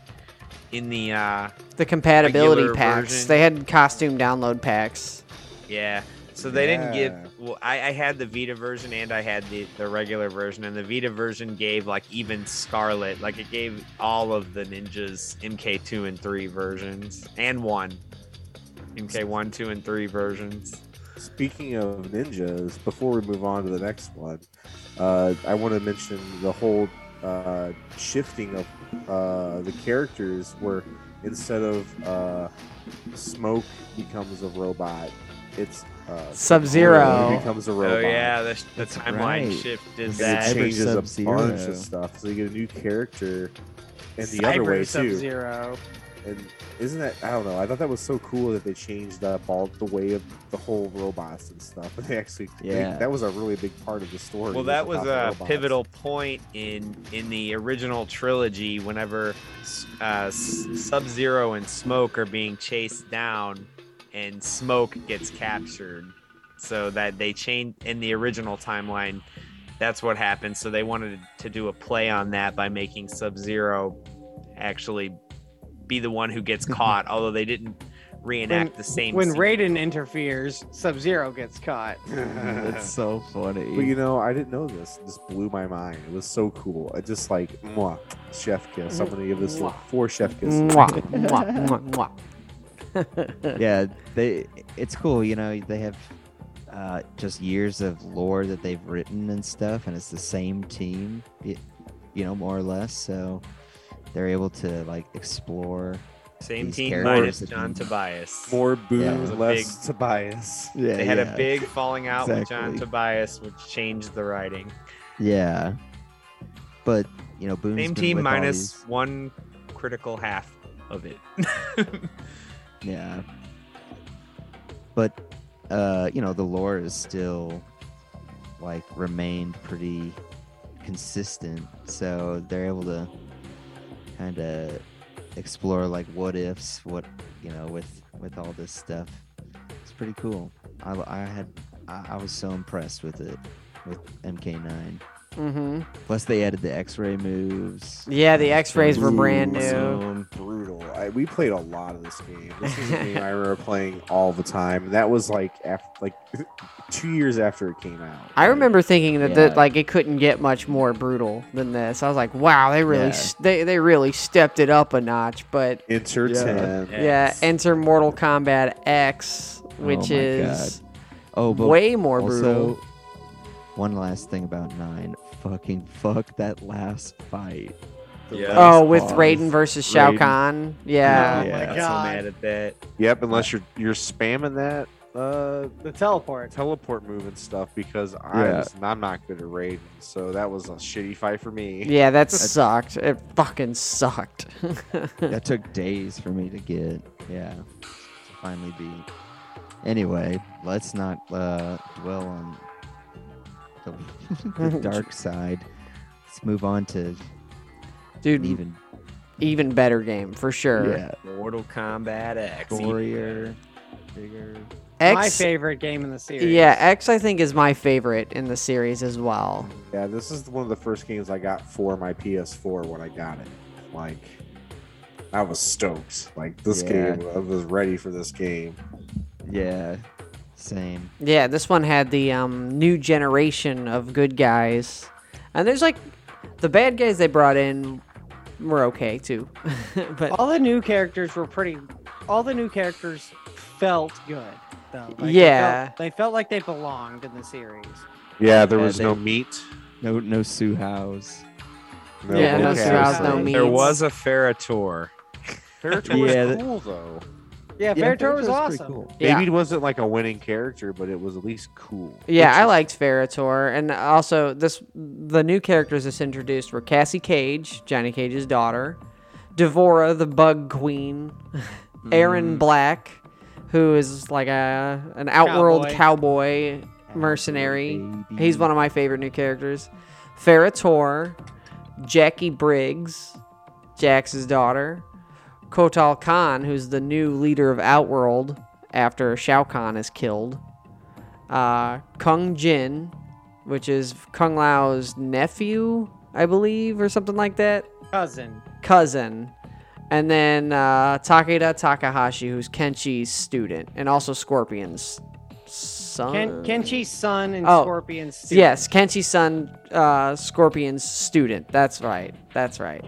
Speaker 11: in the uh
Speaker 8: the compatibility
Speaker 11: regular
Speaker 8: packs.
Speaker 11: version.
Speaker 8: They had costume download packs.
Speaker 11: yeah. So they didn't
Speaker 10: Yeah.
Speaker 11: give. Well, I, I had the Vita version and I had the, the regular version, and the Vita version gave like even Scarlet, like it gave all of the ninjas MK2 and three versions and one, MK1, two, and three versions.
Speaker 10: Speaking of ninjas, before we move on to the next one, uh, I want to mention the whole uh, shifting of uh, the characters, where instead of uh, Smoke becomes a robot, it's uh,
Speaker 8: Sub-Zero.
Speaker 10: Goro becomes a robot.
Speaker 11: Oh yeah, the, the
Speaker 7: That's
Speaker 11: timeline
Speaker 7: right.
Speaker 11: shift
Speaker 10: And
Speaker 11: is
Speaker 7: Yeah,
Speaker 10: it
Speaker 11: that.
Speaker 7: Cyber
Speaker 10: changes a bunch
Speaker 7: Sub-Zero.
Speaker 10: of stuff. So you get a new character, and the other way too.
Speaker 9: Sub-Zero.
Speaker 10: And isn't that I don't know? I thought that was so cool that they changed the ball, the way of the whole robots and stuff. [LAUGHS] But they actually, they-
Speaker 7: Yeah.
Speaker 10: that was a really big part of the story.
Speaker 11: Well, that was
Speaker 10: about the
Speaker 11: a
Speaker 10: robots. [LAUGHS]
Speaker 11: pivotal point in in the original trilogy. Whenever uh, Sub Zero and Smoke are being chased down, and Smoke gets captured, so that they changed in the original timeline. That's what happened. So they wanted to do a play on that by making Sub Zero actually be the one
Speaker 7: [LAUGHS]
Speaker 11: who gets caught, although they didn't reenact the same.
Speaker 9: When
Speaker 11: scene.
Speaker 9: Raiden interferes, Sub Zero gets caught.
Speaker 7: That's so funny.
Speaker 10: But you know, I didn't know this. It just blew my mind. It was so cool. I just like mwah, chef kiss. I'm gonna give this like four chef kisses.
Speaker 8: Mwah, mwah, mwah, mwah.
Speaker 7: yeah, they it's cool, you know, they have uh, just years of lore that they've written and stuff and it's the same team, y- you know, more or less, so they're able to like explore
Speaker 11: Same
Speaker 7: these
Speaker 11: team
Speaker 7: characters
Speaker 11: minus
Speaker 7: that
Speaker 11: John
Speaker 7: you-
Speaker 11: Tobias.
Speaker 10: More Boone,
Speaker 7: Yeah, it was
Speaker 11: a
Speaker 10: less Tobias.
Speaker 7: yeah,
Speaker 11: they had
Speaker 7: yeah.
Speaker 11: a big falling out with John
Speaker 7: Exactly.
Speaker 11: Tobias, which changed the writing.
Speaker 7: Yeah. But you know, Boone's
Speaker 11: Same
Speaker 7: been
Speaker 11: team
Speaker 7: with all
Speaker 11: minus
Speaker 7: these-
Speaker 11: one critical half
Speaker 8: [LAUGHS]
Speaker 11: of it.
Speaker 7: Yeah. But uh, you know, the lore is still like remained pretty consistent. So they're able to kind of explore like what ifs, what you know, with with all this stuff. It's pretty cool. I, I had I, I was so impressed with it with MK9.
Speaker 8: Mm-hmm.
Speaker 7: Plus they added the X-ray moves.
Speaker 8: Yeah, the X-rays were brand
Speaker 10: Ooh,
Speaker 8: new.
Speaker 10: um, brutal. I, we played a lot of this game. This is a game I remember playing all the time. That was like after, like [LAUGHS] two years after it came out.
Speaker 8: I remember thinking that,
Speaker 7: Yeah.
Speaker 8: that like it couldn't get much more brutal than this. I was like, wow, they really
Speaker 7: Yeah.
Speaker 8: s they they really stepped it up a notch. But
Speaker 10: Enter
Speaker 7: Yeah.
Speaker 10: ten.
Speaker 8: yeah,
Speaker 11: Yes.
Speaker 8: enter Mortal Kombat X, which
Speaker 7: Oh my
Speaker 8: is
Speaker 7: Oh, but
Speaker 8: way more
Speaker 7: also,
Speaker 8: brutal.
Speaker 7: one last thing about nine. Fucking fuck that last fight.
Speaker 10: The
Speaker 11: Yeah.
Speaker 10: last
Speaker 8: Oh, with
Speaker 10: boss.
Speaker 8: Raiden versus Shao
Speaker 10: Raiden.
Speaker 8: Kahn. Yeah.
Speaker 7: Yeah.
Speaker 11: I'm so
Speaker 9: Oh, God.
Speaker 11: mad at that.
Speaker 10: Yep, unless you're you're spamming that uh
Speaker 9: The teleport.
Speaker 10: teleport move and stuff because I'm
Speaker 7: Yeah.
Speaker 10: just- I'm not good at Raiden, so that was a shitty fight for me.
Speaker 8: Yeah, that sucked. It fucking sucked. [LAUGHS]
Speaker 7: That took days for me to get. Yeah, to finally beat. Anyway, let's not uh, dwell on
Speaker 8: [LAUGHS]
Speaker 7: the, [LAUGHS] the dark side. Let's move on to
Speaker 8: Dude,
Speaker 7: an even
Speaker 8: even better game for sure.
Speaker 7: yeah,
Speaker 11: Mortal Kombat X.
Speaker 7: gorier, bigger.
Speaker 9: My
Speaker 8: X,
Speaker 9: favorite game in the series.
Speaker 8: yeah, X I think is my favorite in the series as well.
Speaker 10: Yeah, this is one of the first games I got for my PS4 when I got it. Like, I was stoked. Like this
Speaker 7: Yeah.
Speaker 10: game, I was ready for this game.
Speaker 7: Yeah, same.
Speaker 8: Yeah, this one had the um, new generation of good guys, and there's like the bad guys they brought in were okay too, [LAUGHS] but
Speaker 9: All the new characters were pretty. All the new characters felt good, though. Like, they felt-
Speaker 8: Yeah.
Speaker 9: They felt like they belonged in the series.
Speaker 10: Yeah, there
Speaker 7: Yeah,
Speaker 10: was
Speaker 7: they-
Speaker 10: no meat.
Speaker 7: No, no Sue House.
Speaker 10: No
Speaker 8: Yeah, no
Speaker 10: vocab.
Speaker 8: Stroud's, no meat.
Speaker 11: There
Speaker 8: Meats.
Speaker 11: was a Ferritor.
Speaker 7: Yeah,
Speaker 10: Ferritor was
Speaker 7: that-
Speaker 10: cool though.
Speaker 9: Yeah,
Speaker 7: Yeah,
Speaker 9: Ferritor
Speaker 7: Ferritor's
Speaker 9: was
Speaker 7: pretty
Speaker 9: awesome.
Speaker 7: cool.
Speaker 10: Maybe
Speaker 8: Yeah.
Speaker 10: it wasn't like a winning character, but it was at least cool.
Speaker 8: Yeah, I liked Ferritor, and also this the new characters this introduced were Cassie Cage, Johnny Cage's daughter, Devora, the Bug Queen, Aaron Black, who is like a an outworld cowboy, mercenary.
Speaker 7: Cowboy,
Speaker 8: He's
Speaker 7: baby.
Speaker 8: one of my favorite new characters. Ferritor, Jackie Briggs, Jax's daughter, Kotal Khan, who's the new leader of Outworld after Shao Kahn is killed uh, Kung Jin, which is Kung Lao's nephew, I believe, or something like that,
Speaker 9: Cousin.
Speaker 8: cousin, and then uh, Takeda Takahashi, who's Kenshi's student, and also Scorpion's son.
Speaker 9: Ken- Kenchi's son and
Speaker 8: Uh, Oh,
Speaker 9: Scorpion's student.
Speaker 8: Yes, Kenshi's son, uh, Scorpion's student. That's right. That's right.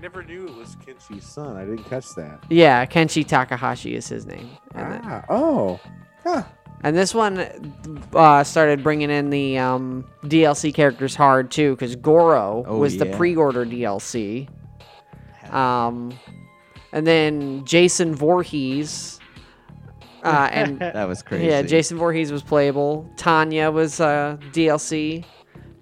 Speaker 10: Never knew it was Kenshi's son. I didn't catch that.
Speaker 8: Yeah, Kenshi Takahashi is his name. And then-
Speaker 10: Ah, oh. Huh.
Speaker 8: And this one uh, started bringing in the um, DLC characters hard too, because Goro
Speaker 7: Oh,
Speaker 8: was the
Speaker 7: yeah.
Speaker 8: pre-order DLC. Um, and then Jason Voorhees, uh, and
Speaker 7: That was crazy.
Speaker 8: yeah, Jason Voorhees was playable. Tanya was uh, DLC.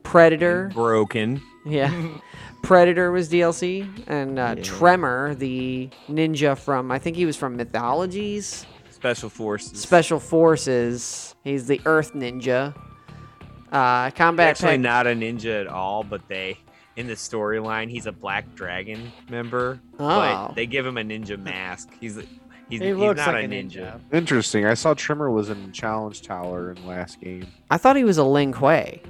Speaker 8: Predator,
Speaker 11: Broken.
Speaker 8: yeah, [LAUGHS] Predator was DLC, and uh,
Speaker 7: Yeah.
Speaker 8: Tremor, the ninja from I think he was from Mythologies.
Speaker 11: Special Forces.
Speaker 8: Special Forces. He's the Earth Ninja. Uh, combat
Speaker 11: actually
Speaker 8: pack-
Speaker 11: not a ninja at all, but they in the storyline he's a black dragon member.
Speaker 8: Oh.
Speaker 11: But they give him a ninja mask. He's he's,
Speaker 9: He
Speaker 11: he's
Speaker 9: looks
Speaker 11: not
Speaker 9: like
Speaker 11: a
Speaker 9: a
Speaker 11: ninja.
Speaker 9: ninja.
Speaker 10: Interesting. I saw Trimmer was in Challenge Tower in last game.
Speaker 8: I thought he was a Ling Kuei.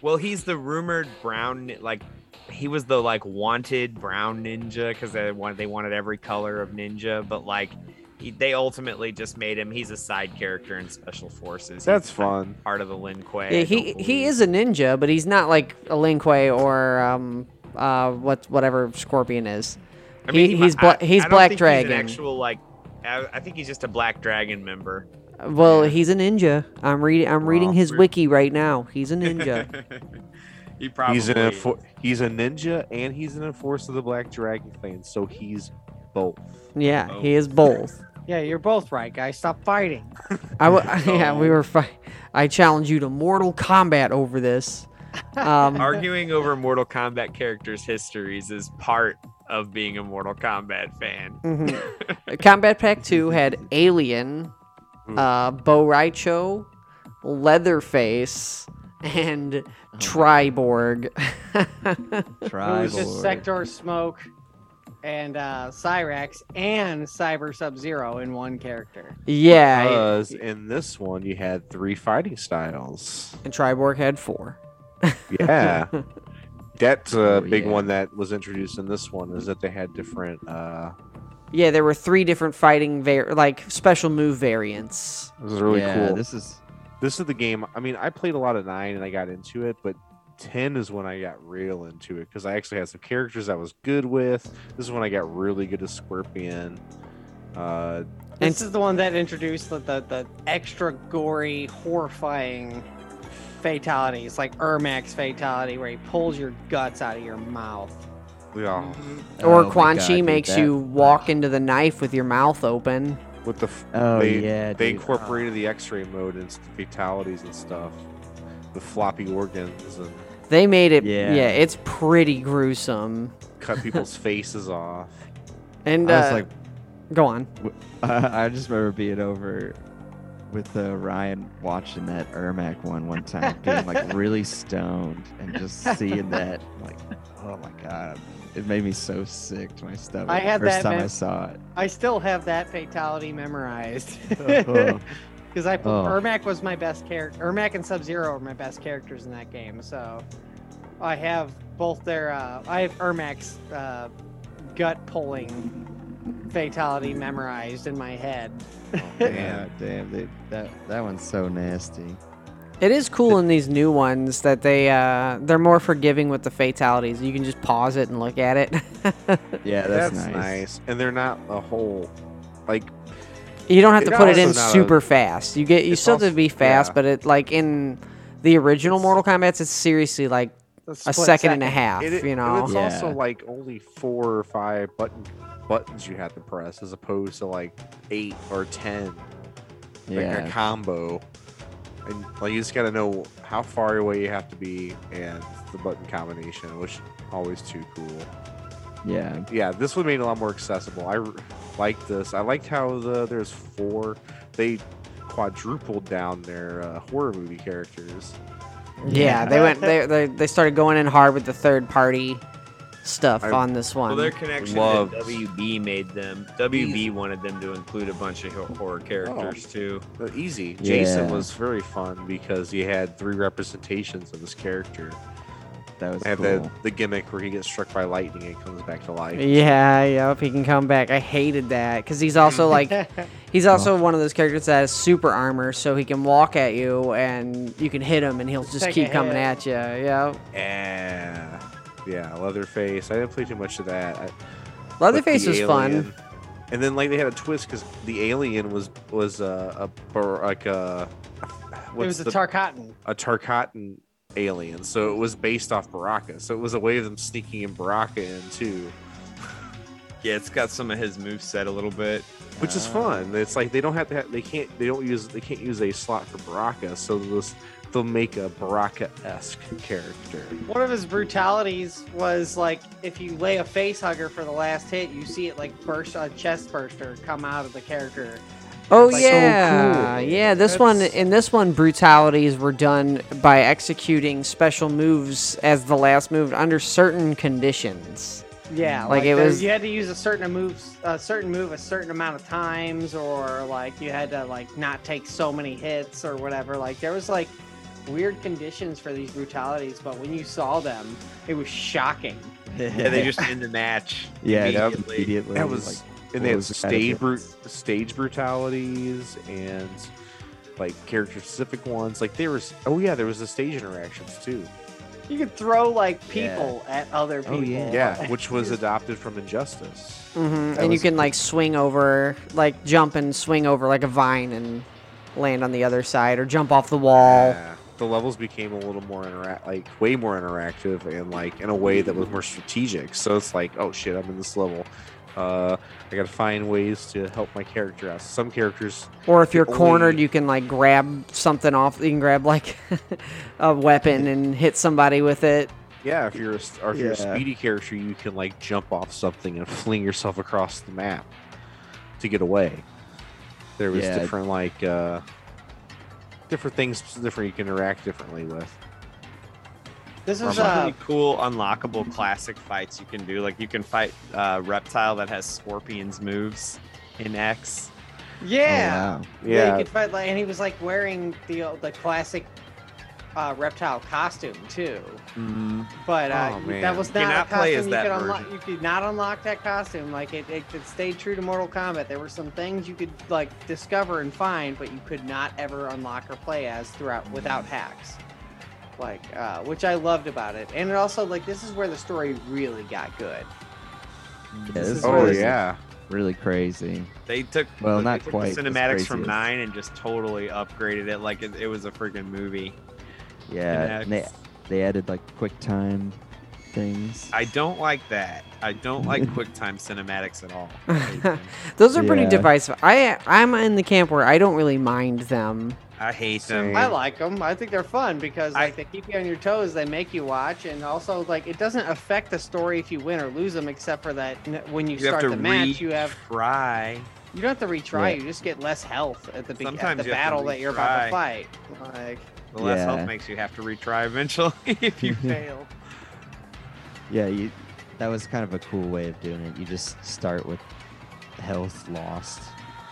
Speaker 11: Well, he's the rumored brown ni- like he was the like wanted brown ninja because they wanted they wanted every color of ninja, but like he, they ultimately just made him he's a side character in special forces. He's
Speaker 10: That's
Speaker 11: not
Speaker 10: fun.
Speaker 11: Part of the Lin Kuei.
Speaker 8: Yeah,
Speaker 11: I
Speaker 8: he
Speaker 11: don't
Speaker 8: he
Speaker 11: believe.
Speaker 8: is a ninja, but he's not like a Ling Kuei or um uh what whatever Scorpion is.
Speaker 11: I
Speaker 8: he,
Speaker 11: mean, he mi-
Speaker 8: he's bla-
Speaker 11: I-
Speaker 8: he's
Speaker 11: I don't
Speaker 8: Black
Speaker 11: think
Speaker 8: Dragon.
Speaker 11: He's an actual like, I, I think he's just a Black Dragon member.
Speaker 8: well, he's a ninja. I'm reading I'm reading
Speaker 10: Wow.
Speaker 8: his wiki right now. He's a [LAUGHS]
Speaker 11: [LAUGHS]
Speaker 8: ninja.
Speaker 11: he probably
Speaker 10: He's an enfor- he's a ninja and he's an enforcer of the Black Dragon Clan, so he's both.
Speaker 8: yeah,
Speaker 11: Oh.
Speaker 8: he is both.
Speaker 9: Yeah, you're both right, guys. Stop fighting.
Speaker 8: I w- [LAUGHS] yeah,
Speaker 11: Oh.
Speaker 8: we were fi- I challenge you to Mortal Kombat over
Speaker 11: [LAUGHS]
Speaker 8: this. Um,
Speaker 11: arguing over Mortal Kombat characters' histories is part of being a Mortal Kombat fan.
Speaker 8: Mhm. Combat Pack 2 had Alien, uh, Bo Raicho, Leatherface, and Triborg. [LAUGHS]
Speaker 9: It was just
Speaker 7: Tribal.
Speaker 9: Sector Smoke and uh, Cyrax and Cyber Sub Zero in one character.
Speaker 8: yeah.
Speaker 7: Uh,
Speaker 10: Because in this one you had three fighting styles.
Speaker 8: and Triborg had four.
Speaker 7: [LAUGHS]
Speaker 10: Yeah. That's a
Speaker 7: Oh,
Speaker 10: big
Speaker 7: yeah.
Speaker 10: one that was introduced in this one is that they had different uh
Speaker 8: Yeah, there were three different fighting, var- like special move variants.
Speaker 10: this is really
Speaker 7: yeah,
Speaker 10: cool. This-,
Speaker 7: This is
Speaker 10: this is the game. I mean, I played a lot of 9 and I got into it, but 10 is when I got real into it cuz I actually had some characters I was good with. This is when I got really good at Scorpion. Uh
Speaker 8: And-
Speaker 9: This is the one that introduced the, the, the extra gory, horrifying fatalities, like Ermax fatality, where he pulls your guts out of your mouth.
Speaker 10: yeah,
Speaker 8: Or
Speaker 7: oh my
Speaker 8: Quan
Speaker 7: God,
Speaker 8: Chi
Speaker 7: dude,
Speaker 8: makes
Speaker 7: that-
Speaker 8: you walk into the knife with your mouth open.
Speaker 10: with the f-
Speaker 7: Oh
Speaker 10: they,
Speaker 7: yeah,
Speaker 10: they
Speaker 7: dude.
Speaker 10: incorporated the X-ray mode and fatalities and stuff, the floppy organs and
Speaker 8: They made it. Yeah,
Speaker 7: Yeah.
Speaker 8: it's pretty gruesome.
Speaker 10: cut people's faces off.
Speaker 8: And
Speaker 7: I was
Speaker 8: uh,
Speaker 7: like,
Speaker 8: go on.
Speaker 7: [LAUGHS] I I just remember being over with uh, Ryan watching that Ermac one one time, being
Speaker 10: [LAUGHS]
Speaker 7: like really stoned and just seeing that, like, oh my god, it made me so sick to my stomach.
Speaker 9: I had
Speaker 7: first
Speaker 9: that,
Speaker 7: time
Speaker 9: man.
Speaker 7: I saw
Speaker 9: [LAUGHS]
Speaker 7: it.
Speaker 9: I still have that fatality memorized.
Speaker 7: Oh.
Speaker 9: Because I put
Speaker 7: Oh.
Speaker 9: Ermac was my best character. Ermac and Sub Zero are my best characters in that game. So I have both their. Uh, I have Ermac's uh, gut pulling fatality memorized in my head. [LAUGHS]
Speaker 7: Yeah, damn, dude, that that one's so nasty.
Speaker 8: It is cool in these new ones that they uh, they're more forgiving with the fatalities. You can just pause it [LAUGHS] and look at it.
Speaker 7: Yeah, that's, nice.
Speaker 10: And they're not a whole like
Speaker 8: you don't have to
Speaker 10: It's
Speaker 8: put it in
Speaker 10: also not a-
Speaker 8: super fast. You get you
Speaker 10: it's
Speaker 8: still have
Speaker 10: also-
Speaker 8: to be fast,
Speaker 10: yeah.
Speaker 8: but it like in the original
Speaker 10: It's-
Speaker 8: Mortal Kombat's, it's seriously like a second,
Speaker 10: split
Speaker 8: and a half.
Speaker 10: And it-
Speaker 8: you
Speaker 10: and
Speaker 8: know,
Speaker 10: it's also
Speaker 7: Yeah.
Speaker 10: like only four or five button buttons you had to press as opposed to like eight or ten. Like a
Speaker 7: Yeah.
Speaker 10: combo. And like you just gotta know how far away you have to be and the button combination, which always too cool.
Speaker 7: Yeah.
Speaker 10: Yeah, this would made it a lot more accessible. I like this. I liked how the there's four. They quadrupled down their uh, horror movie characters.
Speaker 8: yeah, they went they, they they started going in hard with the third party stuff
Speaker 10: I-
Speaker 8: on this one.
Speaker 11: Well, their connection
Speaker 10: Loves.
Speaker 11: to WB made them. WB wanted them to include a bunch of hor- horror characters too.
Speaker 10: Uh, easy. Jason
Speaker 7: Yeah.
Speaker 10: was very fun because he had three representations of his character.
Speaker 7: That was
Speaker 10: They have
Speaker 7: cool.
Speaker 10: the, the gimmick where he gets struck by lightning and comes back to life.
Speaker 8: Yeah, yeah, if he can come back. I hated that because
Speaker 10: [LAUGHS]
Speaker 8: he's also like, he's also one of those characters that has super armor, so he can walk at you and you can hit him and he'll just
Speaker 9: Take a
Speaker 8: keep coming
Speaker 9: hit.
Speaker 8: at you. Yeah,
Speaker 10: Yeah. Yeah, Leatherface. I didn't play too much of that. I,
Speaker 8: Leatherface
Speaker 10: but
Speaker 8: was
Speaker 10: the
Speaker 8: fun.
Speaker 10: alien- And then like they had a twist because the alien was was uh, a bar- like a
Speaker 9: It was
Speaker 10: what's
Speaker 9: a
Speaker 10: the-
Speaker 9: Tarkatan.
Speaker 10: a Tarkatan alien, so it was based off Baraka. So it was a way of them sneaking in Baraka in too,
Speaker 11: Yeah, it's got some of his moveset a little bit.
Speaker 10: which is fun. It's like they don't have to. Have, they can't. They don't use. They can't use a slot for Baraka. So they'll, just- they'll make a Baraka esque character.
Speaker 9: One of his brutalities was like if you lay a face hugger for the last hit, you see it like burst a chest burster come out of the character.
Speaker 8: Oh
Speaker 9: Like, so
Speaker 8: yeah,
Speaker 9: cool.
Speaker 8: yeah. This one
Speaker 9: That's-
Speaker 8: in this one, brutalities were done by executing special moves as the last move under certain conditions.
Speaker 9: Yeah,
Speaker 8: Like, it
Speaker 9: there-
Speaker 8: was-
Speaker 9: You had to use a certain a moves, a certain move, a certain amount of times, or like you had to like not take so many hits or whatever. Like there was like weird conditions for these brutalities, but when you saw them, it was shocking.
Speaker 11: Yeah, they just end the match.
Speaker 7: yeah, that was
Speaker 11: immediately.
Speaker 7: immediately.
Speaker 10: That was
Speaker 7: like,
Speaker 10: and they
Speaker 7: what
Speaker 10: had
Speaker 7: was the kind of
Speaker 10: stage bru-
Speaker 7: difference?
Speaker 10: stage brutalities and like character specific ones. Like there was oh yeah, there was the stage interactions too.
Speaker 9: You could throw like people at other people.
Speaker 7: Oh, yeah.
Speaker 10: Yeah, which
Speaker 7: [LAUGHS]
Speaker 10: was adopted from Injustice.
Speaker 8: Mm-hmm.
Speaker 10: That
Speaker 8: And you
Speaker 10: was-
Speaker 8: can like swing over, like jump and swing over like a vine and land on the other side, or jump off the wall.
Speaker 10: Yeah. The levels became a little more interact, like way more interactive, and like in a way that was more strategic. So it's like, oh shit, I'm in this level. Uh, I gotta find ways to help my character out. Some characters,
Speaker 8: Or if you're
Speaker 10: The
Speaker 8: cornered,
Speaker 10: only-
Speaker 8: you can like grab something off. You can grab like [LAUGHS] a weapon and hit somebody with it. [LAUGHS]
Speaker 10: yeah, if you're a, s- or if you're a
Speaker 7: Yeah.
Speaker 10: speedy character, you can like jump off something and fling yourself across the map to get away. There was
Speaker 7: Yeah.
Speaker 10: different like uh, different things, different you can interact differently with.
Speaker 9: This was
Speaker 11: There's
Speaker 9: uh,
Speaker 11: some really cool unlockable classic fights you can do. Like you can fight uh, reptile that has scorpions moves in X.
Speaker 7: Oh,
Speaker 9: yeah.
Speaker 7: wow.
Speaker 9: Yeah,
Speaker 10: Yeah,
Speaker 9: you could fight like, and he was like wearing the uh, the classic uh, reptile costume too. But uh,
Speaker 10: Mm-hmm. Oh, man.
Speaker 9: that was
Speaker 11: You
Speaker 9: not a
Speaker 11: cannot
Speaker 9: costume
Speaker 11: play as
Speaker 9: you
Speaker 11: that
Speaker 9: could unlock.
Speaker 11: version.
Speaker 9: You could not unlock that costume. Like it, it, it stayed true to Mortal Kombat. There were some things you could like discover and find, but you could not ever unlock or play as throughout without
Speaker 10: Mm.
Speaker 9: hacks. Like, uh, which I loved about it, and it also like this is where the story really got good.
Speaker 7: Yeah, this
Speaker 9: This is
Speaker 10: oh
Speaker 7: was
Speaker 10: yeah.
Speaker 7: Really crazy.
Speaker 11: They took
Speaker 7: Well,
Speaker 11: they
Speaker 7: not
Speaker 11: took
Speaker 7: quite as
Speaker 11: the cinematics
Speaker 7: crazy
Speaker 11: from
Speaker 7: as-
Speaker 11: nine and just totally upgraded it. Like it, it was a freaking movie.
Speaker 7: Yeah. And they,
Speaker 11: X.
Speaker 7: they added like quick time things.
Speaker 11: I don't like that. I don't like QuickTime cinematics at all.
Speaker 8: Those are pretty
Speaker 7: Yeah.
Speaker 8: divisive. I I'm in the camp where I don't really mind them.
Speaker 11: I hate them.
Speaker 10: Same.
Speaker 9: I like them. I think they're fun because
Speaker 11: I-
Speaker 9: like they keep you on your toes. They make you watch, and also like it doesn't affect the story if you win or lose them, except for that n- when you,
Speaker 11: You have
Speaker 9: start
Speaker 11: to
Speaker 9: the match, you have
Speaker 11: retry.
Speaker 9: you don't have to retry.
Speaker 7: Yeah.
Speaker 9: You just get less health at the be- at
Speaker 11: Sometimes
Speaker 9: the
Speaker 11: you have to
Speaker 9: battle that you're about to
Speaker 11: retry.
Speaker 9: fight.
Speaker 7: [LAUGHS]
Speaker 9: Like
Speaker 11: The less
Speaker 7: Yeah.
Speaker 11: health makes you have to retry eventually [LAUGHS] if you fail.
Speaker 7: Yeah, you, that was kind of a cool way of doing it. You just start with health lost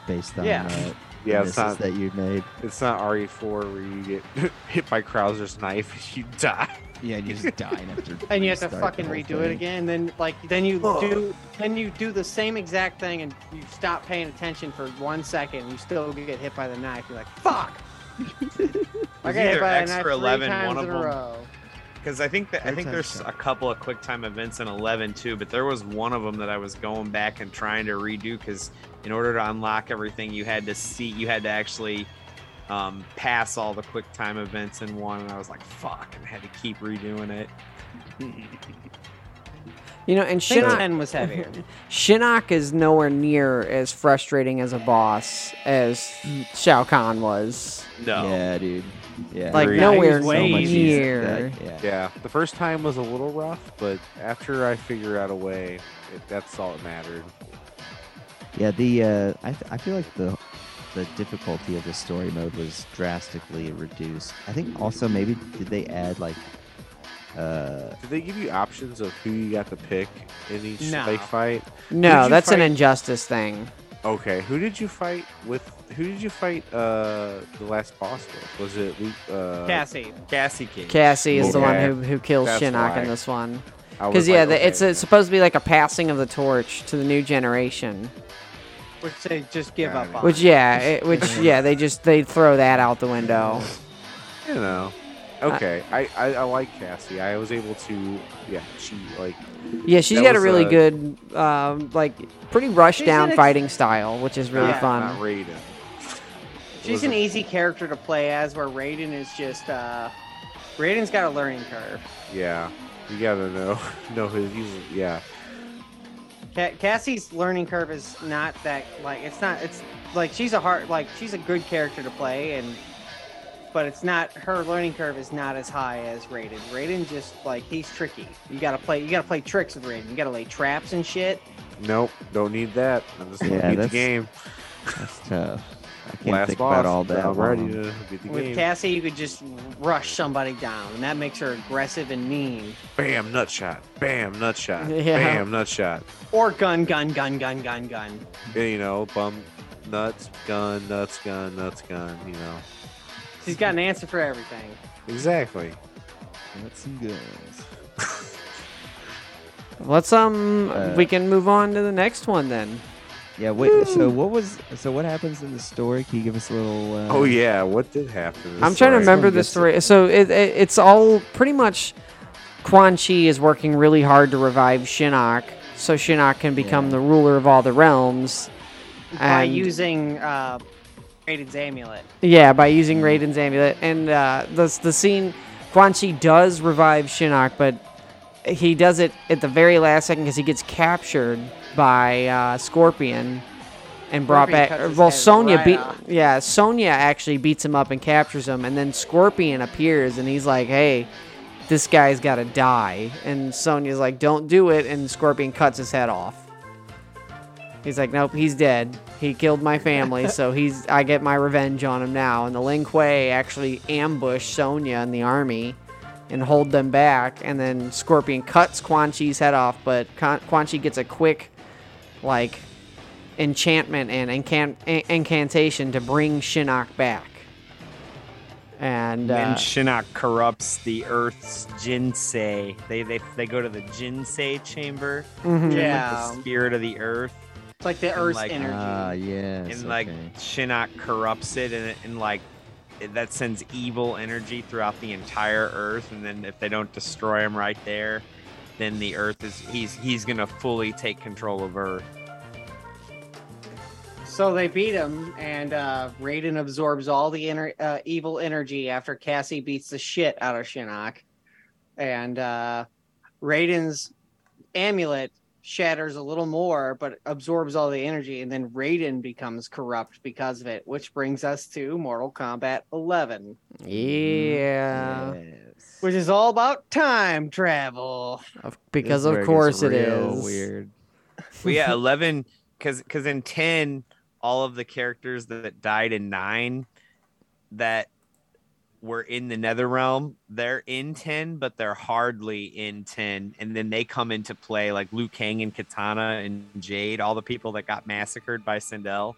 Speaker 7: based on
Speaker 9: Yeah.
Speaker 7: uh,
Speaker 10: Yeah,
Speaker 7: the
Speaker 10: it's not-
Speaker 7: misses that you made.
Speaker 10: It's not RE4 where you get [LAUGHS] hit by Krauser's knife and you die.
Speaker 7: Yeah, and you [LAUGHS] just dying after.
Speaker 9: [LAUGHS] and you have to
Speaker 7: restart the
Speaker 9: fucking
Speaker 7: whole
Speaker 9: redo it
Speaker 7: thing.
Speaker 9: again. Then like then you do then you do the same exact thing, and you stop paying attention for one second. You still get hit by the knife. You're like
Speaker 11: [LAUGHS]
Speaker 9: fuck. I
Speaker 11: It's
Speaker 9: got hit
Speaker 11: either
Speaker 9: by the
Speaker 11: X
Speaker 9: knife
Speaker 11: or 11,
Speaker 9: three times
Speaker 11: one of
Speaker 9: in a
Speaker 11: them.
Speaker 9: row.
Speaker 7: Hmm.
Speaker 11: Because I think that I
Speaker 7: Third
Speaker 11: think
Speaker 7: time's
Speaker 11: there's
Speaker 7: charm.
Speaker 11: a couple of QuickTime events in 11 too, but there was one of them that I was going back and trying to redo because in order to unlock everything, you had to see, you had to actually um, pass all the quick time events in one, and I was like, "Fuck!" And I had to keep redoing it.
Speaker 8: You know, and
Speaker 9: I think
Speaker 8: Shinnok
Speaker 9: 10 was [LAUGHS] heavier.
Speaker 8: Shinnok is nowhere near as frustrating as a boss as Shao Kahn was.
Speaker 11: No.
Speaker 7: Yeah, dude. Yeah.
Speaker 8: Like
Speaker 10: Agreed.
Speaker 8: nowhere
Speaker 10: He's way
Speaker 7: easier.
Speaker 8: near.
Speaker 7: Yeah.
Speaker 10: Yeah, the first time was a little rough, but after I figure out a way, it, that's all that mattered.
Speaker 7: Yeah, the uh, I, th- I feel like the the difficulty of the story mode was drastically reduced. I think also maybe did they add like uh
Speaker 10: Did they give you options of who you got to pick in each
Speaker 9: No.
Speaker 10: like, fight?
Speaker 8: No,
Speaker 10: you
Speaker 8: that's an
Speaker 10: fight-
Speaker 8: injustice thing.
Speaker 10: Okay, who did you fight with? Who did you fight uh the last boss with? Was it Luke? Uh,
Speaker 9: Cassie.
Speaker 11: Cassie King.
Speaker 7: uh,
Speaker 8: Cassie is the one
Speaker 10: Okay.
Speaker 8: who, who kills
Speaker 10: That's
Speaker 8: Shinnok
Speaker 10: why.
Speaker 8: in this one.
Speaker 10: I was
Speaker 8: Because,
Speaker 10: like,
Speaker 8: yeah, the,
Speaker 10: okay.
Speaker 8: it's, it's supposed to be like a passing of the torch to the new generation.
Speaker 9: Which they just give
Speaker 10: Got
Speaker 9: up
Speaker 10: it.
Speaker 9: on.
Speaker 8: Which, yeah, it, which, yeah, they just, they throw that out the window.
Speaker 10: you know.
Speaker 9: Uh,
Speaker 10: Okay, I, I, I like Cassie. I was able to, yeah, she like
Speaker 8: Yeah, she's
Speaker 10: That
Speaker 8: got a
Speaker 10: was,
Speaker 8: really
Speaker 10: uh,
Speaker 8: good, um, like, pretty rushed
Speaker 9: She's
Speaker 8: down
Speaker 9: an ex-
Speaker 8: fighting style, which is really
Speaker 9: Yeah.
Speaker 10: not
Speaker 8: fun.
Speaker 10: Raiden.
Speaker 9: Um, She's an easy character to play as, where Raiden is just uh, Raiden's got a learning curve.
Speaker 10: Yeah, you gotta know [LAUGHS] know his. He's, yeah,
Speaker 9: Ca- Cassie's learning curve is not that like it's not it's like she's a hard like she's a good character to play and but it's not her learning curve is not as high as Raiden. Raiden just like he's tricky. You gotta play you gotta play tricks with Raiden. You gotta lay traps and shit.
Speaker 10: nope, don't need that. I'm just gonna
Speaker 7: Yeah,
Speaker 10: beat the
Speaker 7: that's-
Speaker 10: game.
Speaker 7: that's tough. I can't
Speaker 10: Last
Speaker 7: think
Speaker 10: boss.
Speaker 7: about all that.
Speaker 10: I'm ready
Speaker 7: long.
Speaker 10: to beat the
Speaker 9: With
Speaker 10: game.
Speaker 9: Cassie, you could just rush somebody down, and that makes her aggressive and mean.
Speaker 10: Bam, nut shot. Bam, nut shot.
Speaker 8: [LAUGHS] Yeah.
Speaker 10: Bam, nut shot.
Speaker 9: Or gun, gun, gun, gun, gun, gun.
Speaker 10: And, you know, bum, nuts, gun, nuts, gun, nuts, gun. You know,
Speaker 9: She's got an answer for everything.
Speaker 10: exactly.
Speaker 7: Let's see, guys.
Speaker 8: Let's, um,
Speaker 7: Uh,
Speaker 8: we can move on to the next one then.
Speaker 7: Yeah, wait. So what was? So what happens in the story? Can you give us a little? Uh,
Speaker 10: Oh yeah, what did happen? this
Speaker 8: I'm trying
Speaker 10: story?
Speaker 8: to remember the
Speaker 7: gets it.
Speaker 8: story. So it, it, it's all pretty much Quan Chi is working really hard to revive Shinnok so Shinnok can become
Speaker 7: Yeah.
Speaker 8: the ruler of all the realms.
Speaker 9: By
Speaker 8: And-
Speaker 9: using uh, Raiden's amulet.
Speaker 8: Yeah, by using Raiden's amulet. And uh, the, the scene, Quan Chi does revive Shinnok, but he does it at the very last second because he gets captured by uh, Scorpion and brought
Speaker 9: Scorpion
Speaker 8: back.
Speaker 9: cuts
Speaker 8: or,
Speaker 9: his
Speaker 8: Well,
Speaker 9: head
Speaker 8: Sonya
Speaker 9: right
Speaker 8: beat.
Speaker 9: off.
Speaker 8: Yeah, Sonya actually beats him up and captures him, and then Scorpion appears and he's like, "Hey, this guy's got to die." And Sonya's like, "Don't do it," and Scorpion cuts his head off. He's like, "Nope, he's dead. He killed my
Speaker 9: [LAUGHS]
Speaker 8: family, so he's I get my revenge on him now." And the Lin Kuei actually ambush Sonya and the army and hold them back. And then Scorpion cuts Quan Chi's head off, but Quan Quan Chi gets a quick, like, enchantment and incan- in- incantation to bring Shinnok back. And uh, [LAUGHS]
Speaker 11: and Shinnok corrupts the Earth's Jinsei. They they they go to the Jinsei chamber,
Speaker 8: mhm.
Speaker 9: Yeah.
Speaker 11: the spirit of the Earth,
Speaker 9: It's like the
Speaker 11: And,
Speaker 9: Earth's
Speaker 11: like, uh,
Speaker 9: energy.
Speaker 7: Ah, yes.
Speaker 11: and like
Speaker 7: okay.
Speaker 11: Shinnok corrupts it, and, it- and like it- that sends evil energy throughout the entire Earth. And then if they don't destroy him right there, then the Earth is he's he's gonna fully take control of Earth.
Speaker 9: So they beat him, and uh, Raiden absorbs all the ener- uh, evil energy after Cassie beats the shit out of Shinnok. And uh, Raiden's amulet shatters a little more, but absorbs all the energy, and then Raiden becomes corrupt because of it, which brings us to Mortal Kombat 11,
Speaker 8: yeah,
Speaker 7: Yes.
Speaker 9: which is all about time travel.
Speaker 8: Of-
Speaker 7: This
Speaker 8: because
Speaker 7: is where
Speaker 8: of
Speaker 7: it
Speaker 8: course
Speaker 7: gets
Speaker 8: it
Speaker 7: real
Speaker 8: is.
Speaker 7: weird.
Speaker 11: Well, yeah, eleven because because in ten, all of the characters that died in nine that were in the nether realm they're in 10 but they're hardly in 10 and then they come into play like Liu Kang and Katana and Jade all the people that got massacred by Sindel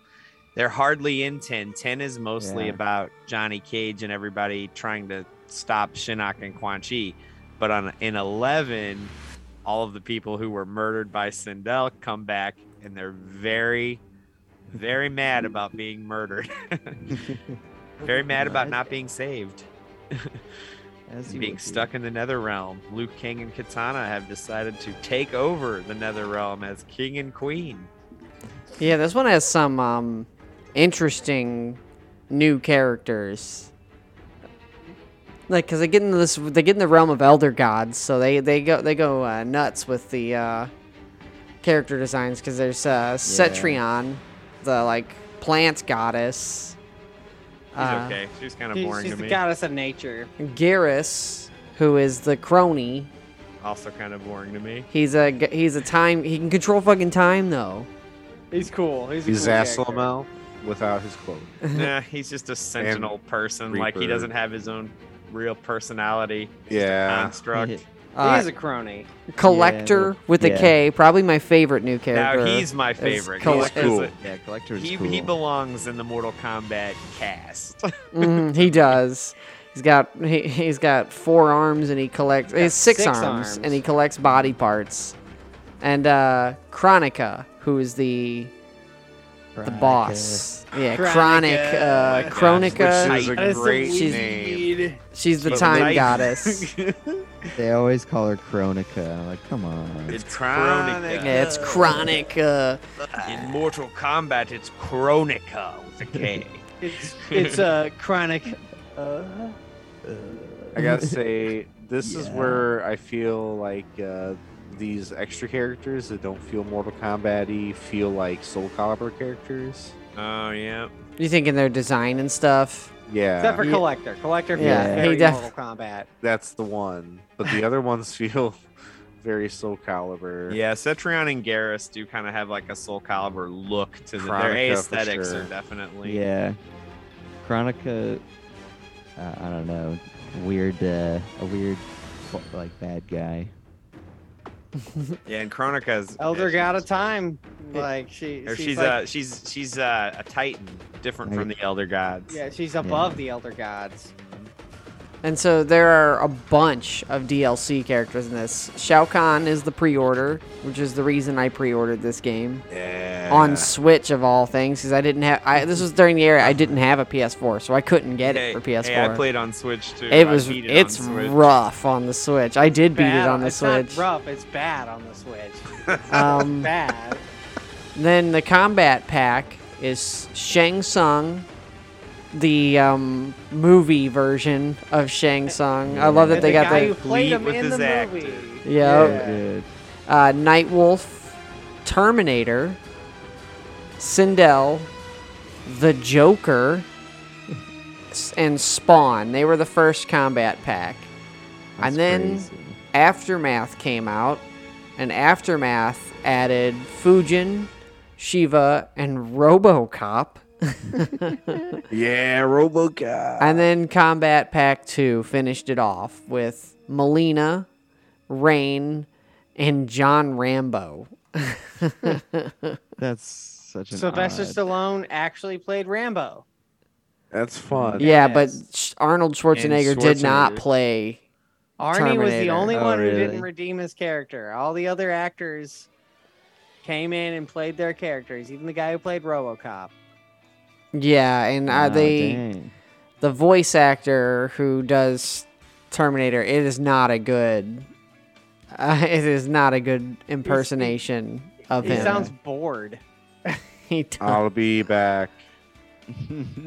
Speaker 11: they're hardly in 10 10 is mostly
Speaker 7: Yeah.
Speaker 11: about Johnny Cage and everybody trying to stop Shinnok and Quan Chi but on in 11 all of the people who were murdered by Sindel come back and they're very very mad about being murdered [LAUGHS] very mad
Speaker 7: [LAUGHS]
Speaker 11: about not being saved
Speaker 7: As you
Speaker 11: being
Speaker 7: would be.
Speaker 11: stuck in the nether realm luke king and katana have decided to take over the nether realm as king and queen
Speaker 8: Yeah, this one has some um, interesting new characters. Like, cause they get into this, they get in the realm of elder gods, so they they go they go uh, nuts with the uh, character designs. Cause there's uh, Cetrion, the like plant goddess.
Speaker 11: She's okay. She's kind of
Speaker 9: Ah. She's-
Speaker 11: boring
Speaker 9: she's
Speaker 11: to
Speaker 9: the
Speaker 11: me.
Speaker 9: goddess of nature.
Speaker 8: Garrus, who is the crony.
Speaker 11: Also kind of boring to me.
Speaker 8: He's a g- he's a time. He can control fucking time though.
Speaker 9: He's cool. He's a
Speaker 10: He's
Speaker 9: cool
Speaker 10: Aslamel without his
Speaker 8: [LAUGHS]
Speaker 10: clothes.
Speaker 11: [LAUGHS]
Speaker 9: [LAUGHS]
Speaker 11: nah, he's just a sentinel person. Like he
Speaker 10: Reaper.
Speaker 11: doesn't have his own real personality. He's just a
Speaker 10: Yeah.
Speaker 11: construct.
Speaker 9: [LAUGHS]
Speaker 8: Uh,
Speaker 9: he's a crony.
Speaker 8: collector
Speaker 7: Yeah,
Speaker 8: with a K,
Speaker 7: yeah.
Speaker 8: probably my favorite new
Speaker 11: Now
Speaker 8: character.
Speaker 11: he's my
Speaker 8: It's
Speaker 11: favorite.
Speaker 8: coll-
Speaker 11: He's
Speaker 10: cool.
Speaker 11: a-
Speaker 7: [LAUGHS] Yeah, collector is
Speaker 11: He,
Speaker 7: cool.
Speaker 11: he belongs in the Mortal Kombat
Speaker 9: [LAUGHS]
Speaker 11: cast.
Speaker 8: Mhm, he does. He's got he, he's got four arms and he collects he has six,
Speaker 9: six
Speaker 8: arms,
Speaker 9: arms.
Speaker 8: and he collects body parts. And uh Chronica, who is the the boss. Yeah, Chronic
Speaker 9: Chronica.
Speaker 8: uh
Speaker 11: Like,
Speaker 8: Chronica.
Speaker 10: This is
Speaker 11: which
Speaker 10: a
Speaker 11: That is
Speaker 9: the
Speaker 10: great
Speaker 8: weed.
Speaker 10: name.
Speaker 9: Dude,
Speaker 8: she's the
Speaker 11: But
Speaker 8: time
Speaker 11: nice.
Speaker 8: goddess.
Speaker 7: They always call her Chronica. I'm Like, come on.
Speaker 11: It's Chronica.
Speaker 8: Yeah, it's Chronica.
Speaker 11: In Mortal Kombat, it's Chronica with a K.
Speaker 9: [LAUGHS] It's
Speaker 7: [LAUGHS]
Speaker 9: it's a chronic. Uh,
Speaker 7: [LAUGHS]
Speaker 10: I gotta say, this is
Speaker 7: Yeah.
Speaker 10: where I feel like uh, these extra characters that don't feel Mortal Kombat-y feel like Soul Calibur characters.
Speaker 11: [LAUGHS] Oh yeah.
Speaker 8: You thinking their design and stuff?
Speaker 10: Yeah,
Speaker 9: except for
Speaker 8: Yeah.
Speaker 9: collector. Collector feels
Speaker 8: Yeah, he
Speaker 9: very
Speaker 8: def-
Speaker 9: Mortal Kombat.
Speaker 10: that's the one. But the other ones [LAUGHS] feel very Soul Calibur.
Speaker 11: Yeah, Cetrion and Garrus do kind of have like a Soul Calibur look to them. Their
Speaker 10: Chronica, for
Speaker 11: aesthetics
Speaker 10: sure.
Speaker 11: are definitely.
Speaker 7: Yeah. Chronica. Uh, I don't know. Weird. Uh, a weird, fu- like bad guy.
Speaker 11: Yeah, and Chronica's
Speaker 9: Elder
Speaker 11: yeah,
Speaker 9: God of Time. Like she,
Speaker 11: Or
Speaker 9: she's,
Speaker 11: she's
Speaker 9: like,
Speaker 11: uh she's she's uh, a Titan, different from the Elder Gods.
Speaker 9: yeah, she's above the Elder Gods.
Speaker 8: And so there are a bunch of DLC characters in this. Shao Kahn is the pre-order, which is the reason I pre-ordered this game
Speaker 10: Yeah.
Speaker 8: on Switch of all things, because I didn't have. I, this was during the era I didn't have a PS4, so I couldn't get
Speaker 11: Hey,
Speaker 8: it for PS4.
Speaker 11: Hey, I played on Switch too.
Speaker 8: it
Speaker 11: I
Speaker 8: was
Speaker 11: beat it
Speaker 8: it's
Speaker 11: on Switch.
Speaker 8: rough on the Switch. I did beat it
Speaker 9: Bad
Speaker 8: on the
Speaker 9: it's
Speaker 8: Switch.
Speaker 9: Not rough. It's bad on the Switch. [LAUGHS]
Speaker 8: Um,
Speaker 9: bad.
Speaker 8: Then the combat pack is Shang Tsung, the um, movie version of Shang Tsung. I [LAUGHS] love
Speaker 9: And
Speaker 8: that they
Speaker 9: the
Speaker 8: got
Speaker 9: guy
Speaker 8: the
Speaker 9: who played
Speaker 11: Lead
Speaker 9: him
Speaker 11: with
Speaker 9: in
Speaker 11: his
Speaker 9: the
Speaker 11: act.
Speaker 9: movie.
Speaker 8: yeah.
Speaker 7: Very good.
Speaker 8: uh, Nightwolf, Terminator, Sindel, the Joker, s- and Spawn. They were the first combat pack.
Speaker 7: That's
Speaker 8: and then
Speaker 7: crazy.
Speaker 8: Aftermath came out, and Aftermath added Fujin, Shiva, and Robocop.
Speaker 10: Yeah, RoboCop.
Speaker 8: And then Combat Pack 2 finished it off with Melina, Rain, and John Rambo. [LAUGHS]
Speaker 7: That's such an.
Speaker 9: Sylvester
Speaker 7: odd-
Speaker 9: Stallone actually played Rambo.
Speaker 10: That's fun.
Speaker 8: Yeah,
Speaker 9: Yes.
Speaker 8: but Sh- Arnold Schwarzenegger, did not
Speaker 10: Schwarzenegger.
Speaker 8: play.
Speaker 9: Arnie was the
Speaker 8: Terminator.
Speaker 9: only
Speaker 7: Oh,
Speaker 9: one who
Speaker 7: really?
Speaker 9: didn't redeem his character. All the other actors came in and played their characters. Even the guy who played RoboCop.
Speaker 8: Yeah, and uh,
Speaker 7: Wow,
Speaker 8: they
Speaker 7: Oh, dang.
Speaker 8: the voice actor who does Terminator. It is not a good. [LAUGHS] Uh, it is not a good impersonation of
Speaker 9: He
Speaker 8: him.
Speaker 9: sounds bored.
Speaker 8: [LAUGHS] He does.
Speaker 11: [LAUGHS]
Speaker 10: I'll be back.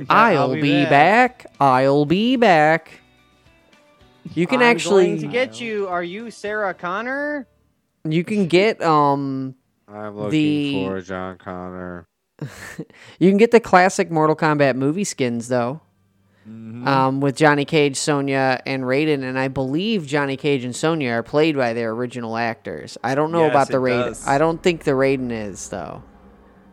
Speaker 8: I'll be, back. I'll be back. You can
Speaker 9: I'm
Speaker 8: actually
Speaker 9: going to get you. Are you Sarah Connor?
Speaker 8: you can get um
Speaker 10: I'm looking
Speaker 8: The-
Speaker 10: for John Connor.
Speaker 8: you can get the classic Mortal Kombat movie skins though.
Speaker 11: Mm-hmm.
Speaker 8: Um, with Johnny Cage, Sonya, and Raiden, and I believe Johnny Cage and Sonya are played by their original actors. I don't know
Speaker 11: Yes,
Speaker 8: about the
Speaker 11: it
Speaker 8: Raiden.
Speaker 11: does.
Speaker 8: I don't think the Raiden is though.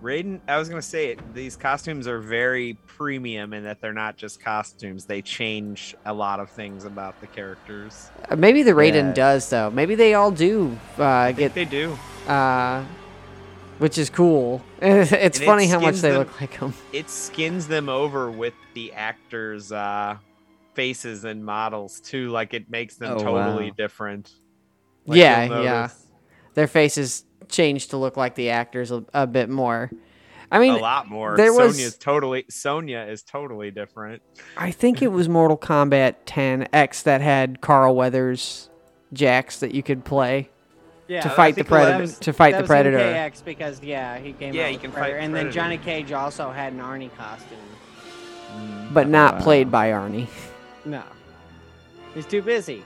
Speaker 11: Raiden, I was gonna say it, these costumes are very premium in that they're not just costumes. They change a lot of things about the characters.
Speaker 8: Uh, Maybe the Raiden
Speaker 7: Yeah.
Speaker 8: does though. Maybe they all do uh,
Speaker 11: I think
Speaker 8: get,
Speaker 11: they do.
Speaker 8: uh, which is cool. [LAUGHS] it's
Speaker 11: And it
Speaker 8: funny how much
Speaker 11: skins
Speaker 8: they
Speaker 11: them-
Speaker 8: look like him.
Speaker 11: It skins them over with the actors' uh, faces and models too. Like it makes them
Speaker 7: Oh,
Speaker 11: totally
Speaker 7: wow.
Speaker 11: different.
Speaker 8: Yeah,
Speaker 11: you'll
Speaker 8: yeah.
Speaker 11: notice
Speaker 8: Their faces change to look like the actors a, a bit more. I
Speaker 11: A
Speaker 8: mean,
Speaker 11: lot more.
Speaker 8: there was-
Speaker 11: Sonya's totally Sonya is totally different.
Speaker 8: I think it was Mortal Kombat 10X that had Carl Weathers jacks that you could play
Speaker 9: Yeah.
Speaker 8: to fight the
Speaker 11: think it was-
Speaker 8: predator. to fight
Speaker 9: that
Speaker 8: the
Speaker 9: was
Speaker 8: predator.
Speaker 9: MKX because yeah, he came
Speaker 11: Yeah,
Speaker 9: out
Speaker 11: you
Speaker 9: with
Speaker 11: can fight
Speaker 9: predator.
Speaker 11: the
Speaker 9: and then
Speaker 11: Predator.
Speaker 9: Johnny Cage also had an Arnie costume.
Speaker 8: but not
Speaker 7: Wow.
Speaker 8: played by Arnie.
Speaker 9: No. He's too busy.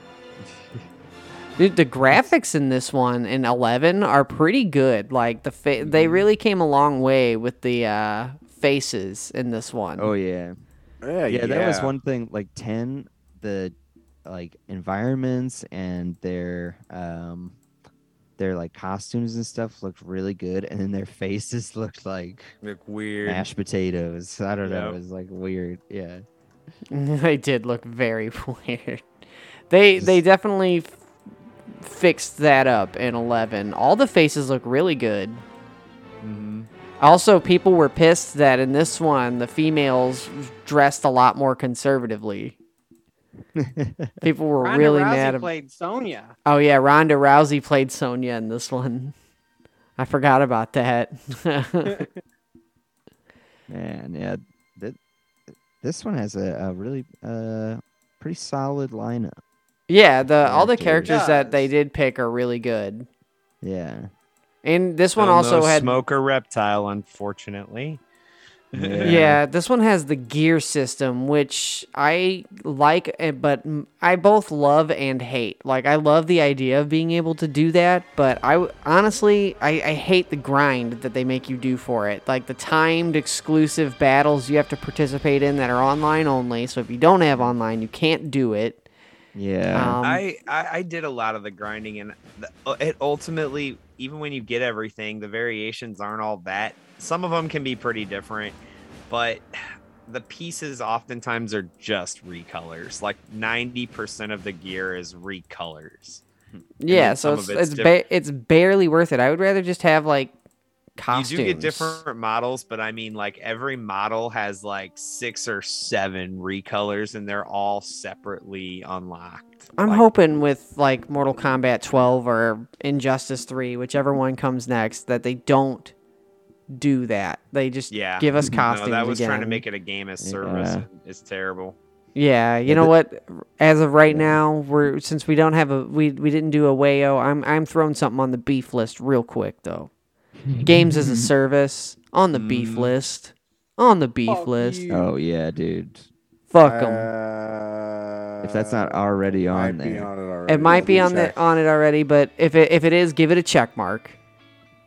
Speaker 8: Dude, the graphics in this one in Eleven are pretty good. Like the fa- they
Speaker 7: Mm-hmm.
Speaker 8: really came a long way with the uh, faces in this one. [LAUGHS]
Speaker 7: Oh yeah.
Speaker 10: Yeah,
Speaker 7: yeah, that was
Speaker 10: yeah.
Speaker 7: one thing. Like ten, the like environments and their um their like costumes and stuff looked really good, and then their [LAUGHS] faces looked like
Speaker 11: Look weird.
Speaker 7: mashed potatoes. I don't know,
Speaker 11: Yep.
Speaker 7: it was like weird. Yeah,
Speaker 8: they did look very [LAUGHS] weird. They they definitely f- fixed that up in Eleven. All the faces look really good.
Speaker 7: Mm-hmm.
Speaker 8: Also, people were pissed that in this one the females dressed a lot
Speaker 7: [LAUGHS]
Speaker 8: more conservatively. people were
Speaker 9: Ronda
Speaker 8: really
Speaker 9: Rousey
Speaker 8: mad. ab-
Speaker 9: played Sonya.
Speaker 8: Oh yeah, Ronda Rousey played Sonya in this one. I forgot about that. [LAUGHS]
Speaker 7: man, yeah. That this one has a, a really uh pretty solid lineup.
Speaker 8: yeah, the all the
Speaker 7: Actors.
Speaker 8: characters that they did pick are really good.
Speaker 10: [LAUGHS]
Speaker 7: Yeah,
Speaker 8: And this one
Speaker 11: Still
Speaker 8: also
Speaker 11: no
Speaker 8: had
Speaker 11: smoker reptile, unfortunately.
Speaker 7: yeah.
Speaker 8: Yeah. this one has the gear system, which I like, eh, but m- I both love and hate. Like, I love the idea of being able to do that, but I w- honestly, I, I hate the grind that they make you do for it. Like, the timed exclusive battles you have to participate in that are online only. So, if you don't have online, you can't do it.
Speaker 7: yeah.
Speaker 8: Um,
Speaker 11: I, I I did a lot of the grinding, and the, it ultimately, even when you get everything, the variations aren't all that. Some of them can be pretty different, but [SIGHS] the pieces oftentimes are just recolors. Like ninety percent of the gear is recolors.
Speaker 8: yeah,
Speaker 11: then
Speaker 8: so
Speaker 11: some
Speaker 8: it's,
Speaker 11: of
Speaker 8: it's,
Speaker 11: it's
Speaker 8: ba- it's barely worth it. I would rather just have, like, costumes.
Speaker 11: You do get different models, but I mean, like every model has like six or seven recolors, and they're all separately unlocked.
Speaker 8: I'm
Speaker 11: Like,
Speaker 8: hoping with like Mortal Kombat 12 or Injustice 3, whichever one comes next, that they don't do that. They just
Speaker 11: Yeah,
Speaker 8: give us
Speaker 11: [LAUGHS] No,
Speaker 8: costumes.
Speaker 11: that was trying to
Speaker 8: again.
Speaker 11: make it a game as service.
Speaker 7: Yeah.
Speaker 11: and It's terrible.
Speaker 8: Yeah, you
Speaker 7: Yeah,
Speaker 8: know
Speaker 7: the-
Speaker 8: what? As of right
Speaker 7: Yeah.
Speaker 8: now, we're since we don't have a we we didn't do a wayo. I'm I'm throwing something on the beef list real quick though. Games
Speaker 11: [LAUGHS]
Speaker 8: as a service on the beef
Speaker 11: Mm.
Speaker 8: list. On the beef
Speaker 9: Fuck
Speaker 8: list.
Speaker 9: you.
Speaker 7: oh yeah, dude.
Speaker 8: Fuck them.
Speaker 10: Uh,
Speaker 7: If that's not already on
Speaker 10: might be
Speaker 7: there,
Speaker 10: on it already.
Speaker 8: it might be
Speaker 10: We'll
Speaker 8: on
Speaker 10: check.
Speaker 8: the on it already, but if it if it is, give it a check mark.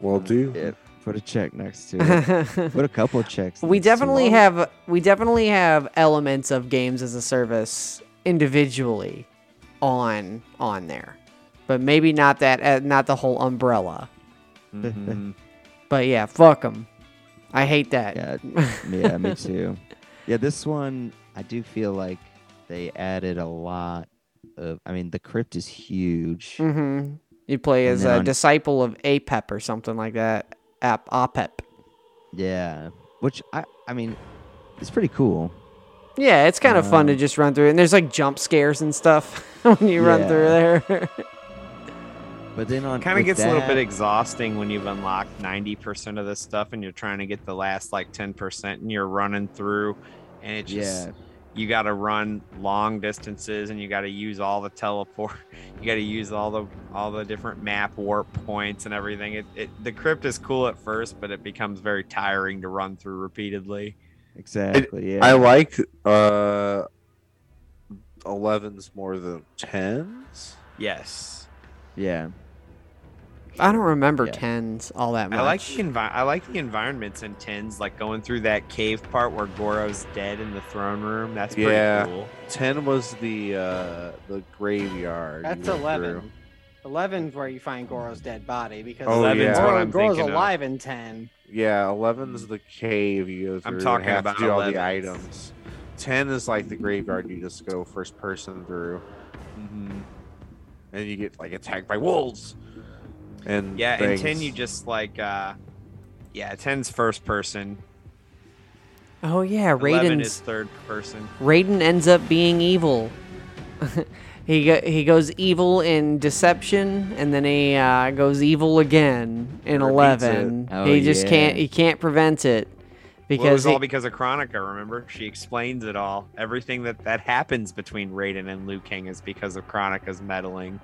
Speaker 10: We'll do.
Speaker 7: Yeah. put a check next to it.
Speaker 8: [LAUGHS]
Speaker 7: Put a couple checks. next
Speaker 8: we
Speaker 7: to it.
Speaker 8: definitely have we definitely have elements of games as a service individually on on there but maybe not that uh, not the whole umbrella
Speaker 7: Mm-hmm.
Speaker 8: [LAUGHS] but yeah fuck them i hate that
Speaker 7: Yeah,
Speaker 8: [LAUGHS]
Speaker 7: yeah, me too. Yeah, this one I do feel like they added a lot of. I mean, the crypt is huge.
Speaker 8: hmm you play
Speaker 7: And
Speaker 8: as
Speaker 7: then
Speaker 8: a
Speaker 7: on-
Speaker 8: disciple of apep or something like that Ap- apep
Speaker 7: Yeah, which I I mean, it's pretty cool.
Speaker 8: yeah it's kind of fun to
Speaker 7: Um,
Speaker 8: just run through and there's like jump scares and stuff [LAUGHS] when you run through there [LAUGHS]
Speaker 7: But then on
Speaker 11: Kind of
Speaker 7: with
Speaker 11: gets a little bit
Speaker 7: that-
Speaker 11: exhausting when you've unlocked 90% of the stuff and you're trying to get the last like 10% and you're running through and it's just
Speaker 7: yeah,
Speaker 11: you got to run long distances and you got to use all the teleport [LAUGHS] you got to use all the all the different map warp points and everything it, it the crypt is cool at first but it becomes very tiring to run through repeatedly
Speaker 7: exactly. yeah,
Speaker 10: I like uh, 11s more than 10s.
Speaker 11: yes
Speaker 7: yeah,
Speaker 8: i don't remember
Speaker 7: Yeah.
Speaker 8: tens all that much
Speaker 11: I like the envi- I like the environments in tins, like going through that cave part where Goro's dead in the throne room. That's pretty
Speaker 10: Yeah.
Speaker 11: cool.
Speaker 10: 10 was the uh, the graveyard. you
Speaker 9: That's
Speaker 10: went
Speaker 9: 11. 11 is where you find Goro's dead body because
Speaker 10: Oh, 11 is yeah.
Speaker 11: what I'm
Speaker 9: Goro's
Speaker 11: thinking of.
Speaker 9: alive in 10.
Speaker 10: through. Yeah, 11's the cave you go through. and
Speaker 11: Hmm. talking
Speaker 10: have
Speaker 11: about
Speaker 10: to do all the
Speaker 11: 11s.
Speaker 10: items. 10 is like the graveyard you just go first person through.
Speaker 11: Mm-hmm.
Speaker 10: And you get like attacked by wolves. And
Speaker 11: Yeah, in
Speaker 10: things.
Speaker 11: tin you just like uh yeah, ten's first person.
Speaker 8: oh yeah
Speaker 11: Eleven
Speaker 8: raiden's
Speaker 11: is third person.
Speaker 8: Raiden ends up being evil. [LAUGHS] he go- he goes evil in deception, and then he uh, goes evil again
Speaker 10: Repeats
Speaker 8: in
Speaker 10: it.
Speaker 8: eleven.
Speaker 7: Oh,
Speaker 8: he just
Speaker 7: yeah.
Speaker 8: can't he can't prevent it
Speaker 11: Well, it was
Speaker 8: because
Speaker 11: all
Speaker 8: he-
Speaker 11: because of Chronica. Remember, she explains it all. Everything that that happens between Raiden and Liu Kang is because of Chronica's meddling.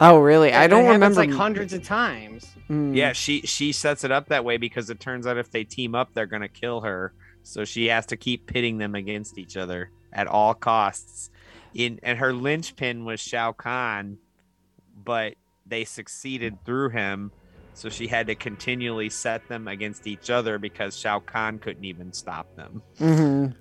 Speaker 8: oh really I
Speaker 9: It
Speaker 8: don't
Speaker 9: happens,
Speaker 8: remember
Speaker 9: like hundreds of times.
Speaker 8: Mm.
Speaker 11: Yeah, she she sets it up that way because it turns out if they team up, they're gonna kill her. So she has to keep pitting them against each other at all costs. In and her linchpin was Shao Kahn, but they succeeded through him. So she had to continually set them against each other because Shao Kahn couldn't even stop them.
Speaker 8: Mm-hmm.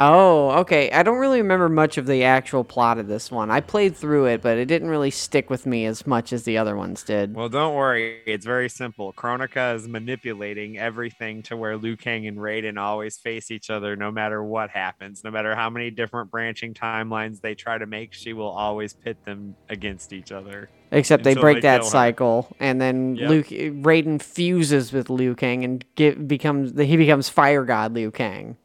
Speaker 8: Oh, okay. I don't really remember much of the actual plot of this one. I played through it, but it didn't really stick with me as much as the other ones did.
Speaker 11: Well, don't worry. It's very simple. Kronika is manipulating everything to where Liu Kang and Raiden always face each other no matter what happens. No matter how many different branching timelines they try to make, she will always pit them against each other.
Speaker 8: Except they
Speaker 11: until
Speaker 8: break that
Speaker 11: kill her.
Speaker 8: cycle, and then
Speaker 11: Yep.
Speaker 8: Luke Raiden fuses with Liu Kang and get, becomes he becomes Fire God Liu Kang.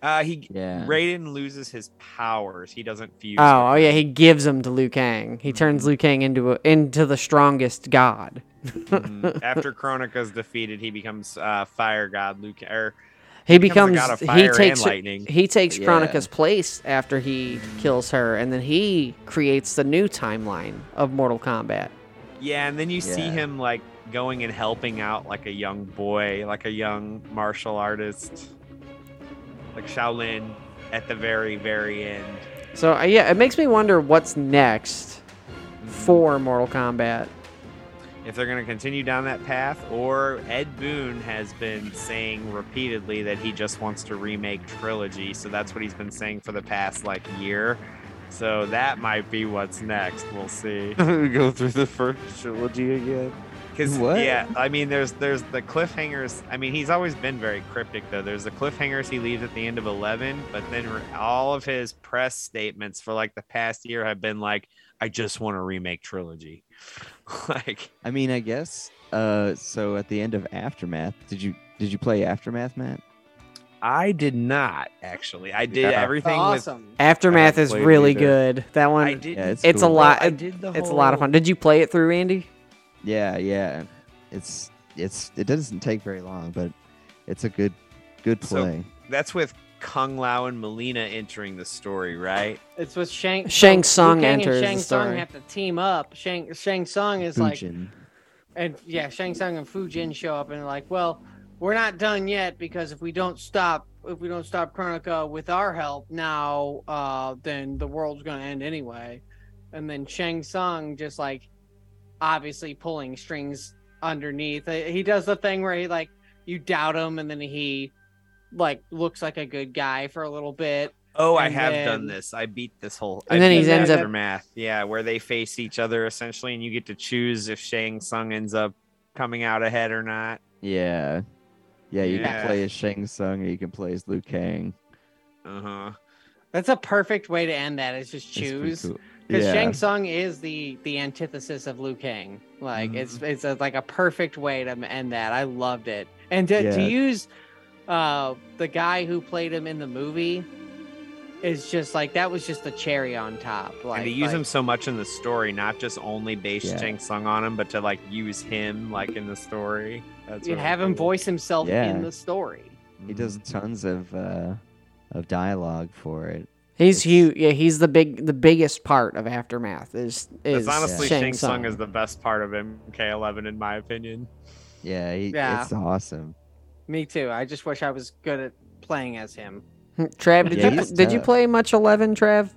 Speaker 11: Uh, he
Speaker 7: Yeah.
Speaker 11: Raiden loses his powers. He doesn't fuse.
Speaker 8: Oh, oh
Speaker 11: with
Speaker 8: yeah, he gives them to Liu Kang.
Speaker 11: Mm-hmm.
Speaker 8: He turns Liu Kang into a, into the strongest god.
Speaker 11: them. Mm-hmm.
Speaker 8: [LAUGHS]
Speaker 11: After Kronika's defeated, he becomes uh, Fire God Liu Kang. Or
Speaker 8: He
Speaker 11: becomes the
Speaker 8: becomes,
Speaker 11: god of
Speaker 8: he
Speaker 11: fire
Speaker 8: takes
Speaker 11: and lightning.
Speaker 8: he takes
Speaker 7: Yeah.
Speaker 8: Kronika's place after he kills her, and then he creates the new timeline of Mortal Kombat.
Speaker 11: Yeah, and then you see
Speaker 7: Yeah.
Speaker 11: him like going and helping out like a young boy, like a young martial artist, like Shaolin at the very, very end.
Speaker 8: So uh, yeah, it makes me wonder what's next for Mortal Kombat.
Speaker 11: If they're going to continue down that path, or Ed Boon has been saying repeatedly that he just wants to remake Trilogy. So that's what he's been saying for the past like year. So that might be what's next. We'll see.
Speaker 10: [LAUGHS] Go through the first trilogy again.
Speaker 11: Cause
Speaker 7: What?
Speaker 11: yeah, I mean, there's there's the cliffhangers. I mean, he's always been very cryptic though. There's the cliffhangers he leaves at the end of eleven, but then re- all of his press statements for like the past year have been like, "I just want to remake trilogy." [LAUGHS] like,
Speaker 7: I mean, I guess. Uh, so at the end of Aftermath, did you did you play Aftermath, Matt?
Speaker 11: I did not actually. I did
Speaker 7: Yeah.
Speaker 11: everything
Speaker 9: Awesome.
Speaker 8: Aftermath is
Speaker 7: played it
Speaker 8: really
Speaker 7: either.
Speaker 8: good. That
Speaker 11: with.
Speaker 8: one,
Speaker 11: I did.
Speaker 7: Yeah, it's,
Speaker 8: it's
Speaker 7: cool.
Speaker 8: a lot.
Speaker 11: I did the. Whole,
Speaker 8: it's a lot of fun. Did you play it through, Andy?
Speaker 7: Yeah, yeah. It's it's it doesn't take very long, but it's a good good
Speaker 11: So-
Speaker 7: play.
Speaker 11: That's with Kung Lao and Melina entering the story, right?
Speaker 9: It's with Shang.
Speaker 8: Shang
Speaker 9: so
Speaker 8: Tsung
Speaker 9: Liu Kang and
Speaker 8: enters the
Speaker 9: Shang Tsung
Speaker 8: story.
Speaker 9: have to team up. Shang Shang Tsung is like
Speaker 7: Fujin.
Speaker 9: And yeah, Shang Tsung and Fu Jin show up and are like, well, we're not done yet because if we don't stop, if we don't stop Chronica with our help now, uh, then the world's gonna end anyway. And then Shang Tsung just like, obviously pulling strings underneath. Uh, He does the thing where he like, you doubt him, and then he, like, looks like a good guy for a little bit.
Speaker 11: Oh, I
Speaker 9: And
Speaker 11: have done
Speaker 9: then-
Speaker 11: this. I beat this whole.
Speaker 8: And
Speaker 11: I
Speaker 8: then
Speaker 11: beat
Speaker 9: he ends up-
Speaker 11: aftermath. Yeah, where they face each other essentially, and you get to choose if Shang Tsung ends up coming out ahead or not.
Speaker 7: Yeah. Yeah, you
Speaker 11: Yeah.
Speaker 7: can play as Shang Tsung or you can play as Liu Kang.
Speaker 11: Uh huh.
Speaker 9: That's a perfect way to end that. Is just
Speaker 7: It's pretty
Speaker 9: choose.
Speaker 7: cool.
Speaker 9: Because
Speaker 7: Yeah.
Speaker 9: Shang Tsung is the the antithesis of Liu Kang. Like it's it's a, like a perfect way to end that. I loved it. And to, to
Speaker 7: Yeah.
Speaker 9: use uh the guy who played him in the movie is just like that was just the cherry on top. Like
Speaker 11: and to use
Speaker 9: like,
Speaker 11: him so much in the story, not just only base
Speaker 7: Yeah.
Speaker 11: Shang Tsung on him, but to like use him like in the story. That's
Speaker 9: you
Speaker 11: really
Speaker 9: have him
Speaker 11: cool.
Speaker 9: voice himself
Speaker 7: Yeah.
Speaker 9: in the story.
Speaker 7: He does tons of uh of dialogue for it.
Speaker 8: He's
Speaker 7: It's-
Speaker 8: huge. Yeah, he's the big, the biggest part of Aftermath. Is is
Speaker 11: That's honestly
Speaker 8: Shang,
Speaker 11: Shang Tsung
Speaker 8: Tsung.
Speaker 11: is the best part of MK11 in my opinion.
Speaker 7: Yeah, he,
Speaker 9: Yeah.
Speaker 7: it's awesome.
Speaker 9: Me too. I just wish I was good at playing as him.
Speaker 8: [LAUGHS] Trav, did
Speaker 7: Yeah,
Speaker 8: you
Speaker 7: he's
Speaker 8: did you
Speaker 7: tough.
Speaker 8: play much Eleven, Trav?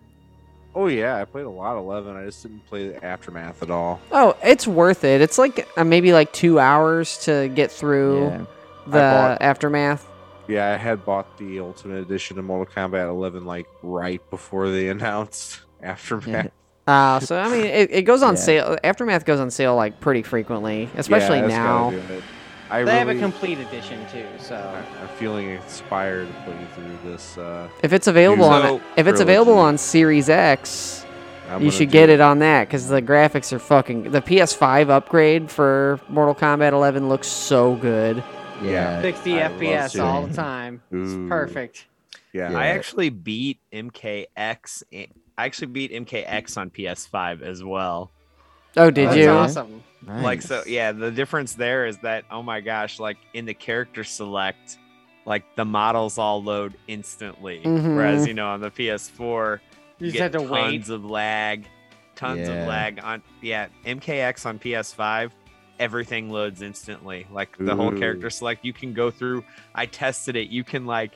Speaker 10: Oh yeah, I played a lot of Eleven. I just didn't play the Aftermath at all.
Speaker 8: Oh, it's worth it. It's like uh, maybe like two hours to get through [LAUGHS]
Speaker 7: Yeah.
Speaker 8: the
Speaker 10: bought-
Speaker 8: aftermath.
Speaker 10: Yeah, I had bought the Ultimate Edition of Mortal Kombat 11 like right before they [LAUGHS] announced Aftermath.
Speaker 8: Uh, so I mean, it, it goes on
Speaker 7: Yeah.
Speaker 8: sale. Aftermath goes on sale like pretty frequently, especially
Speaker 10: Yeah, that's
Speaker 8: now.
Speaker 10: gotta do it. I
Speaker 9: They have a
Speaker 10: really,
Speaker 9: complete edition too, so
Speaker 10: I- I'm feeling inspired to play through this. Uh,
Speaker 8: If it's available
Speaker 10: So,
Speaker 8: on if it's available
Speaker 10: trilogy.
Speaker 8: on Series X,
Speaker 10: I'm
Speaker 8: you
Speaker 10: gonna
Speaker 8: should
Speaker 10: do
Speaker 8: get it on that because the graphics are fucking. The PS5 upgrade for Mortal Kombat 11 looks so good.
Speaker 7: [LAUGHS] Yeah.
Speaker 9: 60
Speaker 10: I love Mm.
Speaker 9: FPS
Speaker 10: seeing
Speaker 9: all
Speaker 7: it.
Speaker 9: the time.
Speaker 10: Ooh.
Speaker 9: It's perfect.
Speaker 10: Yeah,
Speaker 11: I
Speaker 7: Yeah.
Speaker 11: actually beat MKX. I actually beat MKX on PS5 as well.
Speaker 8: Oh, did
Speaker 9: That's
Speaker 8: you?
Speaker 9: awesome.
Speaker 11: Like so
Speaker 7: Nice.
Speaker 11: yeah, the difference there is that oh my gosh, like in the character select, like the models all load instantly.
Speaker 8: Mhm.
Speaker 11: Whereas, you know, on the PS4,
Speaker 9: Mm-hmm. You just had
Speaker 11: get
Speaker 9: to
Speaker 11: tons
Speaker 9: wait.
Speaker 11: of lag, tons
Speaker 7: Yeah.
Speaker 11: of lag on yeah, MKX on PS5, everything loads instantly. Like the whole
Speaker 10: Ooh.
Speaker 11: character select, you can go through I tested it, you can like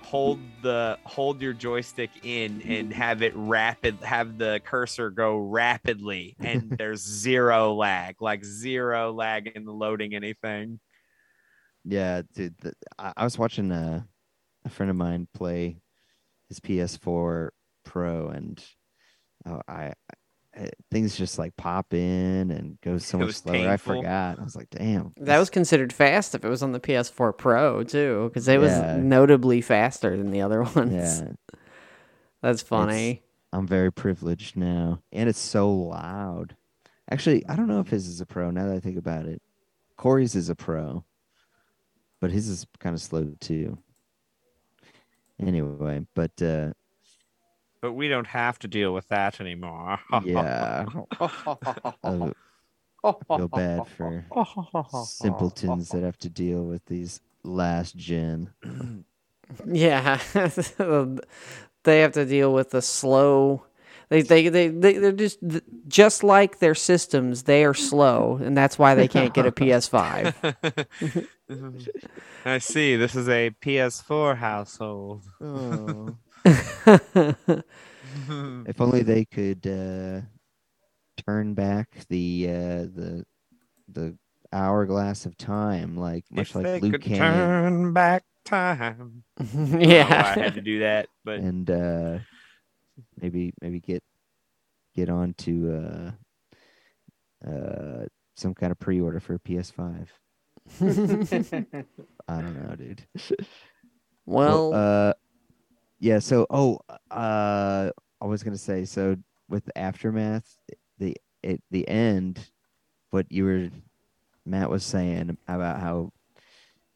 Speaker 11: hold the hold your joystick in and have it rapid have the cursor go rapidly [LAUGHS] and there's zero lag like zero lag in the loading anything
Speaker 7: Yeah, dude. The, I, I was watching a, a friend of mine play his PS4 Pro, and oh, I, I things just like pop in and go so
Speaker 8: It
Speaker 7: much
Speaker 8: was
Speaker 7: slower. I
Speaker 8: painful.
Speaker 7: forgot. I was like, damn.
Speaker 8: That was considered fast if it was on the PS4 Pro too, because
Speaker 7: Yeah.
Speaker 8: it was notably faster than the other [LAUGHS] ones.
Speaker 7: [LAUGHS] Yeah. It's-
Speaker 8: That's funny.
Speaker 7: I'm very privileged now, and it's so loud. Actually, I don't know if his is a pro. Now that I think about it, Corey's is a pro, but his is kind of slow too. Anyway, but uh,
Speaker 11: but we don't have to deal with that anymore [LAUGHS]
Speaker 7: yeah, I feel bad for simpletons that have to deal with these last gen.
Speaker 8: Yeah, [LAUGHS] they have to deal with the slow. They they they they they're just th- just like their systems. They are slow, and that's why they can't get a [LAUGHS] PS5.
Speaker 11: i see this is a ps4 [LAUGHS] household
Speaker 7: Oh. if only they could uh, turn back the uh, the the hourglass of time, like much
Speaker 11: if
Speaker 7: like
Speaker 11: they
Speaker 7: Luke
Speaker 11: could
Speaker 7: Cannon.
Speaker 11: turn back time I don't know why i had to do that but
Speaker 7: and uh, maybe maybe get get on to uh, uh, some kind of pre-order for a PS5. I don't know, dude.
Speaker 8: Well-
Speaker 7: uh, yeah. So, oh, uh, I was gonna say, so with the aftermath, the at the end, what you were, Matt was saying about how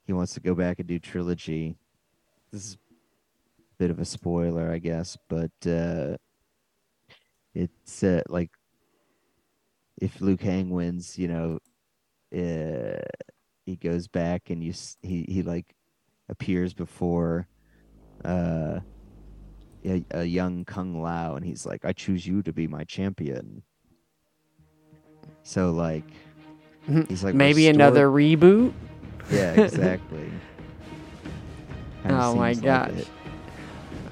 Speaker 7: he wants to go back and do trilogy. This is a bit of a spoiler, I guess, but uh, it's uh, like if Luke Hang wins, you know, uh, he goes back and you s- he he like appears before uh a, a young Kung Lao and he's like, I choose you to be my champion. So like he's like
Speaker 8: Mm-hmm. Maybe
Speaker 7: restored-
Speaker 8: another reboot.
Speaker 7: [LAUGHS] Yeah, exactly. Kinda
Speaker 8: [LAUGHS] oh my
Speaker 7: seems like
Speaker 8: gosh.
Speaker 7: it.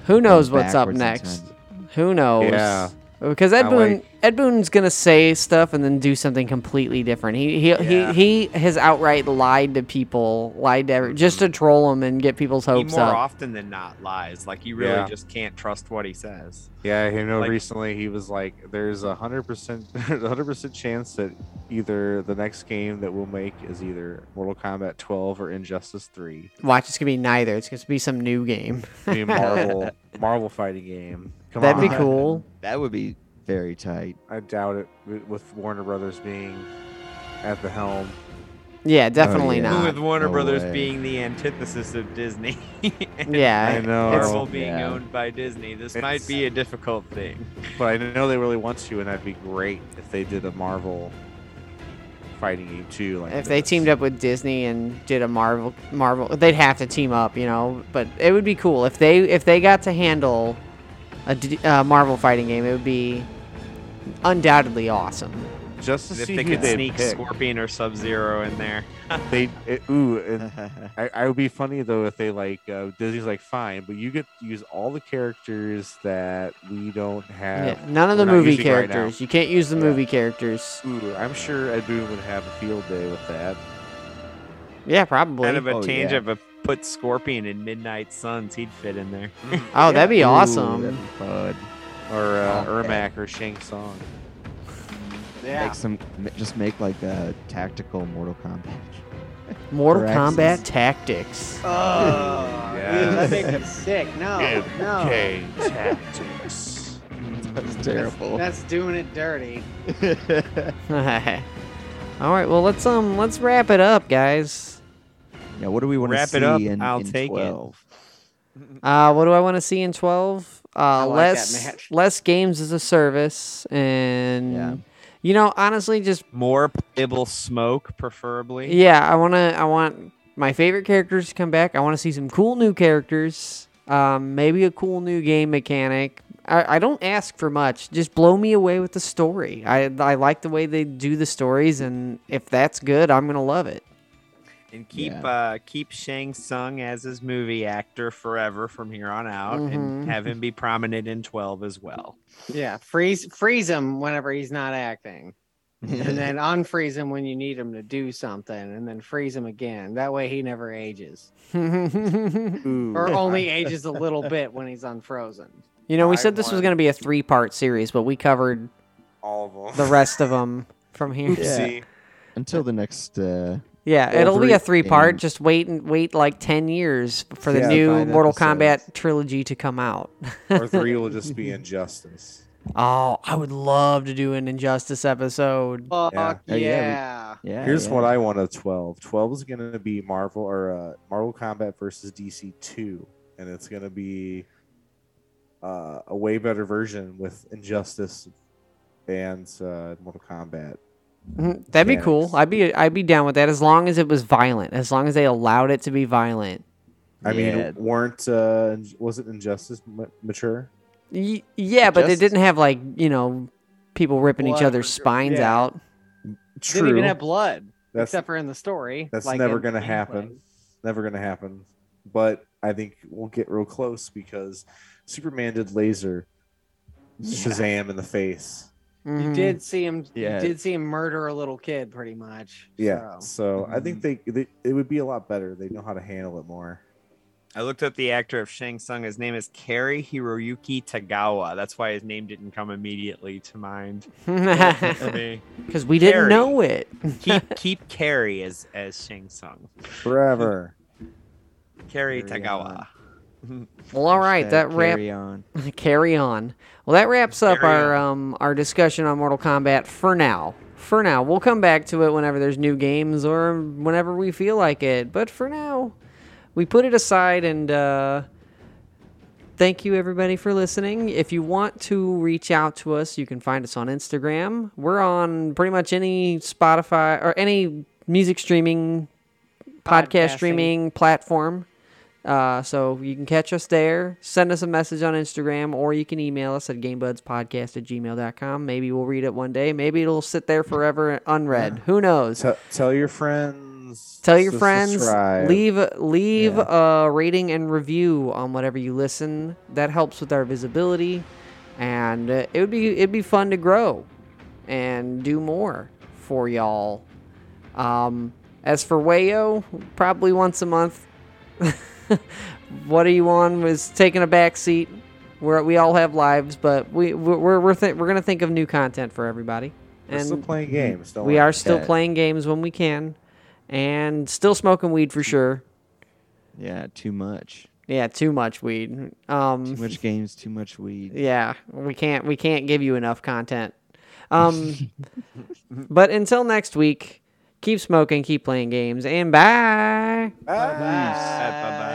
Speaker 8: Who knows
Speaker 7: Going
Speaker 8: what's up
Speaker 7: backwards in
Speaker 8: next?
Speaker 7: time.
Speaker 8: Who knows?
Speaker 7: Yeah.
Speaker 8: Because Ed
Speaker 7: I
Speaker 8: Boon,
Speaker 7: like-
Speaker 8: Ed Boon's gonna say stuff and then do something completely different. He he
Speaker 11: Yeah.
Speaker 8: he, he has outright lied to people, lied to every, just to troll them and get people's
Speaker 11: he
Speaker 8: hopes
Speaker 11: more
Speaker 8: up.
Speaker 11: often than not lies like you really
Speaker 10: Yeah.
Speaker 11: just can't trust what he says
Speaker 10: Yeah, you know,
Speaker 11: Like-
Speaker 10: recently he was like, "There's a hundred percent, [LAUGHS] hundred percent chance that either the next game that we'll make is either Mortal Kombat 12 or Injustice 3,
Speaker 8: Watch, it's gonna be neither. It's gonna be some new game.
Speaker 10: I
Speaker 8: [LAUGHS]
Speaker 10: mean, Marvel, Marvel fighting game. Come
Speaker 8: That'd be
Speaker 10: on.
Speaker 8: cool.
Speaker 7: That would be very tight. Oh,
Speaker 10: I doubt it wi- with Warner Brothers being at the helm.
Speaker 8: Yeah, definitely not.
Speaker 11: With Warner
Speaker 10: No
Speaker 11: Brothers
Speaker 10: way.
Speaker 11: being the antithesis
Speaker 10: [LAUGHS]
Speaker 11: of Disney. And
Speaker 8: Yeah,
Speaker 11: [LAUGHS]
Speaker 8: I
Speaker 10: know.
Speaker 11: Marvel
Speaker 10: it's-
Speaker 11: being
Speaker 10: yeah.
Speaker 11: owned by Disney. This might
Speaker 10: It's-
Speaker 11: be a difficult thing.
Speaker 10: But I know they really want to, and that'd be great if they did a Marvel fighting game too. Like
Speaker 8: If they
Speaker 10: this.
Speaker 8: teamed up with Disney and did a Marvel Marvel, they'd have to team up, you know. But it would be cool if they if they got to handle a D- uh, Marvel fighting game. It would be undoubtedly awesome.
Speaker 10: just to
Speaker 11: if
Speaker 10: see
Speaker 11: they
Speaker 10: who
Speaker 11: could
Speaker 10: they'd
Speaker 11: sneak
Speaker 10: pick.
Speaker 11: Scorpion or Sub Zero in there.
Speaker 10: they it, ooh,
Speaker 11: [LAUGHS]
Speaker 10: and I, I would be funny though if they like uh, Disney's like fine, but you get to use all the characters that we don't have.
Speaker 8: Yeah, none of the
Speaker 10: we're not
Speaker 8: movie
Speaker 10: using right now."
Speaker 8: characters. you can't use the movie characters.
Speaker 10: ooh, I'm sure Ed Boon would have a field day with that.
Speaker 8: Yeah, probably.
Speaker 11: Kind of a
Speaker 8: oh,
Speaker 11: tangent, but put Scorpion in Midnight Suns. He'd fit in there.
Speaker 8: Oh, that'd be
Speaker 10: Ooh,
Speaker 8: awesome.
Speaker 10: that'd be fun. Or uh,
Speaker 11: Oh.
Speaker 10: Ermac or Shang Tsung.
Speaker 7: Make some, m- just make like a tactical Mortal Kombat. [LAUGHS]
Speaker 8: Mortal
Speaker 7: Firaxis.
Speaker 8: Kombat Tactics.
Speaker 4: Oh,
Speaker 10: Yeah.
Speaker 4: ew, that makes me sick.
Speaker 9: Oh,
Speaker 4: No, no.
Speaker 10: tactics.
Speaker 7: That's
Speaker 4: That's, that's doing it dirty.
Speaker 8: [LAUGHS] All right, well let's um let's wrap it up, guys.
Speaker 7: Yeah, what do we want to
Speaker 11: Wrap
Speaker 7: see
Speaker 11: it up.
Speaker 7: in,
Speaker 11: I'll
Speaker 7: in
Speaker 11: take it.
Speaker 7: 12?
Speaker 8: Uh, what do I want to see in twelve? Uh,
Speaker 4: like that
Speaker 8: less
Speaker 4: match.
Speaker 8: less games as a service, and you know honestly, just
Speaker 11: More playable smoke, preferably.
Speaker 8: yeah, I wanna I want my favorite characters to come back. I want to see some cool new characters. Um, maybe a cool new game mechanic. I, I don't ask for much. Just blow me away with the story. I I like the way they do the stories, and if that's good, I'm gonna love it.
Speaker 11: and keep
Speaker 7: Yeah.
Speaker 11: uh keep Shang Tsung as his movie actor forever from here on out,
Speaker 9: Mhm.
Speaker 11: and have him be prominent in Twelve as well.
Speaker 9: Yeah, freeze freeze him whenever he's not acting, and
Speaker 10: [LAUGHS]
Speaker 9: then unfreeze him when you need him to do something, and then freeze him again. That way he never ages, or only
Speaker 10: [LAUGHS]
Speaker 9: ages a little bit when he's unfrozen.
Speaker 8: You know, we
Speaker 10: I
Speaker 8: said this was
Speaker 10: want-
Speaker 8: going to be a three part series, but we covered
Speaker 10: all of
Speaker 8: the
Speaker 10: them.
Speaker 8: rest
Speaker 4: [LAUGHS]
Speaker 8: of them from
Speaker 10: [LAUGHS]
Speaker 8: here.
Speaker 7: Yeah.
Speaker 10: See,
Speaker 7: Until the next. Uh,
Speaker 8: Yeah, it'll be a
Speaker 7: Wolverine.
Speaker 8: three part. Just wait and wait like ten years for the
Speaker 10: Yeah,
Speaker 8: new
Speaker 7: five
Speaker 8: Mortal
Speaker 7: episodes.
Speaker 8: Kombat trilogy to come out.
Speaker 10: or three will just be injustice.
Speaker 8: Oh, I would love to do an Injustice episode.
Speaker 4: Fuck
Speaker 10: Yeah.
Speaker 4: yeah.
Speaker 7: Oh, yeah, yeah.
Speaker 10: Here's
Speaker 7: yeah.
Speaker 10: what I want of 12. 12 is going to be Marvel or uh, Marvel Combat versus DC 2, and it's going to be uh, a way better version with Injustice and uh, Mortal Kombat.
Speaker 8: Mhm, [LAUGHS] That'd be cool.
Speaker 10: Yes.
Speaker 8: I'd be I'd be down with that as long as it was violent. As long as they allowed it to be violent.
Speaker 10: I
Speaker 7: Yeah.
Speaker 10: mean, weren't uh, was it Injustice ma- mature?
Speaker 8: Y- yeah, but they
Speaker 10: Injustice.
Speaker 8: didn't have like you know people ripping each
Speaker 4: Blood
Speaker 8: other's
Speaker 4: for sure.
Speaker 8: spines
Speaker 9: Yeah.
Speaker 8: out.
Speaker 10: True.
Speaker 9: Didn't even have blood,
Speaker 10: that's
Speaker 9: except for in the story.
Speaker 10: that's
Speaker 9: like
Speaker 10: never
Speaker 9: in
Speaker 10: going to
Speaker 9: gameplay.
Speaker 10: happen. Never going to happen. But I think we'll get real close because Superman did laser Shazam in the face.
Speaker 8: Mhm.
Speaker 9: You
Speaker 10: Mm.
Speaker 9: did see him.
Speaker 7: Yeah.
Speaker 9: You did see him murder a little kid, pretty much.
Speaker 10: Yeah.
Speaker 9: so.
Speaker 10: So I think they,
Speaker 8: mm-hmm.
Speaker 10: they it would be a lot better. They know how to handle it more.
Speaker 11: I looked up the actor of Shang Tsung. His name is Kerry Hiroyuki Tagawa. That's why his name didn't come immediately to mind
Speaker 9: [LAUGHS]
Speaker 8: Mm-hmm. [LAUGHS]
Speaker 11: for me.
Speaker 8: Because we didn't
Speaker 11: Carrie.
Speaker 8: know it.
Speaker 11: Keep keep Kerry as as Shang Tsung.
Speaker 10: Forever.
Speaker 11: Kerry
Speaker 7: Carry
Speaker 11: Tagawa.
Speaker 8: Well, all right,
Speaker 7: Hashtag
Speaker 8: that wrap
Speaker 7: carry on.
Speaker 8: [LAUGHS] carry on. Well, that wraps up
Speaker 11: Carry
Speaker 8: our um our discussion on Mortal Kombat for now. For now, we'll come back to it whenever there's new games or whenever we feel like it. But for now, we put it aside and uh, thank you everybody for listening. If you want to reach out to us, you can find us on Instagram. We're on pretty much any Spotify or any music streaming podcast
Speaker 9: Podcasting.
Speaker 8: streaming platform. Uh, so you can catch us there. Send us a message on Instagram or you can email us at gamebudspodcast at gmail.com. Maybe we'll read it one day. Maybe it'll sit there forever unread. Who knows?
Speaker 10: Te- tell your friends.
Speaker 8: Tell your
Speaker 10: to
Speaker 8: friends.
Speaker 10: subscribe.
Speaker 8: Leave leave a rating and review on whatever you listen. That helps with our visibility, and uh, it would be it'd be fun to grow and do more for y'all. Um, as for Wayo, probably once a month. [LAUGHS] what are you on? Was taking a back seat. We're, we all have lives, but we we're we're, th- we're gonna think of new content for everybody.
Speaker 10: We're still playing games. Don't
Speaker 8: We
Speaker 10: worry.
Speaker 8: are still
Speaker 7: that.
Speaker 8: playing games when we can, and still smoking weed for sure.
Speaker 7: Yeah, too much.
Speaker 8: Yeah, too much weed.
Speaker 7: Too
Speaker 8: Um, [LAUGHS]
Speaker 7: much games, too much weed.
Speaker 8: yeah, we can't we can't give you enough content.
Speaker 7: [LAUGHS]
Speaker 8: Um, but until next week, keep smoking, keep playing games, and bye.
Speaker 10: Bye.
Speaker 11: Bye bye.